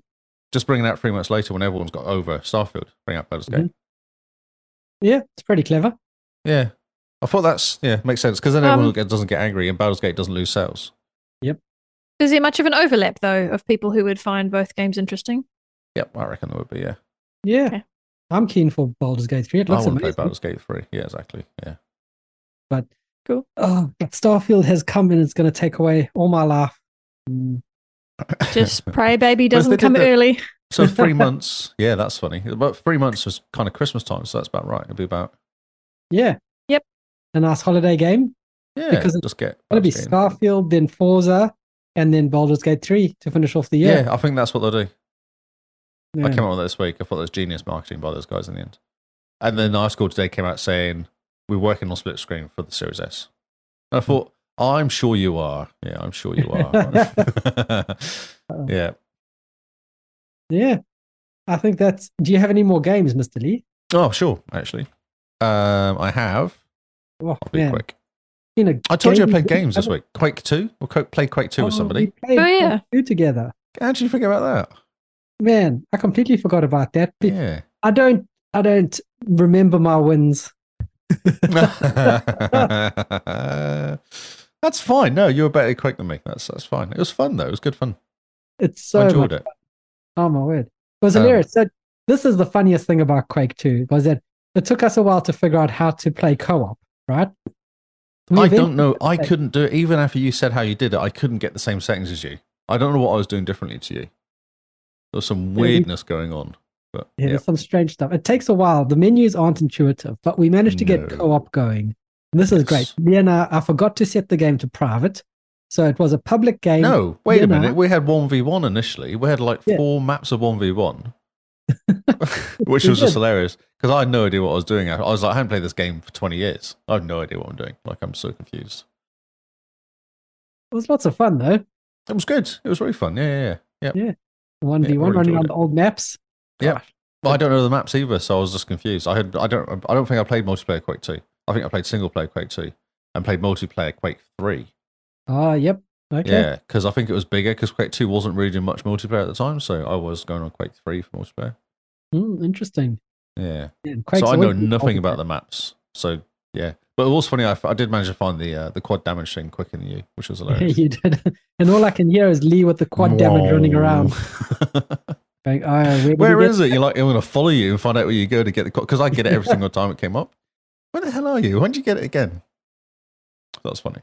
[SPEAKER 2] Just bringing out three months later when everyone's got over Starfield, bring out Baldur's
[SPEAKER 1] Mm-hmm.
[SPEAKER 2] Gate.
[SPEAKER 1] Yeah, it's pretty clever.
[SPEAKER 2] Yeah. I thought that's, yeah, makes sense. Because then
[SPEAKER 3] Um,
[SPEAKER 2] everyone get- doesn't get angry and Baldur's Gate doesn't lose sales.
[SPEAKER 3] Is there much of an overlap though of people who would find both games interesting?
[SPEAKER 2] Yep, I reckon there would be, yeah.
[SPEAKER 1] Yeah.
[SPEAKER 3] Okay.
[SPEAKER 1] I'm keen for Baldur's Gate 3. It
[SPEAKER 2] I
[SPEAKER 1] looks
[SPEAKER 2] want to play
[SPEAKER 1] amazing.
[SPEAKER 2] Baldur's Gate 3. Yeah, exactly. Yeah.
[SPEAKER 1] Oh, but Starfield has come and it's going to take away all my life. Mm.
[SPEAKER 3] Just pray baby
[SPEAKER 2] Well, if they
[SPEAKER 3] doesn't
[SPEAKER 2] did
[SPEAKER 3] come
[SPEAKER 2] that-
[SPEAKER 3] early.
[SPEAKER 2] So three months. Yeah, that's funny. About three months was kind of Christmas time, so that's about right. It'll be about
[SPEAKER 1] Yeah.
[SPEAKER 3] Yep.
[SPEAKER 1] A nice holiday game.
[SPEAKER 2] yeah.
[SPEAKER 1] Because it's
[SPEAKER 2] just get.
[SPEAKER 1] It'll be
[SPEAKER 2] that's getting-
[SPEAKER 1] Starfield, then Forza, and then Baldur's Gate 3 to finish off the
[SPEAKER 2] Yeah.
[SPEAKER 1] year.
[SPEAKER 2] I think that's what they'll do. I
[SPEAKER 1] Yeah.
[SPEAKER 2] came up with that this week. I thought that was genius marketing by those guys in the end. And then the article today came out saying we're working on split screen for the Series S. And I thought I'm sure you are. Yeah, I'm sure you are. yeah.
[SPEAKER 1] Yeah. I think that's. Do you have any more games, Mr. Lee?
[SPEAKER 2] Oh, sure. Actually, um, I have.
[SPEAKER 1] Oh,
[SPEAKER 2] I'll be
[SPEAKER 1] man.
[SPEAKER 2] quick.
[SPEAKER 1] Been a
[SPEAKER 2] I told you I
[SPEAKER 1] game-
[SPEAKER 2] played games this
[SPEAKER 1] Oh,
[SPEAKER 2] week. Quake Two. We'll co- play Quake Two with
[SPEAKER 1] We
[SPEAKER 2] somebody.
[SPEAKER 1] played
[SPEAKER 3] Oh,
[SPEAKER 1] Quake
[SPEAKER 3] yeah.
[SPEAKER 1] 2 together.
[SPEAKER 2] How did you think about that?
[SPEAKER 1] Man, I completely forgot about that. Be-
[SPEAKER 2] Yeah.
[SPEAKER 1] I don't. I don't remember my wins.
[SPEAKER 2] that's fine. No, you were better quick than me. That's that's fine. It was fun though. It was good fun.
[SPEAKER 1] It's
[SPEAKER 2] I
[SPEAKER 1] so. uh,
[SPEAKER 2] enjoyed
[SPEAKER 1] Much,
[SPEAKER 2] it.
[SPEAKER 1] oh my word! was
[SPEAKER 2] Oh, Um,
[SPEAKER 1] hilarious. So this is the funniest thing about Quake 2 was that it took us a while to figure out how to play co-op, right? We
[SPEAKER 2] I
[SPEAKER 1] eventually-
[SPEAKER 2] don't know. I
[SPEAKER 1] like-
[SPEAKER 2] couldn't do it. Even after you said how you did it, I couldn't get the same settings as you. I don't know what I was doing differently to you. There was some
[SPEAKER 1] we-
[SPEAKER 2] weirdness going on. But
[SPEAKER 1] Yeah,
[SPEAKER 2] yeah.
[SPEAKER 1] there's some strange stuff. It takes a while. The menus aren't intuitive, but we managed to get
[SPEAKER 2] No.
[SPEAKER 1] co-op going. And this is great.
[SPEAKER 2] Yes.
[SPEAKER 1] Then I, I forgot to set the game to private, so it was a public game.
[SPEAKER 2] No, wait
[SPEAKER 1] you
[SPEAKER 2] a
[SPEAKER 1] know-
[SPEAKER 2] minute. We had 1v1 initially. We had like
[SPEAKER 1] Yeah.
[SPEAKER 2] four maps of 1v1, which
[SPEAKER 1] We did.
[SPEAKER 2] was just hilarious because I had no idea what I was doing. I was like, I haven't played this game for 20 years. I have no idea what I'm doing. Like, I'm so confused.
[SPEAKER 1] It was lots of fun though.
[SPEAKER 2] It was good. It was really fun. Yeah, yeah, yeah. Yep.
[SPEAKER 1] One v one
[SPEAKER 2] really
[SPEAKER 1] running
[SPEAKER 2] enjoyed
[SPEAKER 1] on
[SPEAKER 2] it.
[SPEAKER 1] the old maps.
[SPEAKER 2] Yeah.
[SPEAKER 1] Gosh.
[SPEAKER 2] But I don't know the maps either, so I was just confused. I had I don't I don't think I played multiplayer Quake two. I think I played single player Quake two and played multiplayer Quake three.
[SPEAKER 1] Oh, yep. Okay.
[SPEAKER 2] Yeah, because I think it was bigger because Quake two wasn't really doing much multiplayer at the time, so I was going on Quake three for multiplayer.
[SPEAKER 1] Hmm, interesting.
[SPEAKER 2] Yeah,
[SPEAKER 1] Yeah, and Quake's
[SPEAKER 2] so I know
[SPEAKER 1] always been
[SPEAKER 2] nothing
[SPEAKER 1] multiplayer.
[SPEAKER 2] about the maps. So yeah, but it was funny. I, f- I did manage to find the uh, the quad damage thing quicker than you, which was
[SPEAKER 1] Yeah,
[SPEAKER 2] hilarious.
[SPEAKER 1] you did. And all I can hear is Lee with the quad damage running around. Going, oh, where, did
[SPEAKER 2] Where
[SPEAKER 1] you get
[SPEAKER 2] is it? You're like, I'm going to follow you and find out where you go to get the quad. Because I get it every single time it came up. Where the hell are you? When did you get it again? That's funny.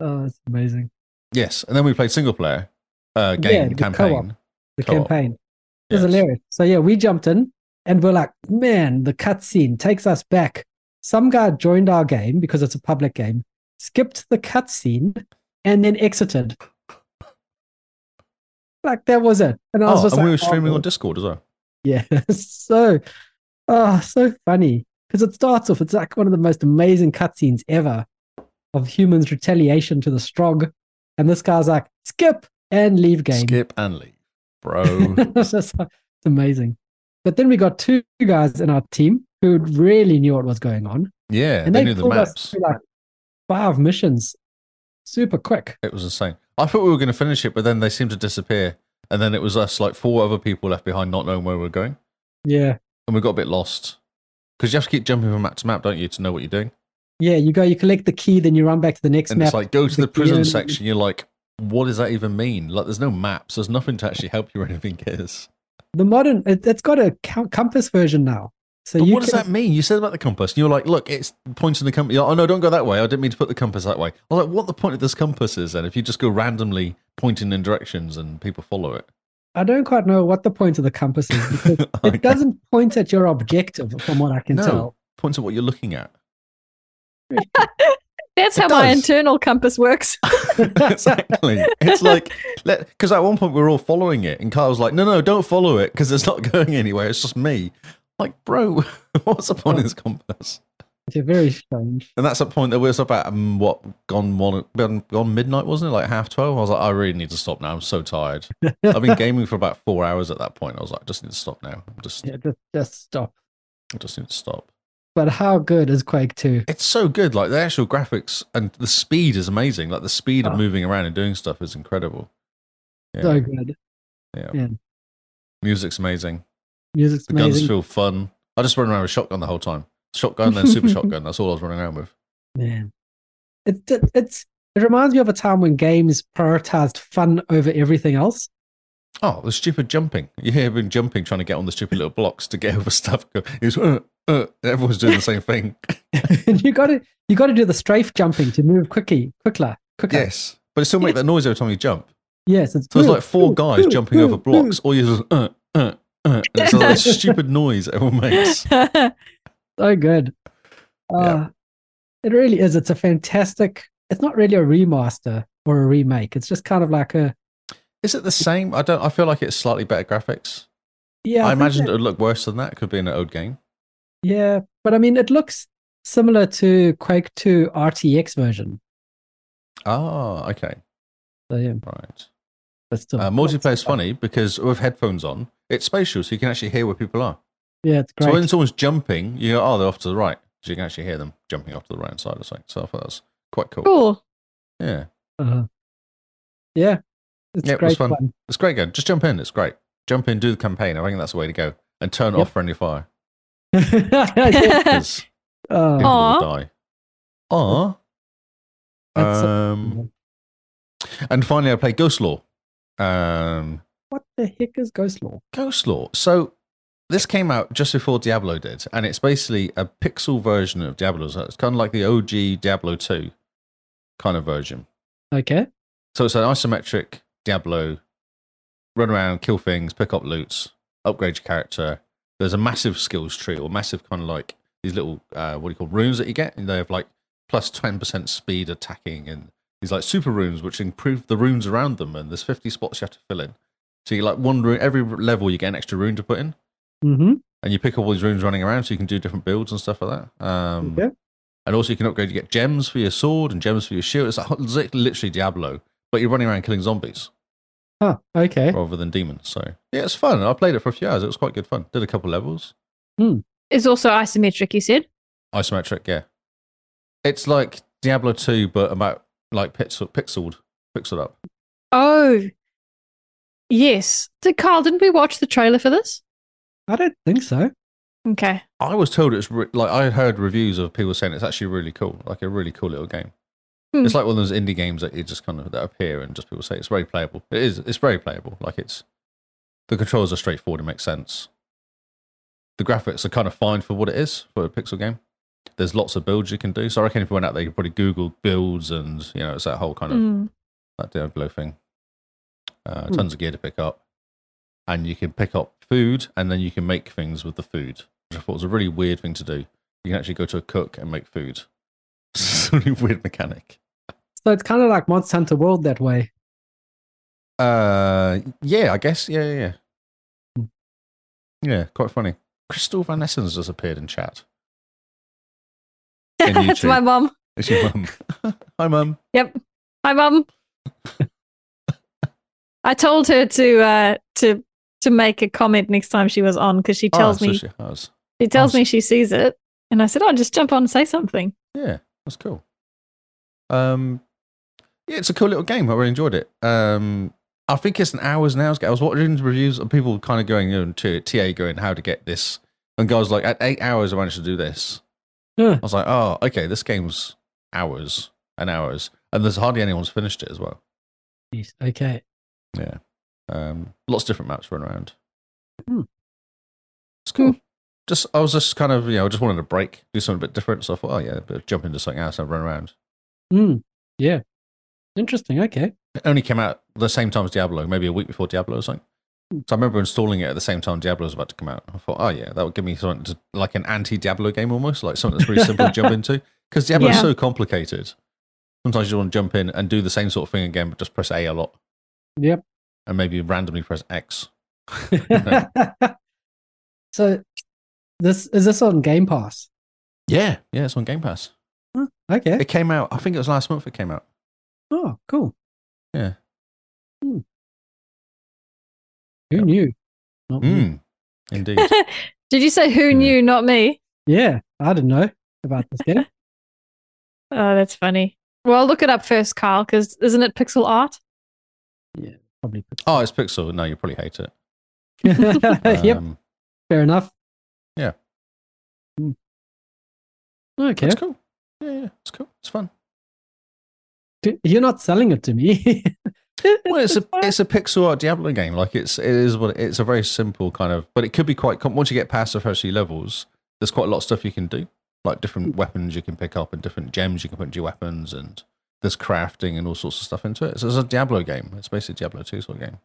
[SPEAKER 1] Oh, that's amazing.
[SPEAKER 2] Yes. And then we played single player uh, game
[SPEAKER 1] the
[SPEAKER 2] campaign.
[SPEAKER 1] The
[SPEAKER 2] Co-op.
[SPEAKER 1] campaign. It was
[SPEAKER 2] Yes.
[SPEAKER 1] hilarious. So yeah, we jumped in and we're like, man, the cutscene takes us back. Some guy joined our game because it's a public game, skipped the cutscene, and then exited. Like that was it. And I was
[SPEAKER 2] Oh, and
[SPEAKER 1] just like,
[SPEAKER 2] we were streaming
[SPEAKER 1] oh,
[SPEAKER 2] on Discord as well.
[SPEAKER 1] Yeah. so oh so funny. Because it starts off, it's like one of the most amazing cutscenes ever of humans' retaliation to the Strog. And this guy's like, skip and leave game.
[SPEAKER 2] Skip and leave, bro.
[SPEAKER 1] it's just like- it's amazing. But then we got two guys in our team who really knew what was going on.
[SPEAKER 2] yeah,
[SPEAKER 1] And
[SPEAKER 2] they
[SPEAKER 1] they,
[SPEAKER 2] knew the
[SPEAKER 1] pulled us
[SPEAKER 2] maps.
[SPEAKER 1] through like five missions super quick.
[SPEAKER 2] It was insane. I thought we were going to finish it, but then they seemed to disappear. And then it was us, like four other people left behind, not knowing where we were going.
[SPEAKER 1] Yeah.
[SPEAKER 2] And we got a bit lost. Because you have to keep jumping from map to map, don't you, to know what you're doing?
[SPEAKER 1] Yeah, you go, you collect the key, then you run back to the next
[SPEAKER 2] and
[SPEAKER 1] map.
[SPEAKER 2] it's like go to the,
[SPEAKER 1] the
[SPEAKER 2] prison
[SPEAKER 1] gear-
[SPEAKER 2] section. You're like, what does that even mean? Like, there's no maps. There's nothing to actually help you or anything. Is
[SPEAKER 1] the modern, it, it's got a co- compass version now. So
[SPEAKER 2] but
[SPEAKER 1] you
[SPEAKER 2] what does
[SPEAKER 1] can-
[SPEAKER 2] that mean? You said about the compass, and you're like, look, it's pointing the compass. Oh no, don't go that way. I didn't mean to put the compass that way. I was like, what the point of this compass is then? If you just go randomly pointing in directions and people follow it,
[SPEAKER 1] I don't quite know what the point of the compass is because
[SPEAKER 2] Okay.
[SPEAKER 1] it doesn't point at your objective from what I can
[SPEAKER 2] No.
[SPEAKER 1] tell.
[SPEAKER 2] points at what you're looking at.
[SPEAKER 3] That's
[SPEAKER 2] It
[SPEAKER 3] how my
[SPEAKER 2] does.
[SPEAKER 3] internal compass works.
[SPEAKER 2] exactly. It's like because at one point we were all following it, and Kyle was like, no, no, don't follow it because it's not going anywhere. It's just me. Like, bro, what's the point of this compass?
[SPEAKER 1] It's very strange.
[SPEAKER 2] And that's a point that we was up at um, what gone one gone, gone midnight wasn't it like half twelve? I was like, I really need to stop now. I'm so tired. I've been gaming for about four hours at that point. I was like, I just need to stop now. I'm just
[SPEAKER 1] Yeah, just, just stop.
[SPEAKER 2] I just need to stop.
[SPEAKER 1] But how good is Quake 2?
[SPEAKER 2] It's so good. Like the actual graphics and the speed is amazing. Like the speed
[SPEAKER 1] Oh.
[SPEAKER 2] of moving around and doing stuff is incredible. Yeah,
[SPEAKER 1] So good.
[SPEAKER 2] yeah.
[SPEAKER 1] yeah.
[SPEAKER 2] Music's amazing.
[SPEAKER 1] Music's
[SPEAKER 2] The guns
[SPEAKER 1] amazing.
[SPEAKER 2] feel fun. I just run around with shotgun the whole time. Shotgun then super shotgun. That's all I was running around with.
[SPEAKER 1] Man, it, it it's it reminds me of a time when games prioritized fun over everything else.
[SPEAKER 2] Oh, the stupid jumping. You hear him jumping, trying to get on the stupid little blocks to get over stuff. He was, uh, uh, everyone's doing the same thing.
[SPEAKER 1] and you got to you got to do the strafe jumping to move quickly, quicker, quicker.
[SPEAKER 2] Yes. But it still make that noise every time you jump.
[SPEAKER 1] yes. It's
[SPEAKER 2] So there's
[SPEAKER 1] ooh,
[SPEAKER 2] like four
[SPEAKER 1] ooh,
[SPEAKER 2] guys
[SPEAKER 1] ooh,
[SPEAKER 2] jumping
[SPEAKER 1] ooh,
[SPEAKER 2] over
[SPEAKER 1] ooh.
[SPEAKER 2] blocks. All you just, uh, uh, uh. And it's like this stupid noise everyone makes.
[SPEAKER 3] That's
[SPEAKER 1] So Oh, good. Uh, It really is. It's a fantastic. It's not really a remaster or a remake. It's just kind of like a
[SPEAKER 2] Is it the same? I don't. I feel like it's slightly better graphics.
[SPEAKER 1] yeah.
[SPEAKER 2] I,
[SPEAKER 1] think
[SPEAKER 2] imagined
[SPEAKER 1] that-
[SPEAKER 2] it would look worse than that. It could be an old game.
[SPEAKER 1] yeah, but I mean, it looks similar to Quake 2 RTX version.
[SPEAKER 2] Ah, okay,
[SPEAKER 1] So yeah,
[SPEAKER 2] right.
[SPEAKER 1] but still,
[SPEAKER 2] Uh, multiplayer's funny because with headphones on, it's spatial, so you can actually hear where people are.
[SPEAKER 1] Yeah, it's great.
[SPEAKER 2] So when someone's jumping, you go, oh, they're off to the right. So you can actually hear them jumping off to the right hand side or something. So I thought that's quite cool.
[SPEAKER 3] cool.
[SPEAKER 2] Yeah.
[SPEAKER 1] Uh-huh. Yeah. It's
[SPEAKER 2] Yeah, it was
[SPEAKER 1] great
[SPEAKER 2] fun.
[SPEAKER 1] fun.
[SPEAKER 2] It's great game. Just jump in. It's great. Jump in, do the campaign. I think that's the way to go. And turn
[SPEAKER 1] Yep.
[SPEAKER 2] off friendly fire
[SPEAKER 1] Yeah.
[SPEAKER 2] because people
[SPEAKER 1] oh,
[SPEAKER 2] will
[SPEAKER 3] Aw.
[SPEAKER 2] die. Aw.
[SPEAKER 1] That's-
[SPEAKER 2] Um, and finally, I played Ghost Law. Um,
[SPEAKER 1] what the heck is Ghost Law?
[SPEAKER 2] Ghost Law. So this came out just before Diablo did, and it's basically a pixel version of Diablo. So it's kind of like the OG Diablo 2 kind of version.
[SPEAKER 1] Okay.
[SPEAKER 2] So it's an isometric Diablo. Run around, kill things, pick up loots, upgrade your character. There's a massive skills tree or massive kind of like these little uh, what do you call runes that you get, and they have like plus ten percent speed attacking and these like super runes which improve the runes around them. And there's fifty spots you have to fill in. So you like one rune every level you get an extra rune to put in,
[SPEAKER 1] Mm-hmm.
[SPEAKER 2] and you pick up all these runes running around so you can do different builds and stuff like that. Um,
[SPEAKER 1] okay.
[SPEAKER 2] and also, you can upgrade. You get gems for your sword and gems for your shield. It's like, it's like literally Diablo, but you're running around killing zombies
[SPEAKER 1] Huh. Okay.
[SPEAKER 2] rather than demons. So yeah, it's fun. I played it for a few hours. It was quite good fun. Did a couple levels.
[SPEAKER 3] It's also isometric, you said.
[SPEAKER 2] Isometric, yeah. It's like Diablo two, but about like pixel, pixeled, pixeled up.
[SPEAKER 3] Oh, yes. Did Carl? Didn't we watch the trailer for this?
[SPEAKER 1] I don't think so.
[SPEAKER 3] Okay.
[SPEAKER 2] I was told it's re- like I heard reviews of people saying it's actually really cool, like a really cool little game.
[SPEAKER 3] Hmm.
[SPEAKER 2] It's like one of those indie games that you just kind of that appear and just people say it's very playable. It is. It's very playable. Like it's the controls are straightforward and make sense. The graphics are kind of fine for what it is for a pixel game. There's lots of builds you can do. So I reckon if you went out there, you could probably Google builds and you know it's that whole kind of
[SPEAKER 3] Mm.
[SPEAKER 2] that Diablo thing. Uh,
[SPEAKER 1] Hmm.
[SPEAKER 2] Tons of gear to pick up, and you can pick up food, and then you can make things with the food. Which I thought was a really weird thing to do. You can actually go to a cook and make food. it's a really weird mechanic.
[SPEAKER 1] So it's kind of like Monster Hunter World that way.
[SPEAKER 2] Uh, yeah, I guess. Yeah, yeah, yeah. Yeah, quite funny. Crystal Van Essens just appeared in chat. And
[SPEAKER 3] That's
[SPEAKER 2] YouTube.
[SPEAKER 3] my mum.
[SPEAKER 2] It's your mum. Hi, mum.
[SPEAKER 3] Hi, mum. I told her to uh, to to make a comment next time she was on because she tells
[SPEAKER 2] Ah, so
[SPEAKER 3] me
[SPEAKER 2] she has.
[SPEAKER 3] she tells
[SPEAKER 2] oh,
[SPEAKER 3] me she sees it, and I said, "Oh, just jump on and say something."
[SPEAKER 2] Yeah, that's cool. Um, yeah, it's a cool little game. I really enjoyed it. Um, I think it's an hours and hours. I was watching the reviews of people kind of going you know, to TA going how to get this, and guys like at eight hours I managed to do this.
[SPEAKER 1] Huh.
[SPEAKER 2] I was like, oh, okay, this game's hours and hours, and there's hardly anyone's finished it as well.
[SPEAKER 1] Jeez, Okay.
[SPEAKER 2] Yeah, um, lots of different maps run around.
[SPEAKER 1] Hmm.
[SPEAKER 2] It's cool.
[SPEAKER 3] Hmm.
[SPEAKER 2] Just I was just kind of you know I just wanted a break, do something a bit different. So I thought, oh yeah, but jump into something else and run around.
[SPEAKER 1] Mm. Yeah. Interesting. Okay.
[SPEAKER 2] It only came out the same time as Diablo, maybe a week before Diablo or something. So I remember installing it at the same time Diablo was about to come out. I thought, oh yeah, that would give me something to, like an anti-Diablo game almost, like something that's really simple to jump into. Because Diablo's
[SPEAKER 3] Yeah.
[SPEAKER 2] so complicated. Sometimes you want to jump in and do the same sort of thing again, but just press A a lot.
[SPEAKER 1] Yep.
[SPEAKER 2] And maybe randomly press X.
[SPEAKER 1] so this is this on Game Pass?
[SPEAKER 2] Yeah, yeah, it's on Game Pass.
[SPEAKER 1] Huh, Okay.
[SPEAKER 2] It came out. I think it was last month. It came out.
[SPEAKER 1] Oh, cool.
[SPEAKER 2] Yeah.
[SPEAKER 1] Hmm. Who
[SPEAKER 2] Yep.
[SPEAKER 1] knew? Not me.
[SPEAKER 2] Mm, indeed.
[SPEAKER 3] Did you say who
[SPEAKER 2] Yeah.
[SPEAKER 3] knew? Not me.
[SPEAKER 1] Yeah, I didn't know about this game.
[SPEAKER 3] Oh, that's funny. Well, look it up first, Carl, because isn't it pixel art?
[SPEAKER 1] Probably.
[SPEAKER 2] oh, it's Pixel. No, you probably hate it.
[SPEAKER 1] Uh, yep.
[SPEAKER 2] Um,
[SPEAKER 1] Fair enough.
[SPEAKER 2] yeah.
[SPEAKER 1] Hmm. Okay.
[SPEAKER 2] It's cool. Yeah, yeah, it's cool. It's fun.
[SPEAKER 1] D- You're not selling it to me.
[SPEAKER 2] well, it's a
[SPEAKER 1] fine.
[SPEAKER 2] it's a pixel art Diablo game. Like it's it is what it's a very simple kind of, but it could be quite. Com- once you get past the first few levels, there's quite a lot of stuff you can do, like different weapons you can pick up and different gems you can put into your weapons, and there's crafting and all sorts of stuff into it. So it's a Diablo game. It's basically a Diablo two sort of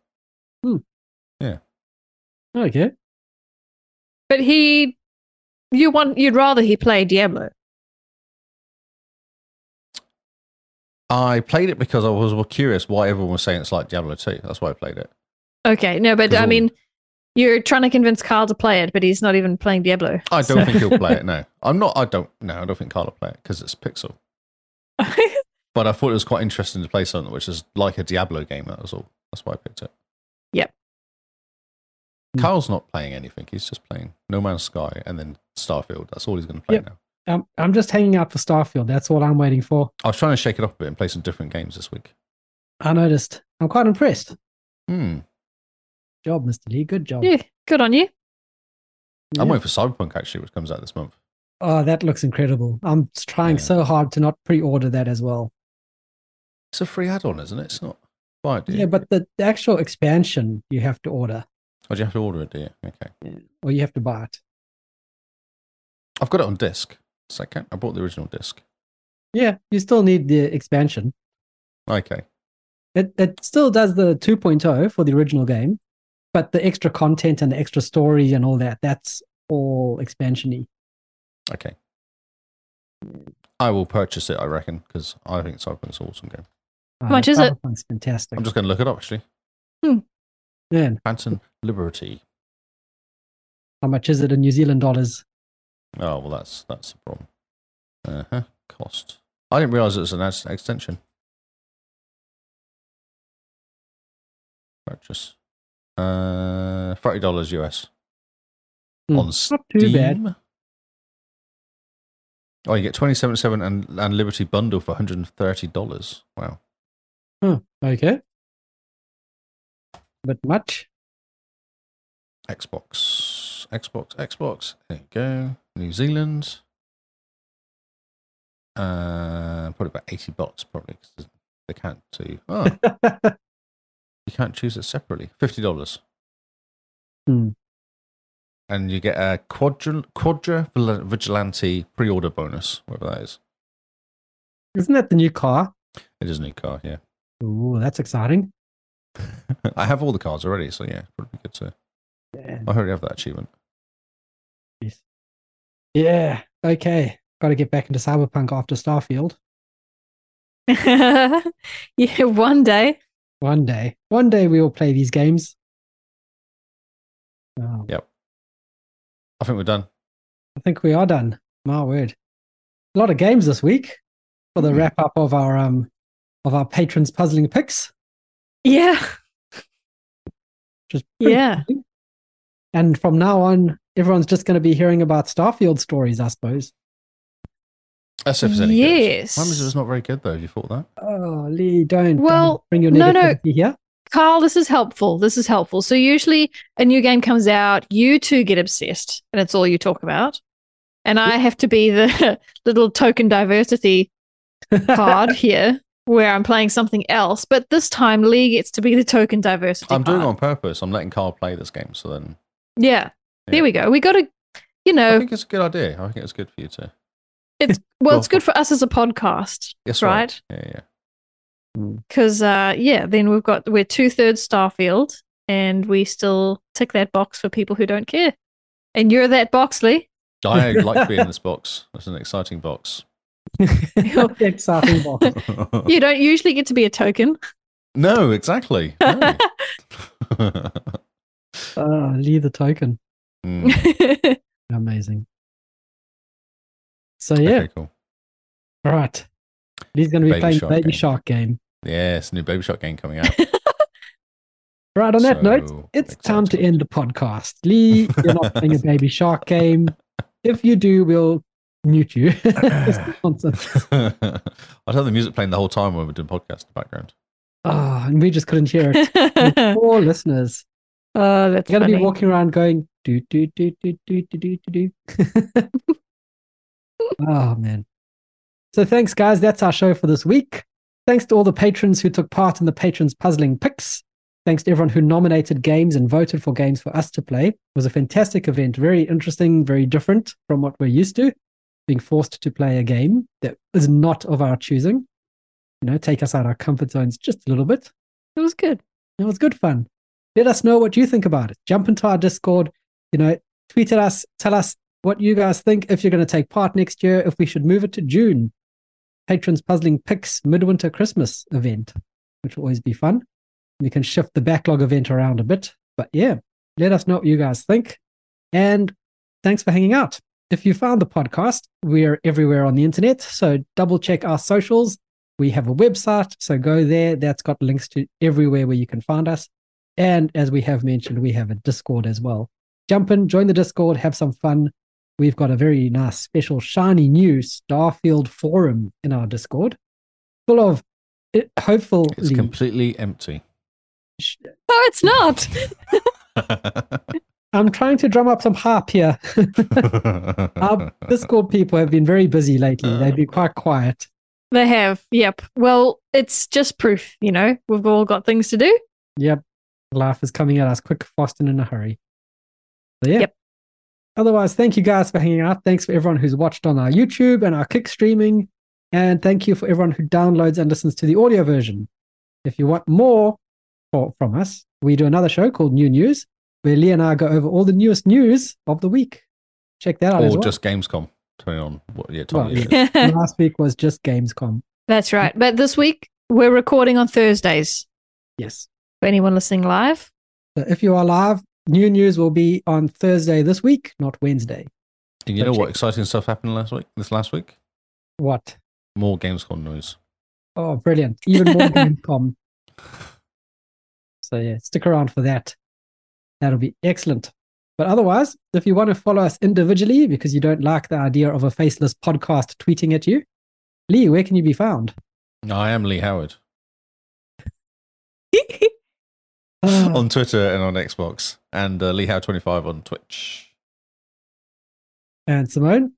[SPEAKER 2] game.
[SPEAKER 1] okay.
[SPEAKER 3] But he, you want you'd rather he play Diablo.
[SPEAKER 2] I played it because I was curious why everyone was saying it's like Diablo two. That's why I played it.
[SPEAKER 3] Okay, no, but
[SPEAKER 2] 'Cause
[SPEAKER 3] I
[SPEAKER 2] all-
[SPEAKER 3] mean, you're trying to convince Carl to play it, but he's not even playing Diablo.
[SPEAKER 2] I don't
[SPEAKER 3] So-
[SPEAKER 2] think he'll play it. No, I'm not. I don't. No, I don't think Carla will play it because it's pixel. But I thought it was quite interesting to play something which is like a Diablo game. That was all. That's why I picked it.
[SPEAKER 3] Yep.
[SPEAKER 1] Hmm.
[SPEAKER 2] Carl's not playing anything. He's just playing No Man's Sky and then Starfield. That's all he's going to play
[SPEAKER 1] Yep.
[SPEAKER 2] now.
[SPEAKER 1] Um, I'm just hanging out for Starfield. That's all I'm waiting for.
[SPEAKER 2] I was trying to shake it up a bit and play some different games this week.
[SPEAKER 1] I noticed. I'm quite impressed.
[SPEAKER 2] Hmm.
[SPEAKER 1] Job, Mr. Lee. Good job.
[SPEAKER 3] yeah, good on you.
[SPEAKER 1] Yeah.
[SPEAKER 2] I'm waiting for Cyberpunk actually, which comes out this month.
[SPEAKER 1] Oh, that looks incredible. I'm trying
[SPEAKER 2] Yeah.
[SPEAKER 1] so hard to not pre order that as well.
[SPEAKER 2] It's a free add-on, isn't it? It's not flight, do you?
[SPEAKER 1] Yeah, but the, the actual expansion you have to order
[SPEAKER 2] Or do you have to order it, do you? Okay.
[SPEAKER 1] or you have to buy it.
[SPEAKER 2] I've got it on disc. Does that count? I bought the original disc.
[SPEAKER 1] Yeah, you still need the expansion.
[SPEAKER 2] Okay.
[SPEAKER 1] It it still does the 2.0 for the original game, but the extra content and the extra story and all that, that's all expansiony.
[SPEAKER 2] Okay. I will purchase it, I reckon, because I think Cyberpunk's an awesome game.
[SPEAKER 1] How
[SPEAKER 3] much is it?
[SPEAKER 1] It's Uh, fantastic.
[SPEAKER 2] I'm just going to look it up, actually.
[SPEAKER 1] Man,
[SPEAKER 2] Phantom Liberty.
[SPEAKER 1] how much is it in New Zealand dollars?
[SPEAKER 2] Oh, well, that's that's the problem. Uh huh. Cost. I didn't realize it was an ex- extension. Purchase. Uh, $30 US.
[SPEAKER 1] Hmm.
[SPEAKER 2] On
[SPEAKER 1] Not
[SPEAKER 2] Steam.
[SPEAKER 1] too bad.
[SPEAKER 2] Oh, you get 2077 and, and Liberty Bundle for $130. Wow.
[SPEAKER 1] Huh, okay. But much.
[SPEAKER 2] Xbox, Xbox, Xbox. There you go. New Zealand. Uh, probably about eighty bucks, probably because they can't do. Oh, you can't choose it separately. Fifty dollars.
[SPEAKER 1] Hmm.
[SPEAKER 2] And you get a quadra quadra Vigil- vigilante pre-order bonus, whatever that is.
[SPEAKER 1] Isn't that the new car?
[SPEAKER 2] It is a new car, yeah.
[SPEAKER 1] Ooh, that's exciting.
[SPEAKER 2] I have all the cars already, so yeah, probably good to.
[SPEAKER 1] Yeah.
[SPEAKER 2] I already have that achievement.
[SPEAKER 1] Yeah. Okay. Got to get back into Cyberpunk after Starfield.
[SPEAKER 3] yeah, one day.
[SPEAKER 1] One day. One day we will play these games. Oh,
[SPEAKER 2] Yeah. I think we're done.
[SPEAKER 1] I think we are done. My word. A lot of games this week for the
[SPEAKER 3] Hmm.
[SPEAKER 2] Mhm.
[SPEAKER 1] wrap up of our um of our patrons puzzling picks.
[SPEAKER 3] Yeah.
[SPEAKER 1] Which is pretty
[SPEAKER 3] Yeah.
[SPEAKER 1] exciting. And from now on, everyone's just gonna be hearing about Starfield stories, I suppose.
[SPEAKER 2] That's if it's any good.
[SPEAKER 3] Yes.
[SPEAKER 2] Why was it not very good though? Have you thought that?
[SPEAKER 1] Oh Lee, don't
[SPEAKER 3] Well,
[SPEAKER 1] don't bring your
[SPEAKER 3] no, no.
[SPEAKER 1] negativity here.
[SPEAKER 3] Carl, this is helpful. This is helpful. So usually a new game comes out, you two get obsessed, and it's all you talk about. And I have to be the little token diversity card here where I'm playing something else. But this time Lee gets to be the token diversity
[SPEAKER 2] I'm doing it
[SPEAKER 3] card.
[SPEAKER 2] on purpose. I'm letting Carl play this game, so then
[SPEAKER 3] Yeah.
[SPEAKER 2] Yeah.
[SPEAKER 3] There we go. We gotta
[SPEAKER 1] Oh.
[SPEAKER 2] I
[SPEAKER 3] you know,
[SPEAKER 2] think it's a good idea. I think it's good for you to.
[SPEAKER 3] well
[SPEAKER 2] go
[SPEAKER 3] it's good for us as a podcast.
[SPEAKER 2] Yes,
[SPEAKER 3] right?
[SPEAKER 2] Yeah, yeah.
[SPEAKER 3] Because uh, yeah, then we've got we're two thirds Starfield, and we still tick that box for people who don't care. And you're that box, Lee.
[SPEAKER 2] I like to be in this box. It's an exciting box.
[SPEAKER 1] Exciting box.
[SPEAKER 3] You don't usually get to be a token.
[SPEAKER 2] no, exactly. No.
[SPEAKER 1] Oh, Lee the token.
[SPEAKER 3] Oh,
[SPEAKER 2] Mm,
[SPEAKER 1] Amazing. So yeah.
[SPEAKER 2] Okay, cool.
[SPEAKER 1] All right. He's going to be
[SPEAKER 2] Baby
[SPEAKER 1] playing
[SPEAKER 2] Shark
[SPEAKER 1] Baby
[SPEAKER 2] game.
[SPEAKER 1] Shark game.
[SPEAKER 2] Yeah, it's a new Baby Shark game coming out.
[SPEAKER 1] Right. On that note,
[SPEAKER 2] So
[SPEAKER 1] it's time to
[SPEAKER 2] exciting.
[SPEAKER 1] end the podcast. Lee, you're not playing a Baby Shark game. If you do, we'll mute you. It's nonsense.
[SPEAKER 2] I'd have the music playing the whole time when we're doing podcast in the background.
[SPEAKER 1] oh, and we just couldn't hear it.
[SPEAKER 3] oh,
[SPEAKER 1] Poor listeners.
[SPEAKER 3] that's
[SPEAKER 1] You're going to
[SPEAKER 3] funny.
[SPEAKER 1] be walking around going, do, do, do, do, do, do, do, do, do. oh, man. So thanks, guys. That's our show for this week. Thanks to all the patrons who took part in the patrons puzzling picks. Thanks to everyone who nominated games and voted for games for us to play. It was a fantastic event, very interesting, very different from what we're used to. Being forced to play a game that is not of our choosing, you know, take us out of our comfort zones just a little bit.
[SPEAKER 3] It was good.
[SPEAKER 1] It was good fun. Let us know what you think about it. Jump into our Discord, you know, tweet at us, tell us what you guys think if you're going to take part next year, if we should move it to June. Patrons Puzzling Picks Midwinter Christmas event, which will always be fun. We can shift the backlog event around a bit. But yeah, let us know what you guys think. And thanks for hanging out. If you found the podcast, we're everywhere on the internet. So double check our socials we have a website, so go there. That's got links to everywhere where you can find us. And as we have mentioned, we have a Discord as well. Jump in, join the Discord, have some fun. We've got a very nice, special, shiny new Starfield forum in our Discord, full of it, hopefully
[SPEAKER 2] It's completely empty.
[SPEAKER 3] Oh, it's not.
[SPEAKER 1] I'm trying to drum up some hype here.
[SPEAKER 2] Uh-huh. Uh-huh.
[SPEAKER 1] Our Discord people have been very busy lately. They've been quite quiet.
[SPEAKER 3] They have. Yep. Well, it's just proof, you know. We've all got things to do.
[SPEAKER 1] Yep. Life is coming at us quick, fast, and in a hurry. So, yeah.
[SPEAKER 3] Yep.
[SPEAKER 1] Otherwise, thank you guys for hanging out. Thanks for everyone who's watched on our YouTube and our Kick streaming. And thank you for everyone who downloads and listens to the audio version. If you want more for, from us, we do another show called New News, where Lee and I go over all the newest news of the week. Check that out. as
[SPEAKER 2] or
[SPEAKER 1] well.
[SPEAKER 2] just Gamescom. Depending on what yeah, time
[SPEAKER 1] Well,
[SPEAKER 2] it is.
[SPEAKER 1] last week was just Gamescom.
[SPEAKER 3] That's right. But this week we're recording on Thursdays.
[SPEAKER 1] Yes.
[SPEAKER 3] For anyone listening live,
[SPEAKER 1] So if you are live, new news will be on Thursday this week, not Wednesday.
[SPEAKER 2] And you know
[SPEAKER 1] Go
[SPEAKER 2] what
[SPEAKER 1] check.
[SPEAKER 2] exciting stuff happened last week? This last week?
[SPEAKER 1] What?
[SPEAKER 2] More Gamescom news.
[SPEAKER 1] Oh, brilliant. Even more Gamescom. So, yeah, stick around for that. That'll be excellent. But otherwise, if you want to follow us individually because you don't like the idea of a faceless podcast tweeting at you, Lee, where can you be found?
[SPEAKER 2] I am Lee Howard
[SPEAKER 1] Ah,
[SPEAKER 2] on Twitter and on Xbox, and uh, Lee Howard 25 on Twitch.
[SPEAKER 1] and Simone,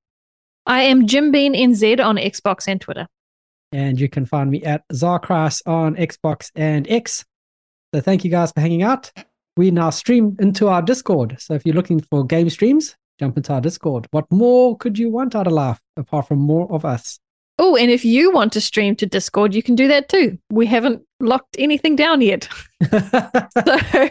[SPEAKER 3] I am Jim Bean NZ on Xbox and Twitter.
[SPEAKER 1] and you can find me at Zarkras on Xbox and X. So thank you guys for hanging out. We now stream into our Discord. So if you're looking for game streams, jump into our Discord. What more could you want out of life apart from more of us?
[SPEAKER 3] Oh, and if you want to stream to Discord, you can do that too. We haven't locked anything down yet. Um, So,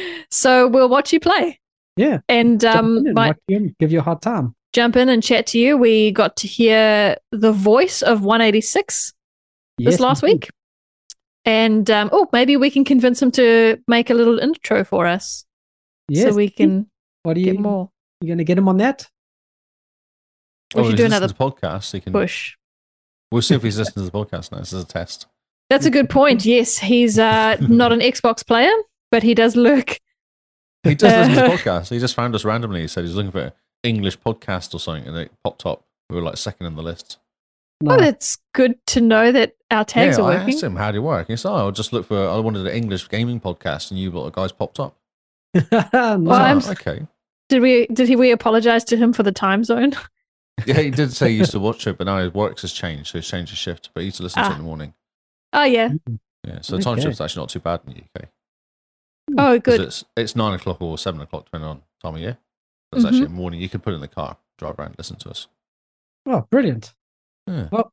[SPEAKER 3] so we'll watch you play.
[SPEAKER 1] Yeah.
[SPEAKER 3] And um,
[SPEAKER 1] Jump in and
[SPEAKER 3] my,
[SPEAKER 1] watch him, give you a hard time.
[SPEAKER 3] jump in and chat to you. We got to hear the voice of 186 this
[SPEAKER 1] Yes,
[SPEAKER 3] last
[SPEAKER 1] indeed.
[SPEAKER 3] week. And um, oh, maybe we can convince him to make a little intro for us
[SPEAKER 1] Yes.
[SPEAKER 3] so we can
[SPEAKER 1] what are you,
[SPEAKER 3] get more
[SPEAKER 1] you going to get him on that?
[SPEAKER 3] We
[SPEAKER 2] Oh,
[SPEAKER 3] should
[SPEAKER 2] he's
[SPEAKER 3] do
[SPEAKER 2] listening
[SPEAKER 3] another
[SPEAKER 2] to the podcast. He can,
[SPEAKER 3] push.
[SPEAKER 2] We'll see if he's listening to the podcast now. This is a test.
[SPEAKER 3] That's a good
[SPEAKER 2] Mm-hmm.
[SPEAKER 3] point. Yes, he's uh, not an Xbox player, but he does look.
[SPEAKER 2] He does listen to the
[SPEAKER 3] Uh.
[SPEAKER 2] podcast. He just found us randomly. He said he's looking for an English podcast or something, and it popped up. We were like second on the list.
[SPEAKER 1] No.
[SPEAKER 3] Oh, that's good to know that our tags
[SPEAKER 2] yeah,
[SPEAKER 3] are
[SPEAKER 2] I
[SPEAKER 3] working.
[SPEAKER 2] asked him, how do you work? He said, oh, I just look for, I wanted an English gaming podcast, and you lot of guys popped up.
[SPEAKER 1] No.
[SPEAKER 3] Well,
[SPEAKER 2] I
[SPEAKER 3] I'm-
[SPEAKER 2] was like, "Oh, okay.
[SPEAKER 3] Did we? Did he? We apologize to him for the time zone.
[SPEAKER 2] Yeah, he did say he used to watch it, but now his works has changed, so he's changed his shift. But he used to listen to it
[SPEAKER 3] Ah.
[SPEAKER 2] in the morning.
[SPEAKER 3] Oh yeah.
[SPEAKER 2] Yeah, so the time
[SPEAKER 1] Okay.
[SPEAKER 2] shift's actually not too bad in the UK.
[SPEAKER 3] Oh
[SPEAKER 2] 'Cause
[SPEAKER 3] good.
[SPEAKER 2] It's, it's nine o'clock or seven o'clock, depending on time of year. That's actually in the morning. You could put it in the car, drive around, listen to us.
[SPEAKER 1] oh, brilliant.
[SPEAKER 2] Yeah.
[SPEAKER 1] Well,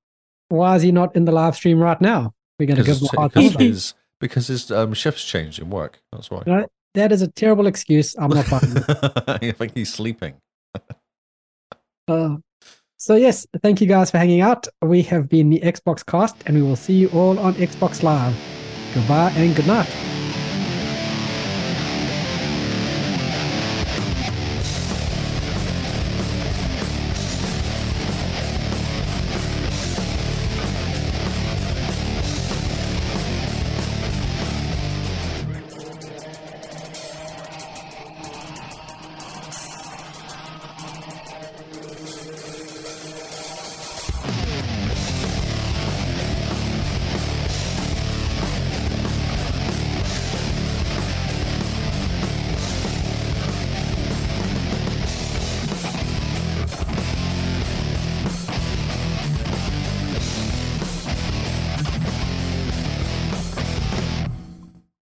[SPEAKER 1] why is he not in the live stream right now? We're going to give
[SPEAKER 2] Because,
[SPEAKER 1] him
[SPEAKER 2] it's-
[SPEAKER 1] a hard
[SPEAKER 2] because
[SPEAKER 1] time.
[SPEAKER 2] his, because his um, shift's changed in work. That's why.
[SPEAKER 1] No, That is a terrible excuse. I'm not buying it.
[SPEAKER 2] I think he's sleeping.
[SPEAKER 1] Uh, so, yes, thank you guys for hanging out. We have been the Xbox cast, and we will see you all on Xbox Live. Goodbye and good night.